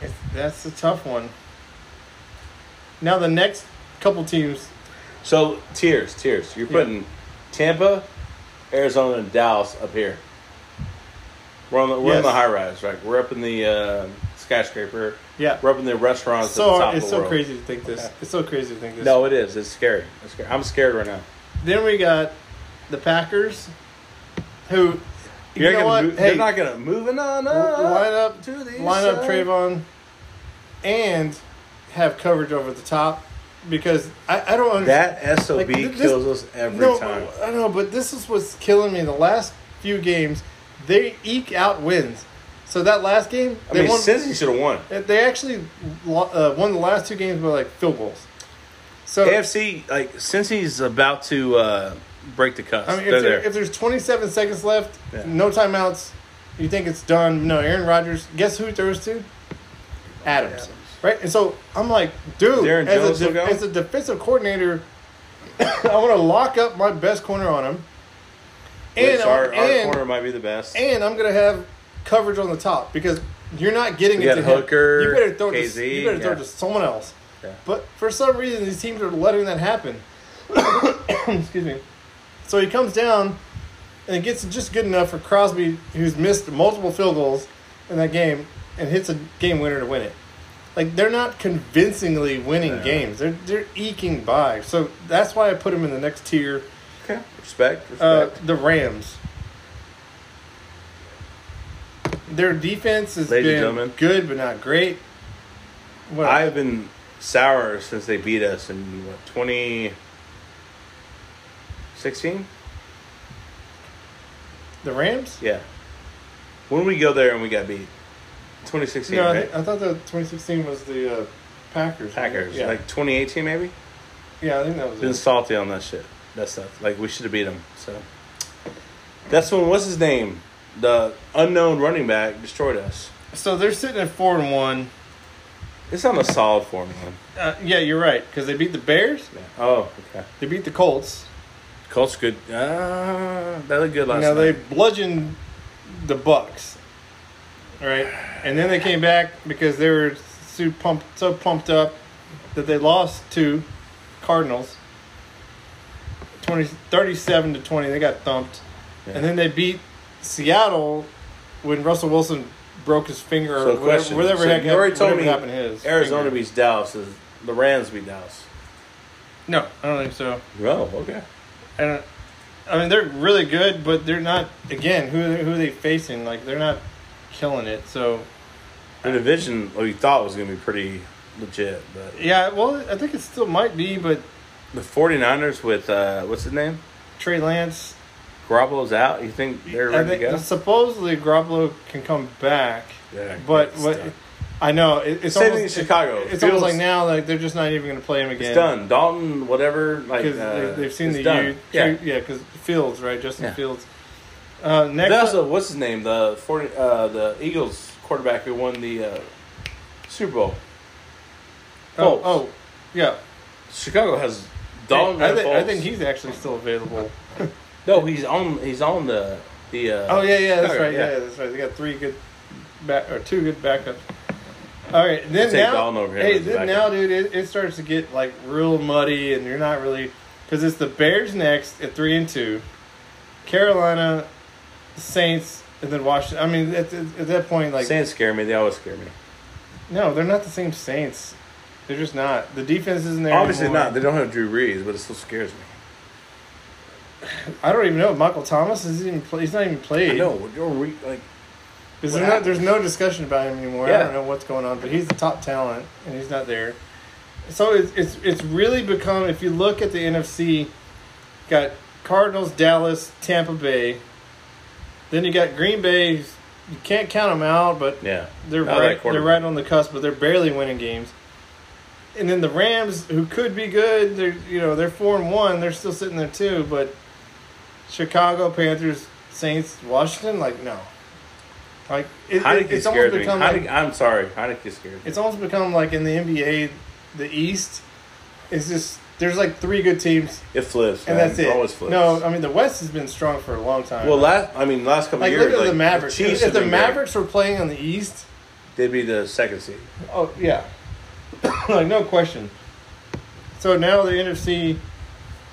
Speaker 3: It's, that's a tough one. Now the next couple teams,
Speaker 2: So tiers, tiers. You're putting Tampa, Arizona, and Dallas up here. We're on the we're on the
Speaker 3: Yes.
Speaker 2: high rise, right? We're up in the uh, skyscraper.
Speaker 3: yeah.
Speaker 2: We're up in the restaurants. at the
Speaker 3: So
Speaker 2: top
Speaker 3: it's
Speaker 2: of the
Speaker 3: so
Speaker 2: world.
Speaker 3: crazy to think this.
Speaker 2: Okay.
Speaker 3: It's so crazy to think this.
Speaker 2: No, it is. It's scary. It's scary. I'm scared right now.
Speaker 3: Then we got the Packers, who you
Speaker 2: You're
Speaker 3: know
Speaker 2: gonna
Speaker 3: what?
Speaker 2: move-
Speaker 3: hey,
Speaker 2: they're not gonna moving on up.
Speaker 3: line up,
Speaker 2: to the
Speaker 3: line up
Speaker 2: side.
Speaker 3: Trayvon, and have coverage over the top because I, I don't understand.
Speaker 2: That sob
Speaker 3: Like, this-
Speaker 2: kills us every
Speaker 3: no,
Speaker 2: time.
Speaker 3: I know, but this is what's killing me. The last few games, they eke out wins. So that last game,
Speaker 2: I
Speaker 3: they
Speaker 2: mean,
Speaker 3: won.
Speaker 2: Cincy should have won.
Speaker 3: They- They actually lo- uh, won the last two games by like field goals. So
Speaker 2: AFC, like Cincy's about to uh, break the cuss.
Speaker 3: I mean,
Speaker 2: they're
Speaker 3: if, there,
Speaker 2: there.
Speaker 3: if there's 27 seconds left,
Speaker 2: Yeah.
Speaker 3: no timeouts, you think it's done? No, Aaron Rodgers. Guess who it throws to? Adams. right? And so I'm like, dude,
Speaker 2: Darren Jones
Speaker 3: as,
Speaker 2: will
Speaker 3: a
Speaker 2: go?
Speaker 3: de- as a defensive coordinator, I want to lock up my best corner on him, and
Speaker 2: Which our,
Speaker 3: I'm-
Speaker 2: our
Speaker 3: and,
Speaker 2: corner might be the best.
Speaker 3: and I'm gonna have coverage on the top because you're not getting
Speaker 2: We
Speaker 3: it
Speaker 2: got
Speaker 3: to him.
Speaker 2: Hooker,
Speaker 3: You better throw it to,
Speaker 2: KZ,
Speaker 3: you better throw
Speaker 2: yeah.
Speaker 3: it to someone else.
Speaker 2: Yeah.
Speaker 3: But for some reason, these teams are letting that happen. Excuse me. So he comes down and it gets just good enough for Crosby, who's missed multiple field goals in that game, and hits a game winner to win it. Like they're not convincingly winning games; they're they're eking by. So that's why I put him in the next tier.
Speaker 2: Okay. Respect,
Speaker 3: Uh,
Speaker 2: respect.
Speaker 3: the Rams. Their defense has
Speaker 2: Ladies and
Speaker 3: been
Speaker 2: gentlemen.
Speaker 3: good but not great. What
Speaker 2: I've been sour since they beat us in what 2016.
Speaker 3: the Rams?
Speaker 2: Yeah. When we go there and we got beat, 2016,
Speaker 3: No, I,
Speaker 2: right?
Speaker 3: thi- I thought the 2016 was the uh, Packers. wasn't it?
Speaker 2: Packers,
Speaker 3: Yeah.
Speaker 2: like 2018 maybe.
Speaker 3: yeah, I think that was
Speaker 2: Been
Speaker 3: it.
Speaker 2: salty on that shit, that stuff. Like we should have beat them. So that's when what's his name, the unknown running back, destroyed us.
Speaker 3: So they're sitting at four and one.
Speaker 2: It's on a solid form, man.
Speaker 3: Uh, yeah, you're right because they beat the Bears,
Speaker 2: Oh, okay.
Speaker 3: they beat the Colts.
Speaker 2: Colts good. Uh, they looked good last
Speaker 3: Now they
Speaker 2: night.
Speaker 3: bludgeoned the Bucks, right? And then they came back because they were so pumped, so pumped up that they lost to Cardinals 20, 37 to twenty. They got thumped,
Speaker 2: Yeah.
Speaker 3: and then they beat Seattle when Russell Wilson broke his finger
Speaker 2: so
Speaker 3: or
Speaker 2: question.
Speaker 3: whatever, whatever
Speaker 2: so
Speaker 3: heck
Speaker 2: you already told
Speaker 3: whatever
Speaker 2: me
Speaker 3: happened to his
Speaker 2: Arizona
Speaker 3: finger.
Speaker 2: beats Dallas. Is the Rams beat Dallas?
Speaker 3: No, I don't think so.
Speaker 2: Oh, okay.
Speaker 3: and I mean they're really good, but they're not. Again, who who are they facing? Like they're not killing it. So
Speaker 2: The division, what you thought was going to be pretty legit, but
Speaker 3: yeah, well, I think it still might be, but
Speaker 2: the 49ers with uh, what's his name?
Speaker 3: Trey Lance.
Speaker 2: Garoppolo's out. You think they're
Speaker 3: I
Speaker 2: ready
Speaker 3: think
Speaker 2: to go?
Speaker 3: supposedly Garoppolo can come back,
Speaker 2: Yeah,
Speaker 3: but
Speaker 2: it's
Speaker 3: what
Speaker 2: done.
Speaker 3: I know it, it's
Speaker 2: Same thing
Speaker 3: almost
Speaker 2: in Chicago.
Speaker 3: It's
Speaker 2: Fields-
Speaker 3: almost like now like they're just not even going to play him again.
Speaker 2: It's done. Dalton, whatever, like
Speaker 3: because
Speaker 2: uh,
Speaker 3: they, have seen
Speaker 2: it's
Speaker 3: the
Speaker 2: done.
Speaker 3: U.
Speaker 2: Yeah.
Speaker 3: yeah, because Fields, right? Justin
Speaker 2: Yeah.
Speaker 3: Fields. Uh, next,
Speaker 2: They
Speaker 3: up-
Speaker 2: also, what's his name? The 40, uh, the Eagles quarterback who won the uh, Super Bowl.
Speaker 3: oh,
Speaker 2: Foles.
Speaker 3: oh, yeah.
Speaker 2: Chicago has Dalton.
Speaker 3: I,
Speaker 2: and
Speaker 3: think, I
Speaker 2: Foles.
Speaker 3: think he's actually still available.
Speaker 2: no, he's on. He's on the the. Uh,
Speaker 3: Oh yeah, yeah, that's
Speaker 2: Chicago,
Speaker 3: right. Yeah, yeah, that's right. They got three good back or two good backups. All right, and then
Speaker 2: Take
Speaker 3: now,
Speaker 2: Dalton over here
Speaker 3: hey,
Speaker 2: as a
Speaker 3: then now,
Speaker 2: backup.
Speaker 3: dude, it, it starts to get like real muddy, and you're not really because it's the Bears next at three and two, Carolina, Saints, and then Washington. I mean, at, at, at that point, like
Speaker 2: Saints scare me. They always scare me.
Speaker 3: no, they're not the same Saints. They're just not. The defense isn't there.
Speaker 2: Obviously
Speaker 3: anymore.
Speaker 2: not. They don't have Drew Brees, but it still scares me.
Speaker 3: I don't even know. if Michael Thomas is even. Play, he's not even played.
Speaker 2: I know. You're re- like
Speaker 3: Is
Speaker 2: What
Speaker 3: there not,
Speaker 2: happened?
Speaker 3: there's no discussion about him anymore. I
Speaker 2: Yeah.
Speaker 3: don't know what's going on, but he's the top talent, and he's not there. So it's it's, it's really become. If you look at the NFC, got Cardinals, Dallas, Tampa Bay. Then you got Green Bay. You can't count them out, but
Speaker 2: yeah.
Speaker 3: they're
Speaker 2: Not that
Speaker 3: right. They're
Speaker 2: quarterback.
Speaker 3: right on the cusp, but they're barely winning games. And then the Rams, who could be good, they're you know they're four and one. They're still sitting there too, but Chicago Panthers, Saints, Washington, like no, like it, it,
Speaker 2: Heineke
Speaker 3: it's almost
Speaker 2: scared me.
Speaker 3: become
Speaker 2: Heineke,
Speaker 3: like,
Speaker 2: I'm sorry, Heineke scared me.
Speaker 3: it's almost become like in the NBA, the East, it's just there's like three good teams
Speaker 2: It flips,
Speaker 3: and
Speaker 2: man.
Speaker 3: that's it.
Speaker 2: Always flips.
Speaker 3: No, I mean the West has been strong for a long time.
Speaker 2: well, last I mean, last couple
Speaker 3: like
Speaker 2: years,
Speaker 3: look at
Speaker 2: like,
Speaker 3: the Mavericks.
Speaker 2: Chiefs
Speaker 3: if
Speaker 2: have
Speaker 3: the
Speaker 2: been great.
Speaker 3: Mavericks were playing on the East.
Speaker 2: they'd be the second seed.
Speaker 3: Oh yeah, like no question. So now the NFC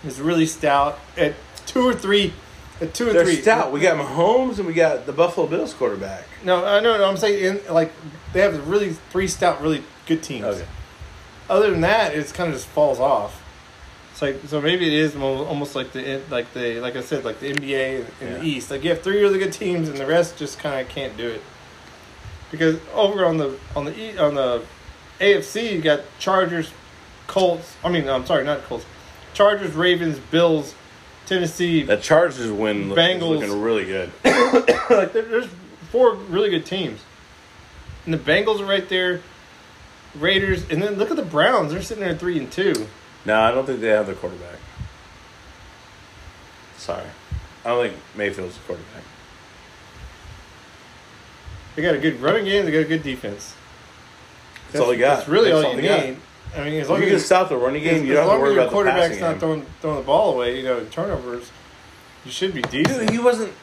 Speaker 3: is really stout at two or three, at two or
Speaker 2: They're
Speaker 3: three.
Speaker 2: stout. We got Mahomes and we got the Buffalo Bills quarterback.
Speaker 3: No, I know. No, I'm saying in, like they have really three stout, really good teams.
Speaker 2: Okay.
Speaker 3: Other than that, it's kind of just falls off. It's like so maybe it is mo- almost like the like the like I said like the NBA in
Speaker 2: Yeah.
Speaker 3: the East. Like you have three really good teams and the rest just kind of can't do it. Because over on the on the E- on the AFC you got Chargers, Colts. I mean I'm sorry, not Colts. Chargers, Ravens, Bills, Tennessee.
Speaker 2: The Chargers win. Look, is
Speaker 3: Bengals.
Speaker 2: looking really good.
Speaker 3: like there, there's four really good teams, and the Bengals are right there. Raiders, and then look at the Browns. They're sitting there at three and two.
Speaker 2: no, I don't think they have the quarterback. Sorry, I don't think Mayfield's the quarterback.
Speaker 3: They got a good running game. They got a good defense.
Speaker 2: They That's all he got.
Speaker 3: That's really
Speaker 2: That's
Speaker 3: all
Speaker 2: all
Speaker 3: you
Speaker 2: he got.
Speaker 3: need. I mean, as
Speaker 2: You
Speaker 3: long
Speaker 2: can
Speaker 3: as
Speaker 2: just stop the running
Speaker 3: as,
Speaker 2: game. You
Speaker 3: as
Speaker 2: don't have
Speaker 3: long
Speaker 2: to worry
Speaker 3: as your
Speaker 2: about the
Speaker 3: quarterback's
Speaker 2: passing
Speaker 3: not
Speaker 2: game.
Speaker 3: throwing throwing the ball away, you know, turnovers, you should be decent.
Speaker 2: Dude, he wasn't.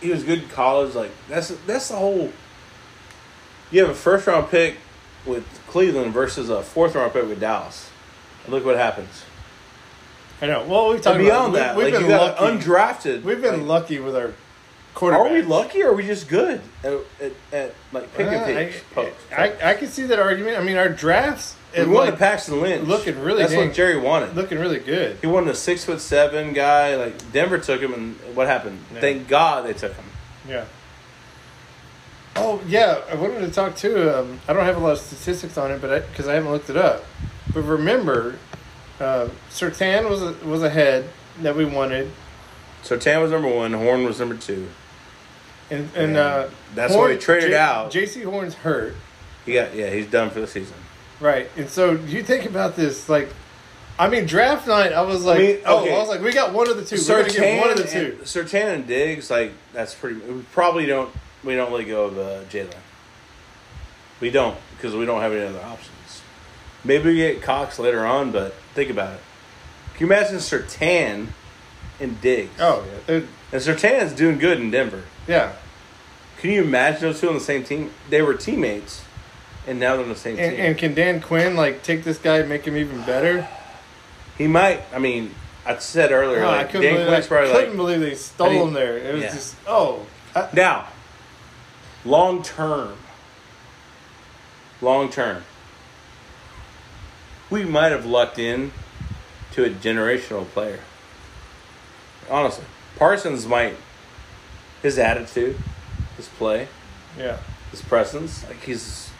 Speaker 2: He was good in college. Like that's that's the whole. You have a first round pick with Cleveland versus a fourth round pick with Dallas. And look what happens.
Speaker 3: I know. Well, we've
Speaker 2: And
Speaker 3: talked
Speaker 2: beyond
Speaker 3: about
Speaker 2: that,
Speaker 3: it. We-
Speaker 2: like you got undrafted.
Speaker 3: We've been
Speaker 2: Like,
Speaker 3: lucky with our quarterback.
Speaker 2: Are we lucky or are we just good at, at, at like pick and
Speaker 3: Uh, I,
Speaker 2: picks? Pokes.
Speaker 3: I, I can see that argument. I mean, our drafts
Speaker 2: we
Speaker 3: it
Speaker 2: wanted
Speaker 3: like,
Speaker 2: Paxton Lynch.
Speaker 3: looking really
Speaker 2: That's
Speaker 3: dang-
Speaker 2: what Jerry wanted.
Speaker 3: looking really good.
Speaker 2: He wanted a six foot seven guy. Like Denver took him, and what happened?
Speaker 3: Yeah.
Speaker 2: Thank God they took him.
Speaker 3: Yeah. Oh yeah, I wanted to talk too. Um, I don't have a lot of statistics on it, but because I, haven't looked it up. But remember, uh, Sertan was a, was a head that we wanted,
Speaker 2: So Tan was number one. Horn was number two.
Speaker 3: and and
Speaker 2: And
Speaker 3: uh,
Speaker 2: that's why we traded out.
Speaker 3: J.C. Horn's hurt,
Speaker 2: He got yeah. He's done for the season.
Speaker 3: right? And so you think about this, like, I mean, draft night, I was like,
Speaker 2: I mean, okay.
Speaker 3: oh, I was like, we got one of the two. We're gonna get one of the two.
Speaker 2: and, Sertan and Diggs, like that's pretty. We probably don't. We don't let go of uh, Jalen. We don't because we don't have any other options. Maybe we get Cox later on, but think about it. Can you imagine Sertan and Diggs?
Speaker 3: oh yeah, it-
Speaker 2: and Sertan's doing good in Denver.
Speaker 3: yeah.
Speaker 2: Can you imagine those two on the same team? They were teammates, and now they're on the same
Speaker 3: And,
Speaker 2: team.
Speaker 3: and can Dan Quinn like take this guy, and make him even better?
Speaker 2: he might. I mean, I said earlier,
Speaker 3: No, Oh, I
Speaker 2: like,
Speaker 3: couldn't,
Speaker 2: Dan
Speaker 3: believe, I
Speaker 2: Quinn's probably
Speaker 3: couldn't
Speaker 2: like
Speaker 3: believe they stole
Speaker 2: I mean,
Speaker 3: him there. It was
Speaker 2: yeah.
Speaker 3: just oh, I,
Speaker 2: Now, long term, long term, we might have lucked in to a generational player. Honestly, Parsons might his attitude, his play,
Speaker 3: yeah.
Speaker 2: his presence, like he's.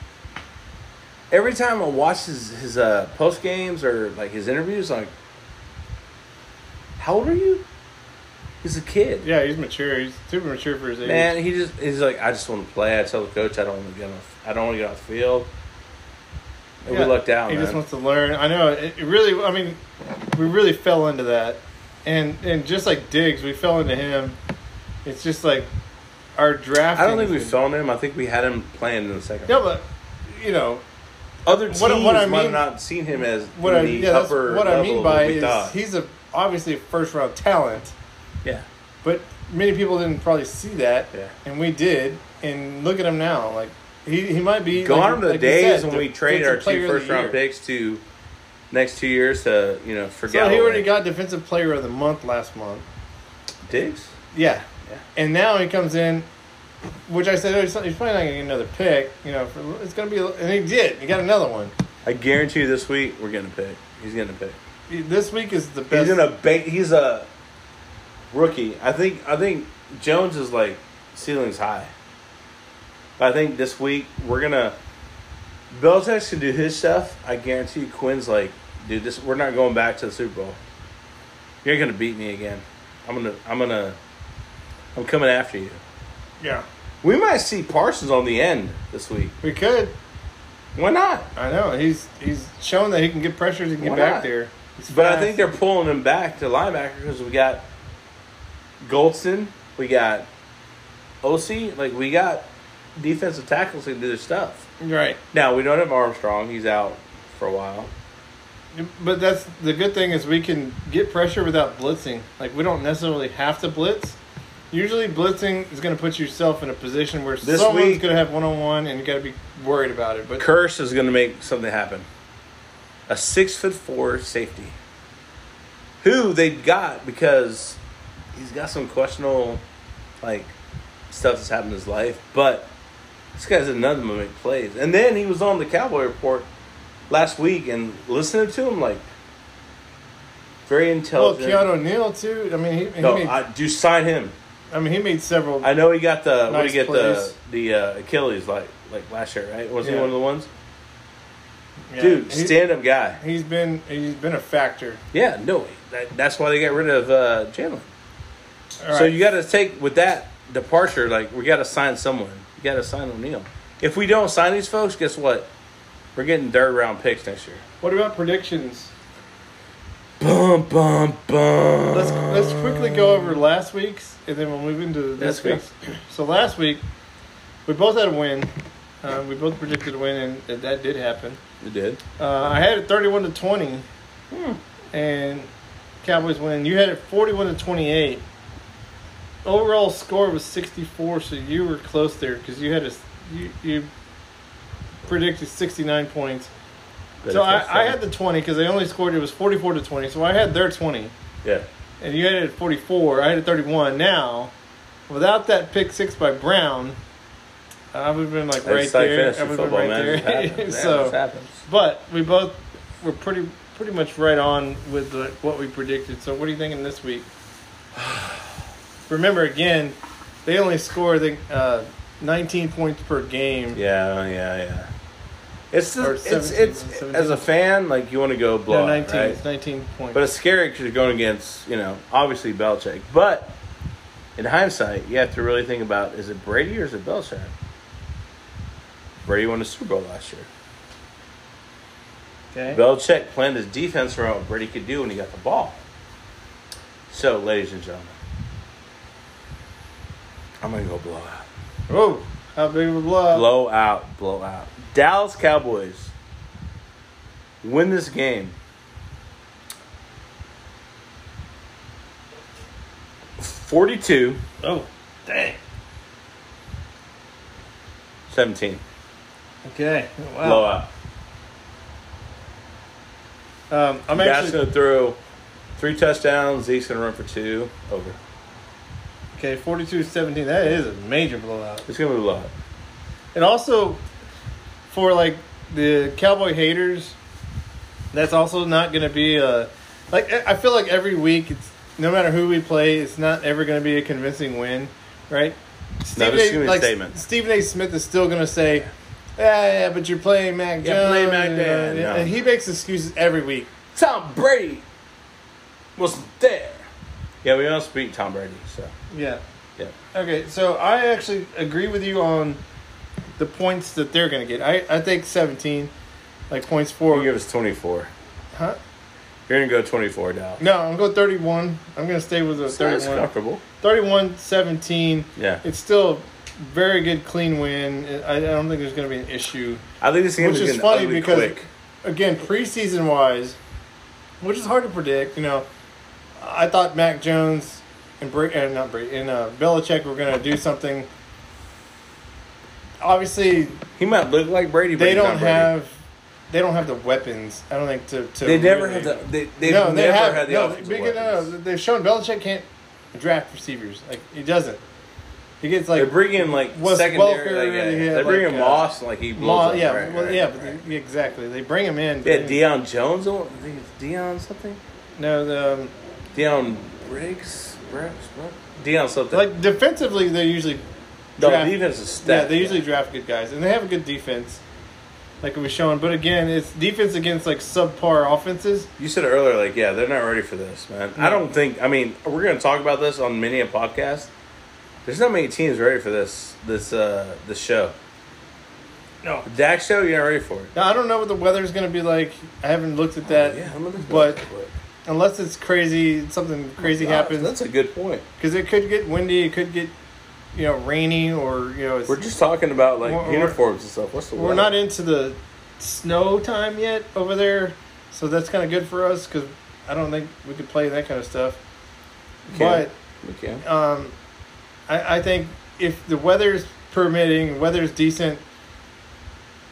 Speaker 2: Every time I watch his, his uh, post games or like his interviews, like, how old are you? He's a kid.
Speaker 3: Yeah, he's mature. He's super mature for his age.
Speaker 2: Man, he just he's like, I just want to play. I tell the coach I don't want to get on. the- I don't want to get off the field. And
Speaker 3: Yeah,
Speaker 2: we lucked out.
Speaker 3: He
Speaker 2: man.
Speaker 3: just wants to learn. I know. It, it really. I mean, we really fell into that, and and just like Diggs, we fell into him. It's just like our draft.
Speaker 2: I don't think we fell on him. I think we had him playing in the second.
Speaker 3: Yeah, but you know
Speaker 2: Other teams
Speaker 3: What- what I
Speaker 2: might
Speaker 3: mean-
Speaker 2: have not seen him as
Speaker 3: what
Speaker 2: in
Speaker 3: I
Speaker 2: the
Speaker 3: yeah, that's
Speaker 2: upper
Speaker 3: what I
Speaker 2: level
Speaker 3: mean by
Speaker 2: that we
Speaker 3: is
Speaker 2: thought.
Speaker 3: he's a obviously a first round talent.
Speaker 2: yeah.
Speaker 3: But many people didn't probably see that,
Speaker 2: Yeah.
Speaker 3: and we did. And look at him now. Like he, he might be
Speaker 2: Gone
Speaker 3: like,
Speaker 2: are the
Speaker 3: like you
Speaker 2: days
Speaker 3: said,
Speaker 2: when we
Speaker 3: the
Speaker 2: traded our
Speaker 3: defensive player
Speaker 2: two
Speaker 3: of the
Speaker 2: first round
Speaker 3: year.
Speaker 2: picks to next two years to you know
Speaker 3: So
Speaker 2: forget.
Speaker 3: he already got defensive player of the month last month.
Speaker 2: Diggs.
Speaker 3: Yeah.
Speaker 2: Yeah.
Speaker 3: And now he comes in, which I said oh, he's not- he's probably not gonna get another pick. You know, for, it's gonna be, and he did. He got another one.
Speaker 2: I guarantee you this week we're getting a pick. He's getting a pick.
Speaker 3: This week is the
Speaker 2: He's
Speaker 3: best.
Speaker 2: gonna bait. He's a rookie. I think. I think Jones is like ceiling's high. But I think this week we're gonna. Belichick's can do his stuff. I guarantee you, Quinn's like, dude, this we're not going back to the Super Bowl. You're gonna beat me again. I'm gonna. I'm gonna. I'm coming after you.
Speaker 3: yeah,
Speaker 2: We might see Parsons on the end this week.
Speaker 3: we could.
Speaker 2: Why not?
Speaker 3: I know he's he's shown that he can get pressures and get
Speaker 2: Why
Speaker 3: back
Speaker 2: not?
Speaker 3: there. He's
Speaker 2: But I
Speaker 3: fast.
Speaker 2: think they're pulling him back to linebacker because we got Goldson, we got OC, like we got defensive tackles who can do their stuff.
Speaker 3: right.
Speaker 2: Now we don't have Armstrong; he's out for a while.
Speaker 3: But that's the good thing is we can get pressure without blitzing. Like we don't necessarily have to blitz. Usually, blitzing is going to put yourself in a position where
Speaker 2: This
Speaker 3: someone's
Speaker 2: week-
Speaker 3: going to have one on one, and you got to be worried about it. But
Speaker 2: Curse is going to make something happen. A six foot four safety, who they got because he's got some questionable, like stuff that's happened in his life. But this guy's another one make plays. And then he was on the Cowboy Report last week and listening to him like very
Speaker 3: well,
Speaker 2: intelligent.
Speaker 3: oh, Keanu Neal too. I mean, he, he
Speaker 2: no,
Speaker 3: made. I,
Speaker 2: I do sign him.
Speaker 3: mean, he made several.
Speaker 2: I know he got the what
Speaker 3: Nice
Speaker 2: he get
Speaker 3: plays.
Speaker 2: the the uh, Achilles like like last year, right? Wasn't
Speaker 3: Yeah.
Speaker 2: he one of the ones?
Speaker 3: yeah,
Speaker 2: Dude,
Speaker 3: he,
Speaker 2: stand up guy.
Speaker 3: He's been he's been a factor.
Speaker 2: Yeah, no, that, that's why they got rid of uh, Jalen.
Speaker 3: All
Speaker 2: So
Speaker 3: right.
Speaker 2: you got to take with that departure. Like we got to sign someone. You got to sign O'Neal. If we don't sign these folks, guess what? We're getting third round picks next year.
Speaker 3: what about predictions?
Speaker 2: Bum bum bum.
Speaker 3: Let's let's quickly go over last week's, and then we'll move into this
Speaker 2: This week.
Speaker 3: week's. So last week, we both had a win. Uh, we both predicted a win, and that, that did happen.
Speaker 2: It did.
Speaker 3: Uh, I had it 31 to 20,
Speaker 2: Hmm.
Speaker 3: and Cowboys win. You had it 41 to 28. Overall score was 64, so you were close there because you had a s- you, you predicted 69 points.
Speaker 2: But
Speaker 3: so
Speaker 2: it's not
Speaker 3: I, I
Speaker 2: fair.
Speaker 3: had the 20 because they only scored it was 44 to 20. So I had their 20,
Speaker 2: yeah.
Speaker 3: and you had it at 44. I had it 31. Now, without that pick six by Brown, I would have been like right
Speaker 2: That's like
Speaker 3: there. I
Speaker 2: fantasy
Speaker 3: would have been
Speaker 2: football,
Speaker 3: right
Speaker 2: man. It
Speaker 3: there.
Speaker 2: happens. Man, this
Speaker 3: so.
Speaker 2: happens.
Speaker 3: But we both were pretty pretty much right on with the, what we predicted. So what are you thinking this week? Remember again, they only score I think uh, 19 points per game.
Speaker 2: Yeah, yeah, yeah. It's
Speaker 3: Or
Speaker 2: just, it's
Speaker 3: 17,
Speaker 2: it's
Speaker 3: 17.
Speaker 2: as a fan, like you want to go
Speaker 3: No,
Speaker 2: blow,
Speaker 3: 19,
Speaker 2: right?
Speaker 3: it's 19 points.
Speaker 2: But it's scary because you're going against, you know, obviously Belichick. But in hindsight, you have to really think about: is it Brady or is it Belichick? Brady won the Super Bowl last year.
Speaker 3: okay.
Speaker 2: Belichick planned his defense around what Brady could do when he got the ball. So, ladies and gentlemen, I'm gonna go blow out.
Speaker 3: oh, how big of a blow?
Speaker 2: blow out, blow out. Dallas Cowboys win this game. 42
Speaker 3: Oh, dang.
Speaker 2: 17.
Speaker 3: Okay. Wow.
Speaker 2: Blow out.
Speaker 3: Um, I'm
Speaker 2: Dak's
Speaker 3: actually
Speaker 2: going to throw three touchdowns. Zeke's going to run for two. Over.
Speaker 3: okay. 42-17. That is a major blowout.
Speaker 2: It's going to be a blowout.
Speaker 3: And also, for like the cowboy haters, that's also not going to be a like. I I feel like every week, it's no matter who we play, it's not ever going to be a convincing win, right? Stephen
Speaker 2: there's too many
Speaker 3: like,
Speaker 2: statements.
Speaker 3: Stephen A. Smith is still going to say, "Yeah, yeah, but you're playing Mac
Speaker 2: Yeah, play
Speaker 3: Jones,"
Speaker 2: Mac
Speaker 3: and-
Speaker 2: Dan, no.
Speaker 3: and he makes excuses every week.
Speaker 2: Tom Brady wasn't there. Yeah, we almost beat Tom Brady, so.
Speaker 3: Yeah.
Speaker 2: Yeah.
Speaker 3: Okay, so I actually agree with you on the points that they're going to get. I, I think 17, like points
Speaker 2: You're going to
Speaker 3: four.
Speaker 2: give us 24.
Speaker 3: Huh?
Speaker 2: You're going to go 24 now.
Speaker 3: No, I'm going 31. I'm going to stay with the
Speaker 2: That's
Speaker 3: 31.
Speaker 2: comfortable.
Speaker 3: 31 17.
Speaker 2: Yeah.
Speaker 3: It's still a very good, clean win. I I don't think there's going to be an issue.
Speaker 2: I think this game
Speaker 3: Which
Speaker 2: is,
Speaker 3: is
Speaker 2: gonna
Speaker 3: funny
Speaker 2: ugly
Speaker 3: because,
Speaker 2: quick.
Speaker 3: again, preseason wise, which is hard to predict, you know, I thought Mac Jones and Bra- uh, not Bra- and uh, Belichick were going to do something. Obviously,
Speaker 2: He might look like Brady, but
Speaker 3: they
Speaker 2: he's
Speaker 3: don't
Speaker 2: not Brady.
Speaker 3: have they don't have the weapons. I don't think to, to
Speaker 2: They never
Speaker 3: really-
Speaker 2: have the. They, they've
Speaker 3: no,
Speaker 2: no, never
Speaker 3: they have.
Speaker 2: had the
Speaker 3: no,
Speaker 2: offensive
Speaker 3: because, no,
Speaker 2: weapons.
Speaker 3: no, they've shown Belichick can't draft receivers. Like he doesn't. He gets like
Speaker 2: they bring in like
Speaker 3: Wes
Speaker 2: secondary.
Speaker 3: Welker,
Speaker 2: like, yeah,
Speaker 3: they had,
Speaker 2: they bring
Speaker 3: like,
Speaker 2: in
Speaker 3: uh,
Speaker 2: Moss, and, like he blows
Speaker 3: Ma-
Speaker 2: up.
Speaker 3: yeah,
Speaker 2: right,
Speaker 3: well,
Speaker 2: right,
Speaker 3: yeah,
Speaker 2: right,
Speaker 3: but
Speaker 2: right.
Speaker 3: they- exactly. They bring him in.
Speaker 2: They
Speaker 3: but
Speaker 2: had Deion Jones. on- I think it's Deion something.
Speaker 3: No, the, um,
Speaker 2: Deion Briggs, Briggs, what? Deion something.
Speaker 3: like defensively, they usually
Speaker 2: the
Speaker 3: draft-
Speaker 2: defense is
Speaker 3: yeah
Speaker 2: stacked.
Speaker 3: they usually draft good guys and they have a good defense, like it was shown. But again, it's defense against like subpar offenses.
Speaker 2: You said earlier, like, yeah, they're not ready for this, man. I don't think. I mean, we're going to talk about this on many a podcast. There's not many teams ready for this. This uh this show.
Speaker 3: No.
Speaker 2: Dak show, you're not ready for it.
Speaker 3: Now I don't know what the weather's gonna be like. I haven't looked at that.
Speaker 2: yeah, I'm gonna look
Speaker 3: but
Speaker 2: back real quick.
Speaker 3: unless it's crazy, something crazy
Speaker 2: Gosh,
Speaker 3: happens.
Speaker 2: That's a good point.
Speaker 3: because it could get windy, it could get you know rainy, or you know it's,
Speaker 2: We're just talking about like
Speaker 3: We're- we're-
Speaker 2: uniforms and stuff. What's the
Speaker 3: we're
Speaker 2: weather?
Speaker 3: not into the snow time yet over there, so that's kind of good for us because I don't think we could play that kind of stuff.
Speaker 2: We
Speaker 3: But
Speaker 2: can't. we can.
Speaker 3: um, I, I think if the weather's permitting, weather's decent,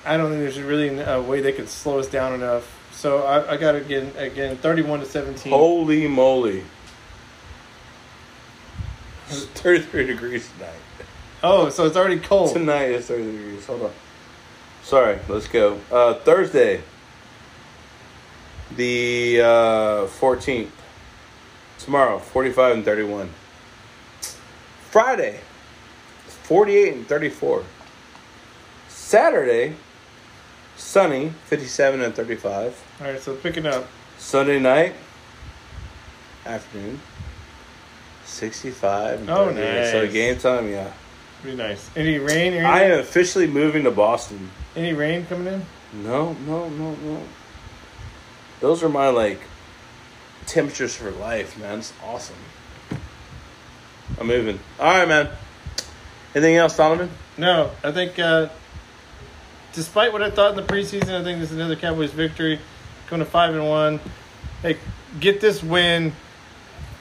Speaker 3: I don't think there's really a way they could slow us down enough. So I, I got again again thirty one to seventeen.
Speaker 2: Holy moly! It's Thirty-three degrees tonight.
Speaker 3: Oh, so it's already cold.
Speaker 2: Tonight is thirty degrees. Hold on. Sorry. Let's go. Uh, Thursday, the uh, fourteenth. Tomorrow, forty-five and thirty-one. Friday, forty-eight and thirty-four. Saturday, sunny, fifty-seven and thirty-five.
Speaker 3: All right, so picking up.
Speaker 2: Sunday night afternoon, sixty-five. and
Speaker 3: Oh,
Speaker 2: 38. So
Speaker 3: nice.
Speaker 2: game time, yeah.
Speaker 3: Be nice. Any rain? Or
Speaker 2: I
Speaker 3: anything?
Speaker 2: am officially moving to Boston.
Speaker 3: Any rain coming in?
Speaker 2: No, no, no, no. Those are my like temperatures for life, man. It's awesome. I'm moving. All right, man. Anything else, Donovan?
Speaker 3: No, I think uh, despite what I thought in the preseason, I think this is another Cowboys victory. Going to five and one. Hey, get this win.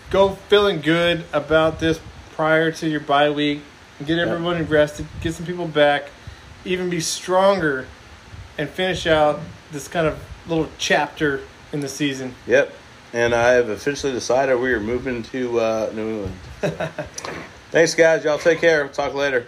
Speaker 3: Go feeling good about this prior to your bye week. Get everyone rested. Get some people back. Even be stronger, and finish out this kind of little chapter in the season.
Speaker 2: Yep. And I have officially decided we are moving to uh, New England. Thanks, guys. Y'all take care. Talk later.